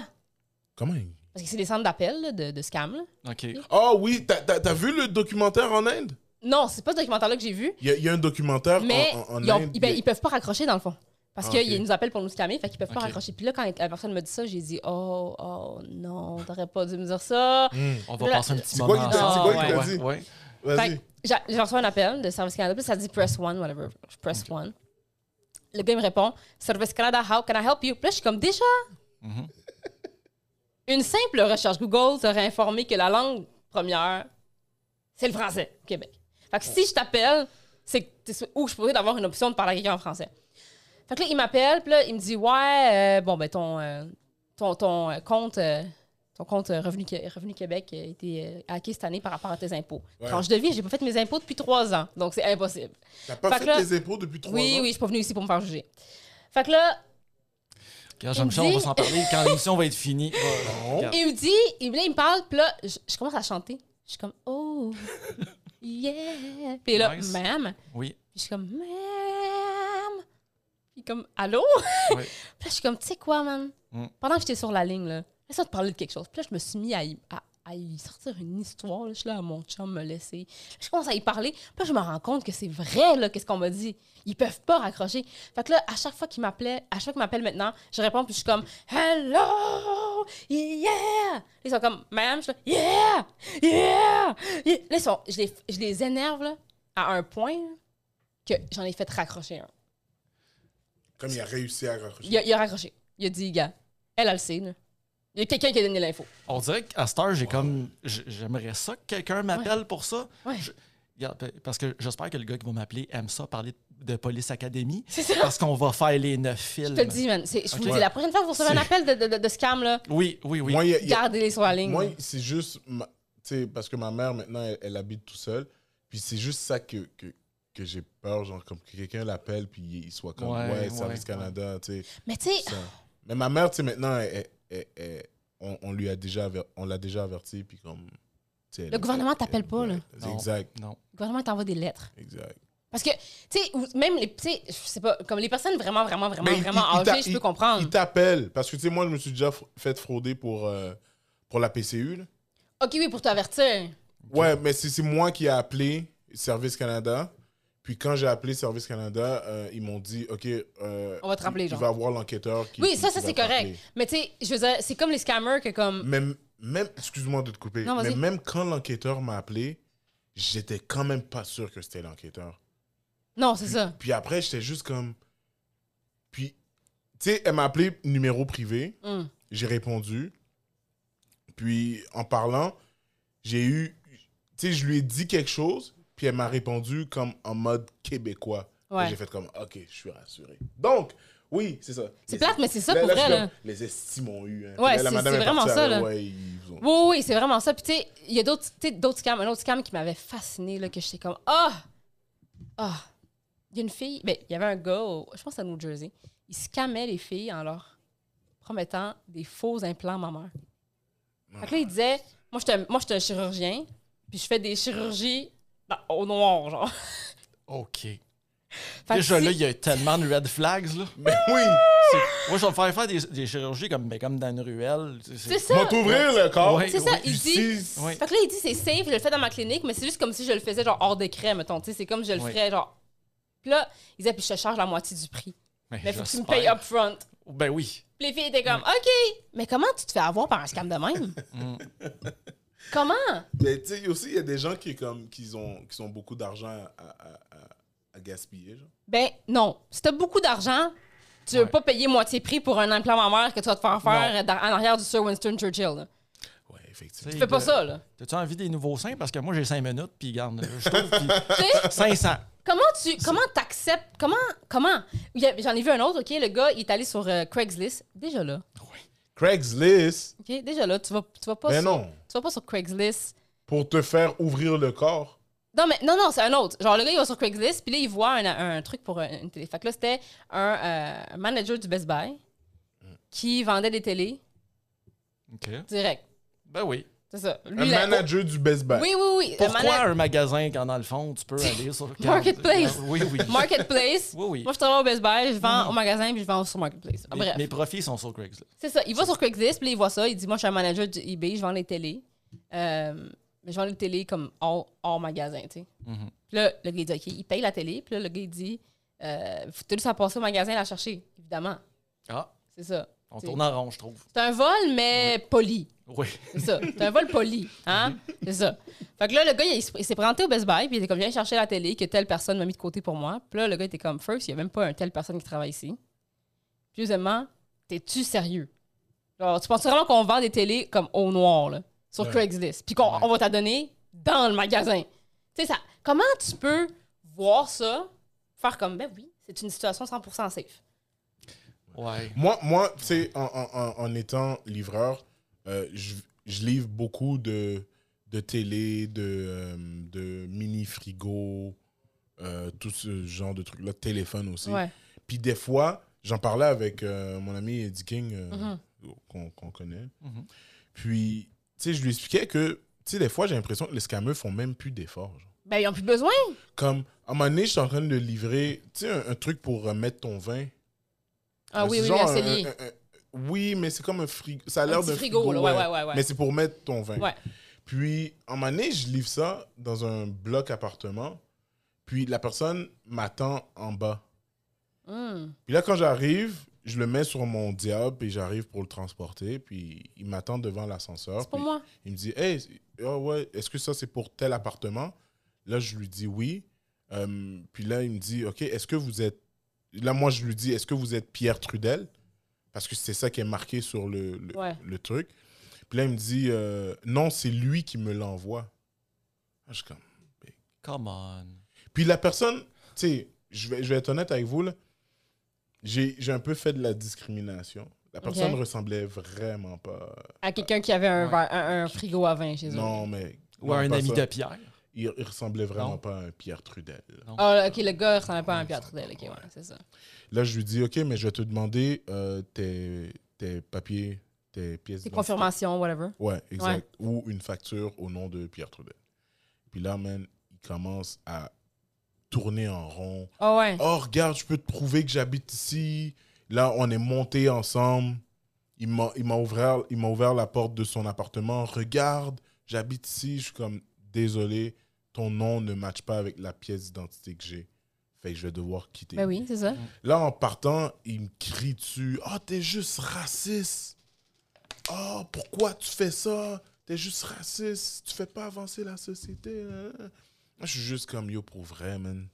[SPEAKER 2] Comment ils...
[SPEAKER 1] Parce que c'est des centres d'appel, là, de, de scam, là.
[SPEAKER 3] OK.
[SPEAKER 2] Ah oui, t'as- t'as t'as vu le documentaire en Inde?
[SPEAKER 1] Non, c'est pas ce documentaire-là que j'ai vu,
[SPEAKER 2] Il y, a- il y a un documentaire [laughs] en-
[SPEAKER 1] mais
[SPEAKER 2] en, en
[SPEAKER 1] ils, ont-
[SPEAKER 2] Inde.
[SPEAKER 1] ils pe-
[SPEAKER 2] il y a-
[SPEAKER 1] ils peuvent pas raccrocher, dans le fond. Parce
[SPEAKER 2] Ah,
[SPEAKER 1] qu'ils
[SPEAKER 2] ok.
[SPEAKER 1] nous appellent pour nous scammer, fait qu'ils peuvent pas
[SPEAKER 3] Ok.
[SPEAKER 1] raccrocher. Puis là, quand la personne me dit ça, j'ai dit « Oh, oh, non, t'aurais pas dû me dire ça.
[SPEAKER 2] Hmm,
[SPEAKER 3] On va
[SPEAKER 1] Là-
[SPEAKER 3] passer un petit
[SPEAKER 2] C'est
[SPEAKER 3] moment.
[SPEAKER 2] quoi qu'il t'a-
[SPEAKER 1] c'est
[SPEAKER 3] ensemble.
[SPEAKER 1] quoi qu'il
[SPEAKER 2] t'a
[SPEAKER 3] Ouais,
[SPEAKER 2] dit?
[SPEAKER 3] ouais.
[SPEAKER 2] Vas-y.
[SPEAKER 1] Fait que j'a- j'ai reçu un appel de Service Canada, puis ça dit press one, whatever. Je press one. Le gars il me répond Service Canada, how can I help you? Puis là, je suis comme déjà.
[SPEAKER 2] Mm-hmm.
[SPEAKER 3] Mhm.
[SPEAKER 1] [laughs] Une simple recherche Google t'aurait informé que la langue première, c'est le français au Québec. Fait que si je t'appelle, c'est que t'es sou- ou je pourrais avoir une option de parler à quelqu'un en français. Fait que là, il m'appelle, puis là, il me dit Ouais, euh, bon, ben ton, euh, ton, ton euh, compte. euh, ton compte euh, Revenu, Qué- Revenu Québec a été euh, hacké cette année par rapport à tes impôts.
[SPEAKER 2] Ouais.
[SPEAKER 1] Tranche de vie, j'ai pas fait mes impôts depuis trois ans, donc c'est impossible.
[SPEAKER 2] T'as pas
[SPEAKER 1] Fait
[SPEAKER 2] fait
[SPEAKER 1] que là-
[SPEAKER 2] tes impôts depuis trois
[SPEAKER 1] oui,
[SPEAKER 2] ans?
[SPEAKER 1] oui, je suis pas venue ici pour me faire juger. Fait que là,
[SPEAKER 3] Regarde,
[SPEAKER 1] Il me
[SPEAKER 3] Jean-Michel, on va
[SPEAKER 1] dit-
[SPEAKER 3] s'en parler quand l'émission va être finie.
[SPEAKER 2] Non.
[SPEAKER 3] Regarde.
[SPEAKER 1] il me dit, il, là, il me parle, puis là, je, je commence à chanter. Je suis comme,
[SPEAKER 2] [laughs]
[SPEAKER 1] oh, yeah. Puis là,
[SPEAKER 3] Nice.
[SPEAKER 1] ma'am.
[SPEAKER 3] Oui.
[SPEAKER 1] Puis je suis comme, ma'am. Puis comme, allô? [laughs]
[SPEAKER 3] Ouais.
[SPEAKER 1] Puis là, je suis comme, tu sais quoi, man?
[SPEAKER 3] Mm.
[SPEAKER 1] Pendant que j'étais sur la ligne, là, laisse-moi te parler de quelque chose. Puis là, je me suis mis à y, à- à y sortir une histoire. là. Je suis là, mon chum me laisser. Je commence à y parler. Puis là, je me rends compte que c'est vrai, là, qu'est-ce qu'on m'a dit. Ils peuvent pas raccrocher. Fait que là, à chaque fois qu'ils m'appelaient, à chaque fois qu'ils m'appellent maintenant, je réponds, puis je suis comme, hello! Yeah! Ils sont comme, ma'am, je suis là, yeah! Yeah! Yeah! Là, ils sont, je, les, je les énerve, là, à un point, là, que j'en ai fait raccrocher un.
[SPEAKER 2] Comme il a réussi à raccrocher.
[SPEAKER 1] Il a, il a raccroché. Il a dit, gars, elle, elle le sait. là. Il y a quelqu'un qui a donné l'info.
[SPEAKER 3] On dirait qu'à cette heure, j'ai comme. j- J'aimerais ça que quelqu'un m'appelle pour ça.
[SPEAKER 1] Ouais.
[SPEAKER 3] Je- regarde, pa- Parce que j'espère que le gars qui va m'appeler aime ça, parler de Police Academy.
[SPEAKER 1] C'est ça.
[SPEAKER 3] Parce qu'on va faire les neuf films.
[SPEAKER 1] Je te le dis, man. C'est- Je vous
[SPEAKER 3] Ok.
[SPEAKER 1] le dis,
[SPEAKER 2] Ouais.
[SPEAKER 1] la prochaine fois que vous recevez un appel de, de, de, de scam, là,
[SPEAKER 3] Oui, oui, oui.
[SPEAKER 2] Moi, il y a- il y a-
[SPEAKER 1] gardez-les sur la ligne.
[SPEAKER 2] moi,
[SPEAKER 1] là.
[SPEAKER 2] c'est juste. ma- Tu sais, parce que ma mère, maintenant, elle, elle habite tout seule. Puis c'est juste ça que, que, que j'ai peur. Genre, comme que quelqu'un l'appelle, puis il soit comme.
[SPEAKER 3] Ouais,
[SPEAKER 2] Ouais,
[SPEAKER 3] ouais,
[SPEAKER 2] Service
[SPEAKER 3] ouais.
[SPEAKER 2] Canada, tu sais.
[SPEAKER 1] Mais tu sais,
[SPEAKER 2] ça. Mais ma mère, tu sais, maintenant, elle- elle- elle- elle- on, on lui a déjà, aver- on l'a déjà averti. Puis comme.
[SPEAKER 1] Le gouvernement t'appelle pas, là.
[SPEAKER 3] Non.
[SPEAKER 2] Exact,
[SPEAKER 3] Non.
[SPEAKER 1] le gouvernement il t'envoie des lettres.
[SPEAKER 2] exact.
[SPEAKER 1] Parce que, tu sais, ou- même les. Tu sais, je sais pas, comme les personnes vraiment, vraiment, vraiment,
[SPEAKER 2] Mais il-
[SPEAKER 1] vraiment
[SPEAKER 2] Ben, il- il t'a-
[SPEAKER 1] âgées, je peux comprendre.
[SPEAKER 2] Il t'appelle. Parce que, tu sais, moi, je me suis déjà fr- fait frauder pour, euh, pour la PCU, là.
[SPEAKER 1] Ok, oui, pour t'avertir.
[SPEAKER 2] Ouais, mais c'est c'est moi qui ai appelé Service Canada. Puis quand j'ai appelé Service Canada, euh, ils m'ont dit, OK, euh,
[SPEAKER 1] On va te rappeler,
[SPEAKER 2] il, il
[SPEAKER 1] genre.
[SPEAKER 2] va avoir l'enquêteur qui...
[SPEAKER 1] Oui, ça,
[SPEAKER 2] qui
[SPEAKER 1] ça,
[SPEAKER 2] va
[SPEAKER 1] c'est
[SPEAKER 2] te rappeler.
[SPEAKER 1] correct. Mais tu sais, je veux dire, c'est comme les scammers que, comme.
[SPEAKER 2] Même, même excuse-moi de te couper,
[SPEAKER 1] Non, vas-y.
[SPEAKER 2] mais même quand l'enquêteur m'a appelé, j'étais quand même pas sûr que c'était l'enquêteur.
[SPEAKER 1] Non, c'est ça.
[SPEAKER 2] Puis après, j'étais juste comme... Puis, tu sais, elle m'a appelé numéro privé.
[SPEAKER 1] Hum.
[SPEAKER 2] J'ai répondu. Puis en parlant, j'ai eu. Tu sais, je lui ai dit quelque chose, puis elle m'a répondu comme en mode québécois.
[SPEAKER 1] Ouais.
[SPEAKER 2] Et Ben, J'ai fait comme OK, je suis rassuré. Donc, oui, c'est ça.
[SPEAKER 1] C'est
[SPEAKER 2] Les-
[SPEAKER 1] plate, mais c'est ça
[SPEAKER 2] là,
[SPEAKER 1] pour
[SPEAKER 2] Ben, là,
[SPEAKER 1] vrai,
[SPEAKER 2] je suis
[SPEAKER 1] là.
[SPEAKER 2] comme, Les estimes ont eu. hein.
[SPEAKER 1] Ouais,
[SPEAKER 2] Puis là, la
[SPEAKER 1] c'est-
[SPEAKER 2] madame
[SPEAKER 1] c'est
[SPEAKER 2] est partie,
[SPEAKER 1] vraiment
[SPEAKER 2] elle
[SPEAKER 1] ça,
[SPEAKER 2] a-
[SPEAKER 1] là.
[SPEAKER 2] ouais, ils vous ont-
[SPEAKER 1] Oui, oui, oui, c'est vraiment ça. Puis, tu sais, il y a d'autres, tu sais, d'autres scams. Un autre scam qui m'avait fasciné, là, que j'étais comme, ah! Ah! Il y a une fille, ben, il y avait un gars, au- je pense à New Jersey, il scammait les filles en leur promettant des faux implants mammaires. Fait que
[SPEAKER 3] Ah.
[SPEAKER 1] là, il disait, moi, je suis un- moi, je suis un chirurgien, puis je fais des chirurgies dans- au noir, genre.
[SPEAKER 3] OK.
[SPEAKER 1] Fait que
[SPEAKER 3] Déjà
[SPEAKER 1] si-
[SPEAKER 3] là, il y a tellement de red flags. Là.
[SPEAKER 2] [laughs] Mais oui!
[SPEAKER 3] C'est- Moi, je vais me faire faire des, des chirurgies comme, mais comme dans une ruelle. C'est-
[SPEAKER 1] c'est
[SPEAKER 2] On va
[SPEAKER 1] ça!
[SPEAKER 2] t'ouvrir le corps.
[SPEAKER 3] Ouais.
[SPEAKER 1] C'est ça, il dit.
[SPEAKER 2] Ici,
[SPEAKER 3] Ouais.
[SPEAKER 1] Fait que là, il dit c'est safe, je le fais dans ma clinique, mais c'est juste comme si je le faisais genre hors décret, mettons. Tu sais, c'est comme je le
[SPEAKER 3] Oui.
[SPEAKER 1] ferais genre. Puis là, il disait, puis je te charge la moitié du prix.
[SPEAKER 3] Mais
[SPEAKER 1] Mais faut que tu me
[SPEAKER 3] j'espère.
[SPEAKER 1] payes upfront.
[SPEAKER 3] Ben oui.
[SPEAKER 1] Puis les filles étaient comme, OK, mais comment tu te fais avoir par un scam de même? comment?
[SPEAKER 2] Mais tu sais, aussi, il y a des gens qui, comme, qui, ont, qui ont beaucoup d'argent à, à- à- à gaspiller. Genre.
[SPEAKER 1] Ben non, si t'as beaucoup d'argent, tu veux
[SPEAKER 3] Ouais.
[SPEAKER 1] pas payer moitié prix pour un implant mammaire que tu vas te faire faire dans- en arrière du Sir Winston Churchill. là.
[SPEAKER 2] Ouais, effectivement.
[SPEAKER 1] Tu fais pas ça, là.
[SPEAKER 3] T'as-tu envie des nouveaux seins? Parce que moi, j'ai 5 minutes, puis garde, je trouve qu'il-
[SPEAKER 1] Tu sais?
[SPEAKER 3] 500.
[SPEAKER 1] Comment tu comment t'acceptes comment comment Il y a- j'en ai vu un autre ok le gars il est allé sur euh, Craigslist déjà là
[SPEAKER 2] Craigslist.
[SPEAKER 1] ok déjà là tu vas tu vas pas
[SPEAKER 2] Ben
[SPEAKER 1] sur,
[SPEAKER 2] non.
[SPEAKER 1] tu vas pas sur Craigslist
[SPEAKER 2] pour te faire ouvrir le corps.
[SPEAKER 1] Non, mais non, non, c'est un autre. Genre, le gars, il va sur Craigslist, puis là, il voit un, un truc pour euh, une télé. Fait que là, c'était un euh, manager du Best Buy qui vendait des télés
[SPEAKER 3] OK.
[SPEAKER 1] direct.
[SPEAKER 3] Ben oui.
[SPEAKER 1] C'est ça. Lui,
[SPEAKER 2] Un
[SPEAKER 1] là-
[SPEAKER 2] manager du Best Buy.
[SPEAKER 1] Oui, oui, oui. Le
[SPEAKER 3] Pourquoi
[SPEAKER 1] mana-
[SPEAKER 3] un magasin quand, dans le fond, tu peux aller sur...
[SPEAKER 1] [laughs] Marketplace.
[SPEAKER 3] Oui, oui.
[SPEAKER 1] Marketplace.
[SPEAKER 3] [laughs] Oui, Mm. oui.
[SPEAKER 1] Moi, je travaille au Best Buy, je vends au magasin, puis je vends sur Marketplace. Ah,
[SPEAKER 3] Mes-
[SPEAKER 1] Bref.
[SPEAKER 3] Mes profits sont sur Craigslist.
[SPEAKER 1] C'est ça. Il va sur Craigslist, puis là, il voit ça. Il dit Moi, je suis un manager du eBay, je vends les télés. Euh, mais je vends les télés comme hors, hors magasin, tu sais.
[SPEAKER 3] Mhm.
[SPEAKER 1] Puis là, le gars, il dit OK, il paye la télé. Puis là, le gars, il dit euh, Faut tout ça passer au magasin la chercher, évidemment.
[SPEAKER 3] Ah,
[SPEAKER 1] C'est ça.
[SPEAKER 3] on
[SPEAKER 1] C'est-
[SPEAKER 3] tourne en rond, je trouve.
[SPEAKER 1] C'est un vol, mais poli.
[SPEAKER 3] Oui.
[SPEAKER 1] C'est ça. C'est un vol poli. Hein? C'est ça. Fait que là, le gars, il, s- il s'est présenté au Best Buy, puis il était comme, viens chercher la télé que telle personne m'a mis de côté pour moi. Puis là, le gars était comme, first, il n'y a même pas un telle personne qui travaille ici. Puis Deuxièmement, t'es-tu sérieux? Genre, tu penses vraiment qu'on vend des télés comme au noir, là, sur
[SPEAKER 2] Ouais.
[SPEAKER 1] Craigslist, puis qu'on
[SPEAKER 3] Ouais.
[SPEAKER 1] on va t'en donner dans le magasin? Tu sais, ça, comment tu peux voir ça, faire comme, ben oui, c'est une situation 100% safe?
[SPEAKER 3] Ouais.
[SPEAKER 2] Moi, moi tu sais, en, en- en- en étant livreur, euh, je, je livre beaucoup de, de télé, de, euh, de mini-frigo, euh, tout ce genre de trucs-là, téléphone aussi.
[SPEAKER 1] Ouais.
[SPEAKER 2] Puis des fois, j'en parlais avec euh, mon ami Eddie King, euh,
[SPEAKER 1] Mhm.
[SPEAKER 2] qu'on qu'on connaît.
[SPEAKER 3] Mhm.
[SPEAKER 2] Puis, tu sais, je lui expliquais que, tu sais, des fois, j'ai l'impression que les scammers font même plus d'efforts. genre.
[SPEAKER 1] Ben, ils n'ont plus besoin.
[SPEAKER 2] Comme, à un moment donné, je suis en train de livrer, tu sais, un, un truc pour euh, mettre ton vin.
[SPEAKER 1] Ah
[SPEAKER 2] Euh,
[SPEAKER 1] oui,
[SPEAKER 2] c'est
[SPEAKER 1] oui,
[SPEAKER 2] genre
[SPEAKER 1] un
[SPEAKER 2] un-
[SPEAKER 1] cellier.
[SPEAKER 2] un- un- oui, mais c'est comme un frigo. Ça a
[SPEAKER 1] Un
[SPEAKER 2] l'air
[SPEAKER 1] petit
[SPEAKER 2] d'un
[SPEAKER 1] frigo,
[SPEAKER 2] frigo.
[SPEAKER 1] là, ouais, ouais, ouais, ouais.
[SPEAKER 2] Mais c'est pour mettre ton vin.
[SPEAKER 1] Ouais.
[SPEAKER 2] Puis, en moment donné, je livre ça dans un bloc appartement. Puis, la personne m'attend en bas.
[SPEAKER 1] Hmm.
[SPEAKER 2] Puis là, quand j'arrive, je le mets sur mon diable et j'arrive pour le transporter. Puis, il m'attend devant l'ascenseur.
[SPEAKER 1] C'est pour
[SPEAKER 2] puis
[SPEAKER 1] moi.
[SPEAKER 2] Il me dit Hey, c'est- ah ouais, est-ce que ça, c'est pour tel appartement Là, je lui dis oui. Euh, puis là, il me dit OK, est-ce que vous êtes. Là, moi, je lui dis Est-ce que vous êtes Pierre Trudel Parce que c'est ça qui est marqué sur le, le,
[SPEAKER 1] Ouais.
[SPEAKER 2] le truc. Puis là, il me dit euh, Non, c'est lui qui me l'envoie. Ah, je suis comme.
[SPEAKER 3] Come on.
[SPEAKER 2] Puis la personne, tu sais, je vais, je vais être honnête avec vous, là. J'ai j'ai un peu fait de la discrimination. La personne
[SPEAKER 1] Ok.
[SPEAKER 2] ressemblait vraiment pas.
[SPEAKER 1] À quelqu'un qui avait un,
[SPEAKER 3] Ouais.
[SPEAKER 1] verre- un, un frigo à vin chez eux.
[SPEAKER 2] Non, mais.
[SPEAKER 3] Ou
[SPEAKER 2] non,
[SPEAKER 3] un
[SPEAKER 2] pas
[SPEAKER 3] ami
[SPEAKER 2] ça.
[SPEAKER 3] de Pierre.
[SPEAKER 2] Il, il ressemblait vraiment
[SPEAKER 3] Non.
[SPEAKER 2] pas à un Pierre Trudel.
[SPEAKER 3] Non.
[SPEAKER 1] Ah, ok, le gars ressemblait pas à un
[SPEAKER 2] Ouais,
[SPEAKER 1] Pierre
[SPEAKER 2] ça-
[SPEAKER 1] Trudel. Ok, ouais,
[SPEAKER 2] ouais.
[SPEAKER 1] c'est ça.
[SPEAKER 2] Là, je lui dis Ok, mais je vais te demander euh, tes, tes papiers, tes pièces.
[SPEAKER 1] C'est
[SPEAKER 2] d'identité.
[SPEAKER 1] confirmation, whatever.
[SPEAKER 2] Ouais, exact. Ou une facture au nom de Pierre Trudel. Puis là, man, il commence à tourner en rond.
[SPEAKER 1] Ah ouais.
[SPEAKER 2] Oh, regarde, je peux te prouver que j'habite ici. Là, on est monté ensemble. Il m'a il m'a ouvert, il m'a ouvert la porte de son appartement. Regarde, j'habite ici. Je suis comme, désolé, ton nom ne matche pas avec la pièce d'identité que j'ai. Fait que je vais devoir quitter.
[SPEAKER 1] Ben oui, c'est ça.
[SPEAKER 2] Là, en partant, il me crie dessus. Ah, t'es juste raciste. Ah, pourquoi tu fais ça? T'es juste raciste. Tu fais pas avancer la société. Là, là. Je suis juste comme, yo, pour vrai, man.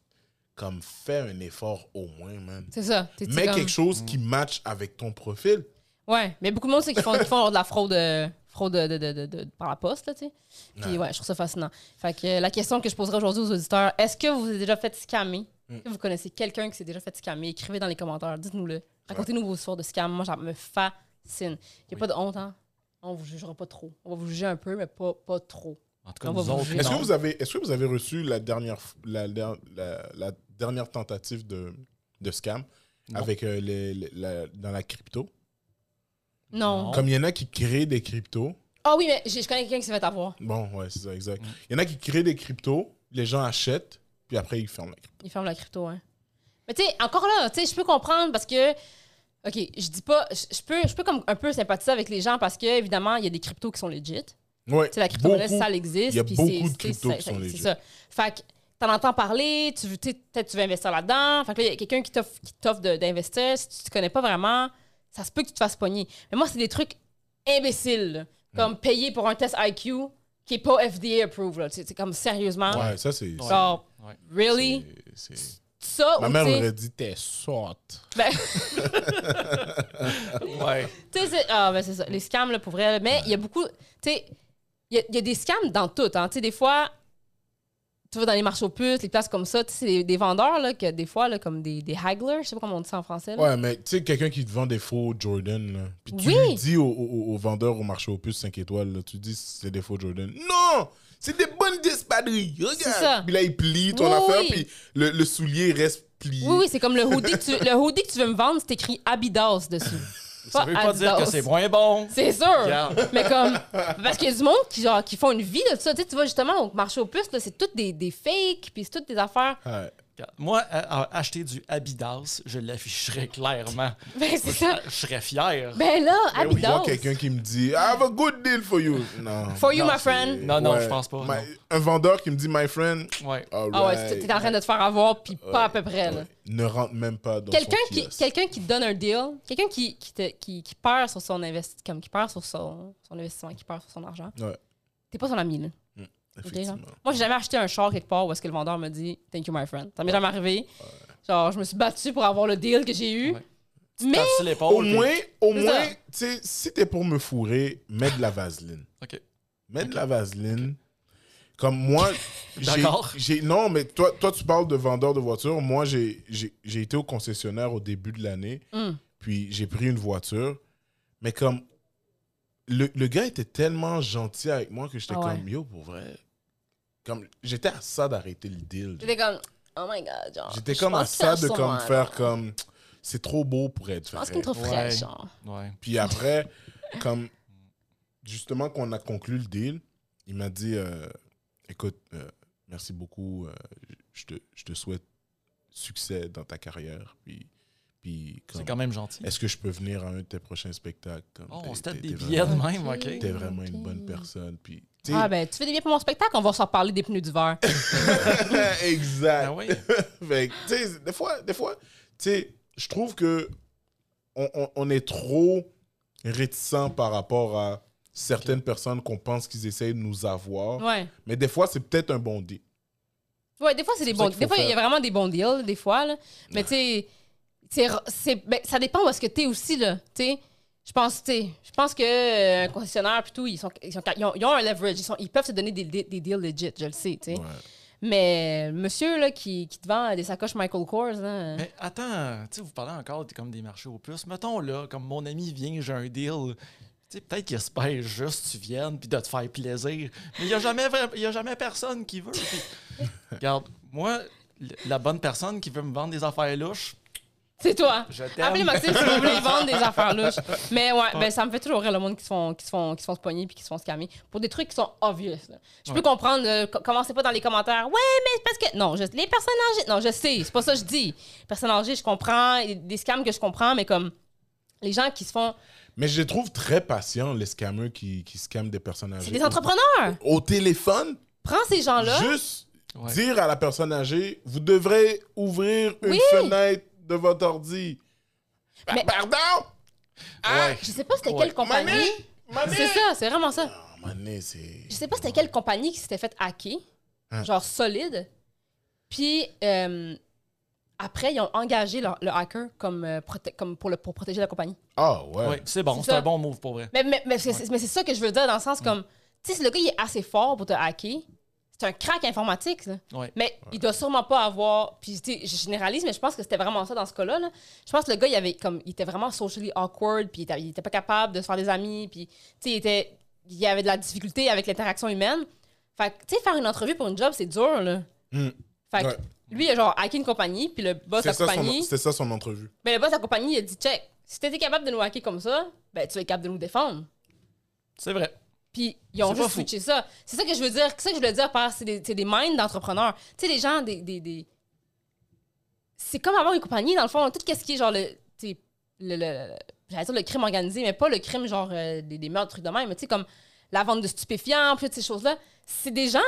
[SPEAKER 2] Comme, fais un effort au moins, man.
[SPEAKER 1] C'est ça. T'es
[SPEAKER 2] Mets quelque chose
[SPEAKER 3] Mm.
[SPEAKER 2] qui match avec ton profil.
[SPEAKER 1] Ouais, mais beaucoup de monde, c'est qu'ils font, qu'ils font de la fraude, euh, fraude de, de- de- de- de- par la poste, là, tu sais. Puis
[SPEAKER 2] Ouais.
[SPEAKER 1] ouais, je trouve ça fascinant. Fait que euh, la question que je poserai aujourd'hui aux auditeurs, est-ce que vous vous êtes déjà fait scammer? Est-ce que vous connaissez quelqu'un qui s'est déjà fait scammer? Écrivez dans les commentaires, dites-nous-le. Racontez-nous vos histoires de scam. Moi, ça me fascine. Il n'y a pas de honte, hein? On vous jugera pas trop. On va vous juger un peu, mais pas, pas trop.
[SPEAKER 3] En tout cas,
[SPEAKER 1] On va
[SPEAKER 3] nous
[SPEAKER 1] vous
[SPEAKER 3] autres,
[SPEAKER 1] juger.
[SPEAKER 2] Est-ce que,
[SPEAKER 3] non.
[SPEAKER 2] vous avez- est-ce que vous avez reçu la dernière, f- la, der- la- la dernière tentative de, de scam
[SPEAKER 3] Non.
[SPEAKER 2] avec, euh, les- les- la- dans la crypto?
[SPEAKER 1] Non.
[SPEAKER 3] Non.
[SPEAKER 2] Comme il y en a qui créent des cryptos.
[SPEAKER 1] Ah oui, mais j'ai- je connais quelqu'un qui s'est fait avoir.
[SPEAKER 2] Bon, ouais, c'est ça, exact. Il y en a qui créent des cryptos, les gens achètent, puis après, ils ferment la crypto.
[SPEAKER 1] Il ferme la crypto, hein. Mais tu sais, encore là, tu sais, je peux comprendre parce que. OK, je dis pas. Je je peux, je peux comme un peu sympathiser avec les gens parce que, évidemment, il y a des cryptos qui sont legit. Tu
[SPEAKER 2] Ouais,
[SPEAKER 1] sais, la crypto-monnaie,
[SPEAKER 2] beaucoup.
[SPEAKER 1] ça, elle existe.
[SPEAKER 2] il y a
[SPEAKER 1] puis
[SPEAKER 2] beaucoup
[SPEAKER 1] c'est-
[SPEAKER 2] de
[SPEAKER 1] c'est-
[SPEAKER 2] cryptos
[SPEAKER 1] c'est-
[SPEAKER 2] qui sont
[SPEAKER 1] c'est-
[SPEAKER 2] legit.
[SPEAKER 1] C'est ça. Fait que t'en entends parler, tu veux, tu sais, peut-être tu veux investir là-dedans. Fait que là, il y a quelqu'un qui t'offre qui t'offre de- d'investir. Si tu te connais pas vraiment, ça se peut que tu te fasses pogner. Mais moi, c'est des trucs imbéciles, là.
[SPEAKER 2] Mm.
[SPEAKER 1] comme payer pour un test IQ qui est pas FDA approved. là. Tu sais, C'est comme sérieusement.
[SPEAKER 2] Ouais, ça, c'est.
[SPEAKER 3] Ouais.
[SPEAKER 1] Genre,
[SPEAKER 3] Ouais.
[SPEAKER 1] hein. really?
[SPEAKER 2] c'est- c'est-
[SPEAKER 1] Ça,
[SPEAKER 2] Ma
[SPEAKER 1] ou
[SPEAKER 2] mère
[SPEAKER 1] tu sais-
[SPEAKER 2] aurait dit, t'es sorte.
[SPEAKER 1] Ben,
[SPEAKER 3] Ouais.
[SPEAKER 1] tu sais, c'est- ah, ben, c'est ça. Les scams, là, pour vrai. là. Mais il y a beaucoup. Tu sais, il y, a- il y a des scams dans tout. Hein. Tu sais, des fois, tu vas dans les marchés aux puces, les places comme ça, tu sais, c'est des, des vendeurs, là, que des fois, là, comme des, des hagglers, je sais pas comment on dit ça en français. là.
[SPEAKER 2] Ouais, mais tu sais, quelqu'un qui te vend des faux Jordan, là, puis tu
[SPEAKER 1] Oui.
[SPEAKER 2] lui dis au, au- au vendeur au marché aux puces 5 étoiles, là, tu dis, c'est des faux Jordan. Non! C'est des bonnes espadrilles.
[SPEAKER 1] C'est ça.
[SPEAKER 2] Regarde. Puis là, il plie ton
[SPEAKER 1] Oui,
[SPEAKER 2] affaire,
[SPEAKER 1] oui.
[SPEAKER 2] puis le, le soulier reste plié.
[SPEAKER 1] Oui, oui, c'est comme le hoodie, que tu, le hoodie que tu veux me vendre, c'est écrit Abidas dessus.
[SPEAKER 3] Ça veut pas dire que
[SPEAKER 1] Adidas.
[SPEAKER 3] c'est moins bon.
[SPEAKER 1] C'est sûr.
[SPEAKER 3] Regarde.
[SPEAKER 1] Mais comme. Parce qu'il y a du monde qui, genre, qui font une vie de ça. Tu, sais, tu vois, justement, au marché aux puces, là, c'est toutes des, des fakes, puis c'est toutes des affaires.
[SPEAKER 2] Ouais.
[SPEAKER 3] Regarde. Moi, à- à- acheter du Abidas, je
[SPEAKER 1] [laughs]
[SPEAKER 3] l'afficherais clairement. Ah,
[SPEAKER 1] Ben, c'est ça.
[SPEAKER 3] Je serais fier.
[SPEAKER 1] Ben là,
[SPEAKER 2] Il y a
[SPEAKER 1] Abidas.
[SPEAKER 2] quelqu'un qui me dit I have a good deal for you. Non.
[SPEAKER 1] For you,
[SPEAKER 3] Non,
[SPEAKER 1] my friend.
[SPEAKER 3] Non, non, je pense pas,
[SPEAKER 2] My-
[SPEAKER 3] non.
[SPEAKER 2] Un vendeur qui me dit My friend.
[SPEAKER 3] Ouais.
[SPEAKER 2] all
[SPEAKER 1] Ah ouais,
[SPEAKER 2] right.
[SPEAKER 1] tu- t'es en train de te faire avoir, puis pas à peu près, là.
[SPEAKER 2] Ouais. Ne rentre même pas dans
[SPEAKER 1] Quelqu'un
[SPEAKER 2] son
[SPEAKER 1] qui,
[SPEAKER 2] kiosque.
[SPEAKER 1] quelqu'un qui te donne un deal, quelqu'un qui, qui, te- qui, qui perd sur son investissement, comme qui perd sur son, son investissement, qui perd sur son argent,
[SPEAKER 2] Ouais,
[SPEAKER 1] t'es pas son ami, là.
[SPEAKER 2] effectivement.
[SPEAKER 1] Ok, genre. Moi, j'ai jamais acheté un char quelque part où est-ce que le vendeur me dit Thank you, my friend. Ça m'est jamais arrivé. Genre, je me suis battue pour avoir le deal que j'ai eu.
[SPEAKER 3] Ouais.
[SPEAKER 1] Mais.
[SPEAKER 3] Tape sur l'épaule,
[SPEAKER 2] Au
[SPEAKER 3] puis-
[SPEAKER 2] moins, au
[SPEAKER 1] C'est
[SPEAKER 2] moins,
[SPEAKER 1] ça.
[SPEAKER 2] tu sais, si t'es pour me fourrer, mets de la vaseline.
[SPEAKER 3] OK.
[SPEAKER 2] Mets de la vaseline. Comme
[SPEAKER 3] [laughs]
[SPEAKER 2] moi, j'ai-
[SPEAKER 3] D'accord.
[SPEAKER 2] j'ai non, mais toi, toi, tu parles de vendeur de voitures. Moi, j'ai j'ai- j'ai été au concessionnaire au début de l'année,
[SPEAKER 1] Hmm.
[SPEAKER 2] puis j'ai pris une voiture. Mais comme le, le gars était tellement gentil avec moi que j'étais
[SPEAKER 1] Ah ouais.
[SPEAKER 2] comme yo pour vrai. Comme j'étais à ça d'arrêter le deal.
[SPEAKER 1] J'étais comme Oh my god, genre.
[SPEAKER 2] J'étais
[SPEAKER 1] je
[SPEAKER 2] comme à
[SPEAKER 1] pense
[SPEAKER 2] ça
[SPEAKER 1] que
[SPEAKER 2] de
[SPEAKER 1] ça,
[SPEAKER 2] comme
[SPEAKER 1] ça,
[SPEAKER 2] faire comme c'est trop beau pour être
[SPEAKER 1] Je pense
[SPEAKER 2] vrai.
[SPEAKER 1] qu'il me trouve fraîche,
[SPEAKER 3] Ouais.
[SPEAKER 1] genre.
[SPEAKER 3] Ouais.
[SPEAKER 2] Puis après, comme justement qu'on a conclu le deal, il m'a dit euh, écoute, euh, merci beaucoup, euh, je te, je te souhaite succès dans ta carrière. Puis, puis comme,
[SPEAKER 3] C'est quand même gentil.
[SPEAKER 2] est-ce que je peux venir à un de tes prochains spectacles Comme, ben,
[SPEAKER 3] Oh,
[SPEAKER 2] t'es-
[SPEAKER 3] on se tape
[SPEAKER 2] t'es-
[SPEAKER 3] des
[SPEAKER 2] t'es
[SPEAKER 3] billets de
[SPEAKER 2] vraiment-
[SPEAKER 3] même, OK?
[SPEAKER 2] T'es vraiment une bonne personne. Puis, tu sais,
[SPEAKER 1] Ah ben, tu fais des billets pour mon spectacle, on va s'en parler des pneus d'hiver.
[SPEAKER 2] [laughs] exact. [laughs]
[SPEAKER 3] Ah oui.
[SPEAKER 2] Fait que, tu sais, des fois, des fois, tu sais, je trouve que on, on- on est trop réticent par rapport à certaines personnes qu'on pense qu'ils essayent de nous avoir.
[SPEAKER 1] ouais.
[SPEAKER 2] Mais des fois, c'est peut-être un bon deal.
[SPEAKER 1] Ouais, des fois, c'est des
[SPEAKER 2] C'est pour
[SPEAKER 1] bons Des
[SPEAKER 2] ça qu'il faut
[SPEAKER 1] fois, il y a
[SPEAKER 2] faire.
[SPEAKER 1] vraiment des bons deals, des fois. Là. Mais tu sais, c'est ra- c'est- ben, ça dépend où est-ce que t'es aussi, là. Tu sais, je pense, tu sais, je pense que euh, un concessionnaire, puis tout, ils, sont, ils, sont- ils ont, ils ont un leverage. Ils, sont- ils peuvent se donner des, des, des deals legit, je le sais, tu sais.
[SPEAKER 2] Ouais.
[SPEAKER 1] Mais euh, monsieur, là, qui, qui te vend des sacoches Michael Kors, hein, là,
[SPEAKER 3] Mais attends, tu sais, vous parlez encore de- comme des marchés aux puces. Mettons là, comme mon ami vient, j'ai un deal. Tu sais, peut-être qu'il espère juste que tu viennes puis de te faire plaisir. Mais il n'y a, jamais vra- il y a jamais personne qui
[SPEAKER 2] [laughs]
[SPEAKER 3] veut. Puis, regarde, moi, l- la bonne personne qui veut me vendre des affaires louches,
[SPEAKER 1] c'est toi.
[SPEAKER 3] je
[SPEAKER 1] Appelez
[SPEAKER 3] t'aime.
[SPEAKER 1] Ah, Maxime si vous voulez vendre des affaires louches. Mais ouais, ben ça me fait toujours rire le monde qui se font, qui se font, qui se font se pogner puis qui se font scammer pour des trucs qui sont obvious. là. Je peux
[SPEAKER 3] Ouais.
[SPEAKER 1] comprendre, euh, co- commencez pas dans les commentaires. Ouais, mais c'est parce que. Non, je- les personnes âgées. Non, je sais, c'est pas ça que je dis. Les personnes âgées, je comprends. il y a Des scams que je comprends, mais comme. Les gens qui se font.
[SPEAKER 2] Mais je les trouve très patients, les scammers qui, qui scamment des personnes âgées.
[SPEAKER 1] C'est des entrepreneurs!
[SPEAKER 2] Au, au téléphone,
[SPEAKER 1] Prends ces gens-là.
[SPEAKER 2] juste
[SPEAKER 3] Ouais.
[SPEAKER 2] dire à la personne âgée, vous devrez ouvrir une
[SPEAKER 1] Oui.
[SPEAKER 2] fenêtre de votre ordi. Pa-
[SPEAKER 1] Mais-
[SPEAKER 2] Pardon?
[SPEAKER 3] Ouais.
[SPEAKER 1] Ah, Je sais pas c'était
[SPEAKER 3] Ouais.
[SPEAKER 1] quelle compagnie.
[SPEAKER 2] Mané? Mané?
[SPEAKER 1] C'est ça, c'est vraiment ça.
[SPEAKER 2] Ah, mané, c'est...
[SPEAKER 1] Je sais pas c'était Ah. quelle compagnie qui s'était fait hacker,
[SPEAKER 2] Hein.
[SPEAKER 1] genre solide. Puis euh, après, ils ont engagé leur- le hacker comme, euh, proté- comme pour, le, pour protéger la compagnie.
[SPEAKER 2] Ah ouais.
[SPEAKER 3] Ouais, c'est bon,
[SPEAKER 1] C'est
[SPEAKER 3] c'est
[SPEAKER 1] ça.
[SPEAKER 3] un bon move pour vrai.
[SPEAKER 1] Mais, mais, mais c'est
[SPEAKER 3] Ouais.
[SPEAKER 1] mais c'est ça que je veux dire dans le sens comme, tu sais, si le gars il est assez fort pour te hacker, c'est un crack informatique. là.
[SPEAKER 3] Ouais.
[SPEAKER 1] Mais il doit sûrement pas avoir. Puis tu sais, je généralise, mais je pense que c'était vraiment ça dans ce cas-là. là. Je pense que le gars, il avait comme, il était vraiment socially awkward, puis il était, il était pas capable de se faire des amis, puis tu sais, il était, il avait de la difficulté avec l'interaction humaine. Fait que, tu sais, faire une entrevue pour une job, c'est dur là.
[SPEAKER 2] Hmm.
[SPEAKER 1] Fait que,
[SPEAKER 2] Ouais.
[SPEAKER 1] lui, il a genre hacké une compagnie, puis le boss de
[SPEAKER 2] C'est
[SPEAKER 1] la
[SPEAKER 2] ça, son,
[SPEAKER 1] compagnie,
[SPEAKER 2] c'est ça son entrevue.
[SPEAKER 1] mais le boss de la compagnie, il a dit check, si t'étais capable de nous hacker comme ça, ben tu vas être capable de nous défendre.
[SPEAKER 3] C'est vrai.
[SPEAKER 1] Puis ils ont
[SPEAKER 3] C'est pas
[SPEAKER 1] juste
[SPEAKER 3] fou.
[SPEAKER 1] switché ça. C'est ça que je veux dire. C'est ça que je veux dire par c'est des, c'est des minds d'entrepreneurs. Tu sais, les gens, des. des, des- C'est comme avoir une compagnie, dans le fond. Tout ce qui est genre le. tu sais, le, le- le- j'allais dire le crime organisé, mais pas le crime genre euh, des, des meurtres, trucs de même. Mais tu sais, comme la vente de stupéfiants, puis toutes ces choses-là. C'est des gens.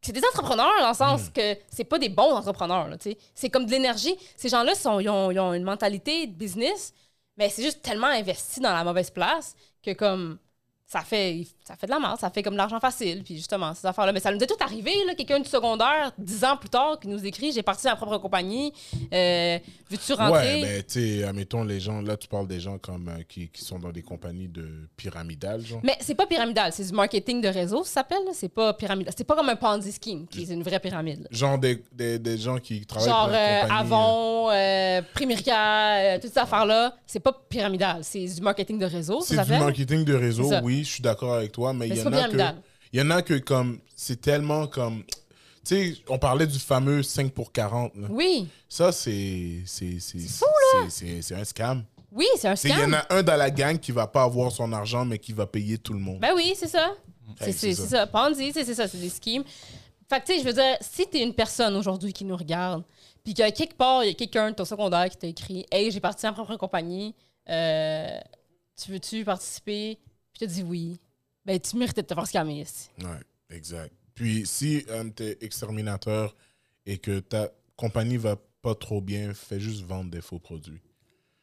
[SPEAKER 1] C'est des entrepreneurs dans le sens que c'est pas des bons entrepreneurs. là, tu sais. C'est comme de l'énergie. Ces gens-là, sont- ils ont, ils ont une mentalité de business, mais c'est juste tellement investi dans la mauvaise place que comme ça fait, ça fait de la merde, ça fait comme de l'argent facile, puis justement, ces affaires-là. Mais ça nous est tout arrivé, là, quelqu'un du secondaire, dix ans plus tard, qui nous écrit J'ai parti à ma propre compagnie, euh, veux-tu
[SPEAKER 2] Ouais, ben
[SPEAKER 1] rentrer
[SPEAKER 2] mais tu sais, admettons, les gens, là, tu parles des gens comme euh, qui, qui sont dans des compagnies de pyramidales, genre.
[SPEAKER 1] Mais c'est pas pyramidal, c'est du marketing de réseau, ça s'appelle. là. C'est pas pyramidal. C'est pas comme un Ponzi scheme, qui est une vraie pyramide. là.
[SPEAKER 2] Genre des, des, des gens qui travaillent
[SPEAKER 1] Genre
[SPEAKER 2] Ah pour des
[SPEAKER 1] euh,
[SPEAKER 2] compagnies,
[SPEAKER 1] Avon, euh, Primerica, euh, toutes ces affaires-là, c'est pas pyramidal, c'est du marketing de réseau,
[SPEAKER 2] euh,
[SPEAKER 1] ça
[SPEAKER 2] C'est du
[SPEAKER 1] s'appelle.
[SPEAKER 2] marketing de réseau,
[SPEAKER 1] C'est ça.
[SPEAKER 2] oui, je suis d'accord avec toi, mais
[SPEAKER 1] Mais
[SPEAKER 2] il y
[SPEAKER 1] c'est
[SPEAKER 2] en
[SPEAKER 1] pas
[SPEAKER 2] a que...
[SPEAKER 1] pyramidal.
[SPEAKER 2] Il y en a que comme c'est tellement comme tu sais, on parlait du fameux 5 pour 40. là.
[SPEAKER 1] Oui,
[SPEAKER 2] Ça c'est c'est c'est fou C'est c'est un scam.
[SPEAKER 1] oui, c'est un
[SPEAKER 2] Tu sais, Il y en
[SPEAKER 1] scam.
[SPEAKER 2] a un dans la gang qui va pas avoir son argent mais qui va payer tout le monde.
[SPEAKER 1] Ben oui, c'est ça. C'est
[SPEAKER 2] Hey,
[SPEAKER 1] c'est- c'est ça. Ponzi, tu sais, c'est ça, c'est des schemes. Fait que, tu sais, je veux dire, si t'es une personne aujourd'hui qui nous regarde, puis que quelque part, il y a quelqu'un de ton secondaire qui t'a écrit Hey, j'ai parti en propre compagnie, euh, tu veux-tu participer Puis t'as dit oui. Ben, tu méritais de te faire scammer. ici.
[SPEAKER 2] Ouais, exact. Puis si euh, t'es exterminateur et que ta compagnie va pas trop bien, fais juste vendre des faux produits.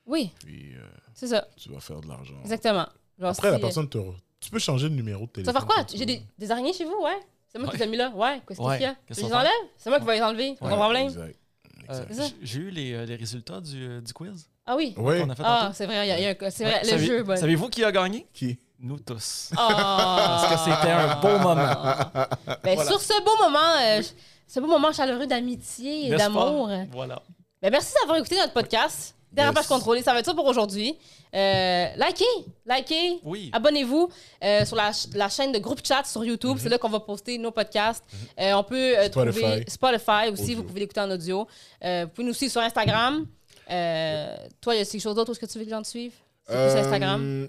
[SPEAKER 1] Oui,
[SPEAKER 2] Puis euh,
[SPEAKER 1] c'est ça,
[SPEAKER 2] tu vas faire de l'argent.
[SPEAKER 1] exactement. Genre,
[SPEAKER 2] Après,
[SPEAKER 1] si- euh,
[SPEAKER 2] la personne te. re- Tu peux changer de numéro de
[SPEAKER 1] Tu
[SPEAKER 2] téléphone.
[SPEAKER 1] vas faire quoi
[SPEAKER 2] quand tu
[SPEAKER 1] J'ai
[SPEAKER 2] veux.
[SPEAKER 1] des, des araignées chez vous, ouais C'est moi qui
[SPEAKER 3] Ouais.
[SPEAKER 1] les ai mis là, ouais. Qu'est-ce
[SPEAKER 3] Ouais.
[SPEAKER 1] qu'il y a
[SPEAKER 3] Qu'est-ce
[SPEAKER 1] Je les
[SPEAKER 3] qu'on fait?
[SPEAKER 1] enlève C'est moi qui vais les enlever, pas
[SPEAKER 2] Ouais,
[SPEAKER 1] de problème.
[SPEAKER 2] Exact.
[SPEAKER 3] Euh,
[SPEAKER 2] exact.
[SPEAKER 1] C'est ça.
[SPEAKER 3] j- J'ai eu les, euh, les résultats du, euh, du quiz
[SPEAKER 1] Ah oui.
[SPEAKER 2] Ouais.
[SPEAKER 3] qu'on a fait
[SPEAKER 1] Ah,
[SPEAKER 3] tantôt.
[SPEAKER 1] c'est vrai, il y a- il y a un- c'est
[SPEAKER 3] Ouais.
[SPEAKER 1] vrai, le
[SPEAKER 3] Savez-
[SPEAKER 1] jeu, bon.
[SPEAKER 3] Savez-vous qui a gagné?
[SPEAKER 2] Qui
[SPEAKER 3] Nous tous.
[SPEAKER 1] Parce
[SPEAKER 3] Parce que c'était un beau moment.
[SPEAKER 1] Ah. Ben, Sur ce beau moment, euh, je- ce beau moment chaleureux d'amitié et
[SPEAKER 3] N'est-ce pas?
[SPEAKER 1] d'amour.
[SPEAKER 3] Voilà.
[SPEAKER 1] Ben, merci d'avoir écouté notre podcast. Dérapage
[SPEAKER 2] Yes.
[SPEAKER 1] contrôlé, ça va être ça pour aujourd'hui. Euh, likez, likez,
[SPEAKER 3] Oui.
[SPEAKER 1] abonnez-vous euh, sur la, ch- la chaîne de groupe chat sur YouTube. C'est là qu'on va poster nos podcasts. Euh, on peut euh,
[SPEAKER 2] Mhm. Spotify.
[SPEAKER 1] trouver Spotify aussi,
[SPEAKER 2] Audio.
[SPEAKER 1] vous pouvez l'écouter en audio. Euh, vous pouvez nous suivre sur Instagram. Euh, Toi, il y a quelque chose d'autre où est-ce que tu veux que les gens te suivent? C'est plus Instagram.
[SPEAKER 2] Euh,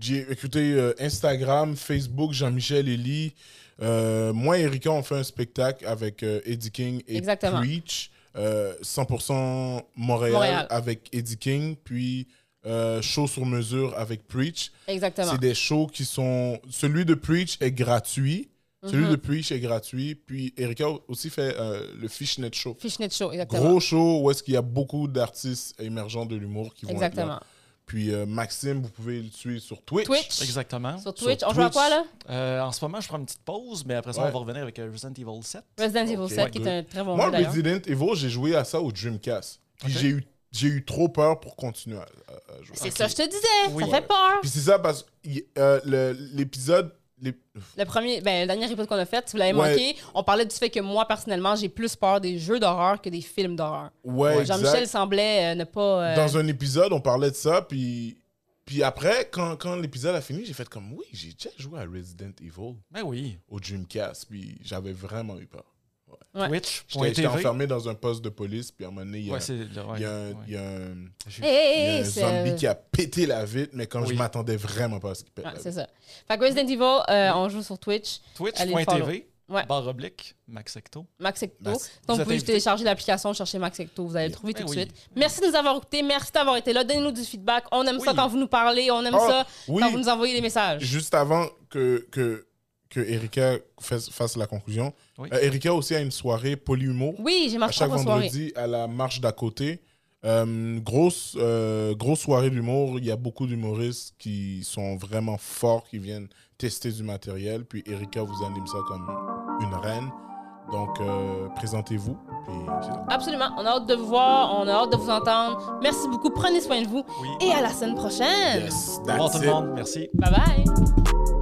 [SPEAKER 2] J'ai écouté euh, Instagram, Facebook, Jean-Michel Elie. Euh, moi et Erika, on fait un spectacle avec euh, Eddie King et
[SPEAKER 1] Exactement.
[SPEAKER 2] Preach. euh, 100% Montréal,
[SPEAKER 1] Montréal.
[SPEAKER 2] avec Eddie King, puis euh, show sur mesure avec Preach.
[SPEAKER 1] Exactement.
[SPEAKER 2] C'est des shows qui sont. Celui de Preach est gratuit.
[SPEAKER 1] Mm-hmm.
[SPEAKER 2] Celui de Preach est gratuit. Puis Erika aussi fait euh, le Fishnet Show.
[SPEAKER 1] Fishnet Show, exactement.
[SPEAKER 2] Gros show où est-ce qu'il y a beaucoup d'artistes émergents de l'humour qui vont être là.
[SPEAKER 1] exactement.
[SPEAKER 2] Puis euh, Maxime, vous pouvez le suivre sur Twitch.
[SPEAKER 1] Twitch.
[SPEAKER 3] Exactement.
[SPEAKER 1] Sur
[SPEAKER 2] Sur
[SPEAKER 1] Twitch, on joue à
[SPEAKER 2] Twitch.
[SPEAKER 1] quoi là?
[SPEAKER 3] Euh, en ce moment, je prends une petite pause, mais après ça,
[SPEAKER 2] Ouais.
[SPEAKER 3] on va revenir avec euh, Resident Evil 7.
[SPEAKER 1] Resident Evil
[SPEAKER 2] Ok.
[SPEAKER 1] 7, qui est
[SPEAKER 2] Ouais.
[SPEAKER 1] un très bon
[SPEAKER 2] Moi,
[SPEAKER 1] jeu d'ailleurs.
[SPEAKER 2] Resident Evil, j'ai joué à ça au Dreamcast. Puis
[SPEAKER 3] Ok.
[SPEAKER 2] j'ai eu, j'ai eu trop peur pour continuer à, à- à jouer.
[SPEAKER 1] C'est ça, je te disais,
[SPEAKER 3] Oui.
[SPEAKER 1] ça fait peur.
[SPEAKER 2] Puis c'est ça parce que y- euh, le- l'épisode. les-
[SPEAKER 1] Le premier, ben, le dernier épisode qu'on a fait, si vous l'avez
[SPEAKER 2] Ouais.
[SPEAKER 1] manqué, on parlait du fait que moi, personnellement, j'ai plus peur des jeux d'horreur que des films d'horreur.
[SPEAKER 2] Ouais,
[SPEAKER 1] Jean-Michel
[SPEAKER 2] exact.
[SPEAKER 1] semblait euh, ne pas. euh,
[SPEAKER 2] Dans un épisode, on parlait de ça. Puis, puis après, quand, quand l'épisode a fini, j'ai fait comme oui, j'ai déjà joué à Resident Evil
[SPEAKER 3] Ben oui.
[SPEAKER 2] au Dreamcast. Puis j'avais vraiment eu peur.
[SPEAKER 1] Ouais.
[SPEAKER 2] J'étais j'étais
[SPEAKER 3] Twitch.tv.
[SPEAKER 2] enfermé dans un poste de police. Puis à un moment donné, il y a,
[SPEAKER 3] Ouais, c'est le- ouais,
[SPEAKER 2] il y a un-
[SPEAKER 3] ouais.
[SPEAKER 2] il y a un-
[SPEAKER 3] J'ai-
[SPEAKER 1] Hey, hey,
[SPEAKER 2] il y a
[SPEAKER 1] hey,
[SPEAKER 2] un
[SPEAKER 1] c'est,
[SPEAKER 2] zombie
[SPEAKER 1] euh,
[SPEAKER 2] qui a pété la vitre, mais comme
[SPEAKER 3] Oui.
[SPEAKER 2] je m'attendais vraiment pas à ce qu'il pète
[SPEAKER 1] ouais,
[SPEAKER 2] la
[SPEAKER 1] c'est
[SPEAKER 2] vitre.
[SPEAKER 1] ça. Fait que Resident Evil, euh, on joue sur Twitch, Allez le follow.
[SPEAKER 3] Twitch.tv,
[SPEAKER 1] Ouais.
[SPEAKER 3] barre oblique, Max Ecto.
[SPEAKER 1] Max Ecto.
[SPEAKER 2] Merci.
[SPEAKER 1] Donc,
[SPEAKER 3] Vous
[SPEAKER 1] vous pouvez
[SPEAKER 3] êtes invité.
[SPEAKER 1] juste télécharger l'application, chercher Max Ecto, vous allez le trouver
[SPEAKER 3] Ben
[SPEAKER 1] tout
[SPEAKER 3] oui.
[SPEAKER 1] de suite. Merci de nous avoir écoutés, merci d'avoir été là. Donnez-nous du feedback. On aime ça
[SPEAKER 3] Oui.
[SPEAKER 1] quand vous nous parlez, on aime
[SPEAKER 2] Oh,
[SPEAKER 1] ça
[SPEAKER 2] Oui,
[SPEAKER 1] quand vous nous envoyez des messages.
[SPEAKER 2] juste avant que, que, que Erika fasse, fasse la conclusion,
[SPEAKER 3] Oui.
[SPEAKER 2] euh, Erika aussi a une soirée polyhumour
[SPEAKER 1] Oui, j'ai ma
[SPEAKER 2] à chaque
[SPEAKER 1] propre soirée.
[SPEAKER 2] vendredi à la marche d'à côté. Euh, grosse, euh, grosse soirée d'humour. Il y a beaucoup d'humoristes qui sont vraiment forts, qui viennent tester du matériel. Puis Erika vous anime ça comme une reine. Donc, euh, présentez-vous. Puis c'est ça.
[SPEAKER 1] Absolument. On a hâte de vous voir, on a hâte de vous entendre. Merci beaucoup. Prenez soin de vous
[SPEAKER 3] Oui.
[SPEAKER 1] et à la semaine prochaine.
[SPEAKER 2] Yes,
[SPEAKER 3] Au revoir
[SPEAKER 2] that's
[SPEAKER 3] tout
[SPEAKER 2] it.
[SPEAKER 3] le monde. Merci.
[SPEAKER 1] Bye bye.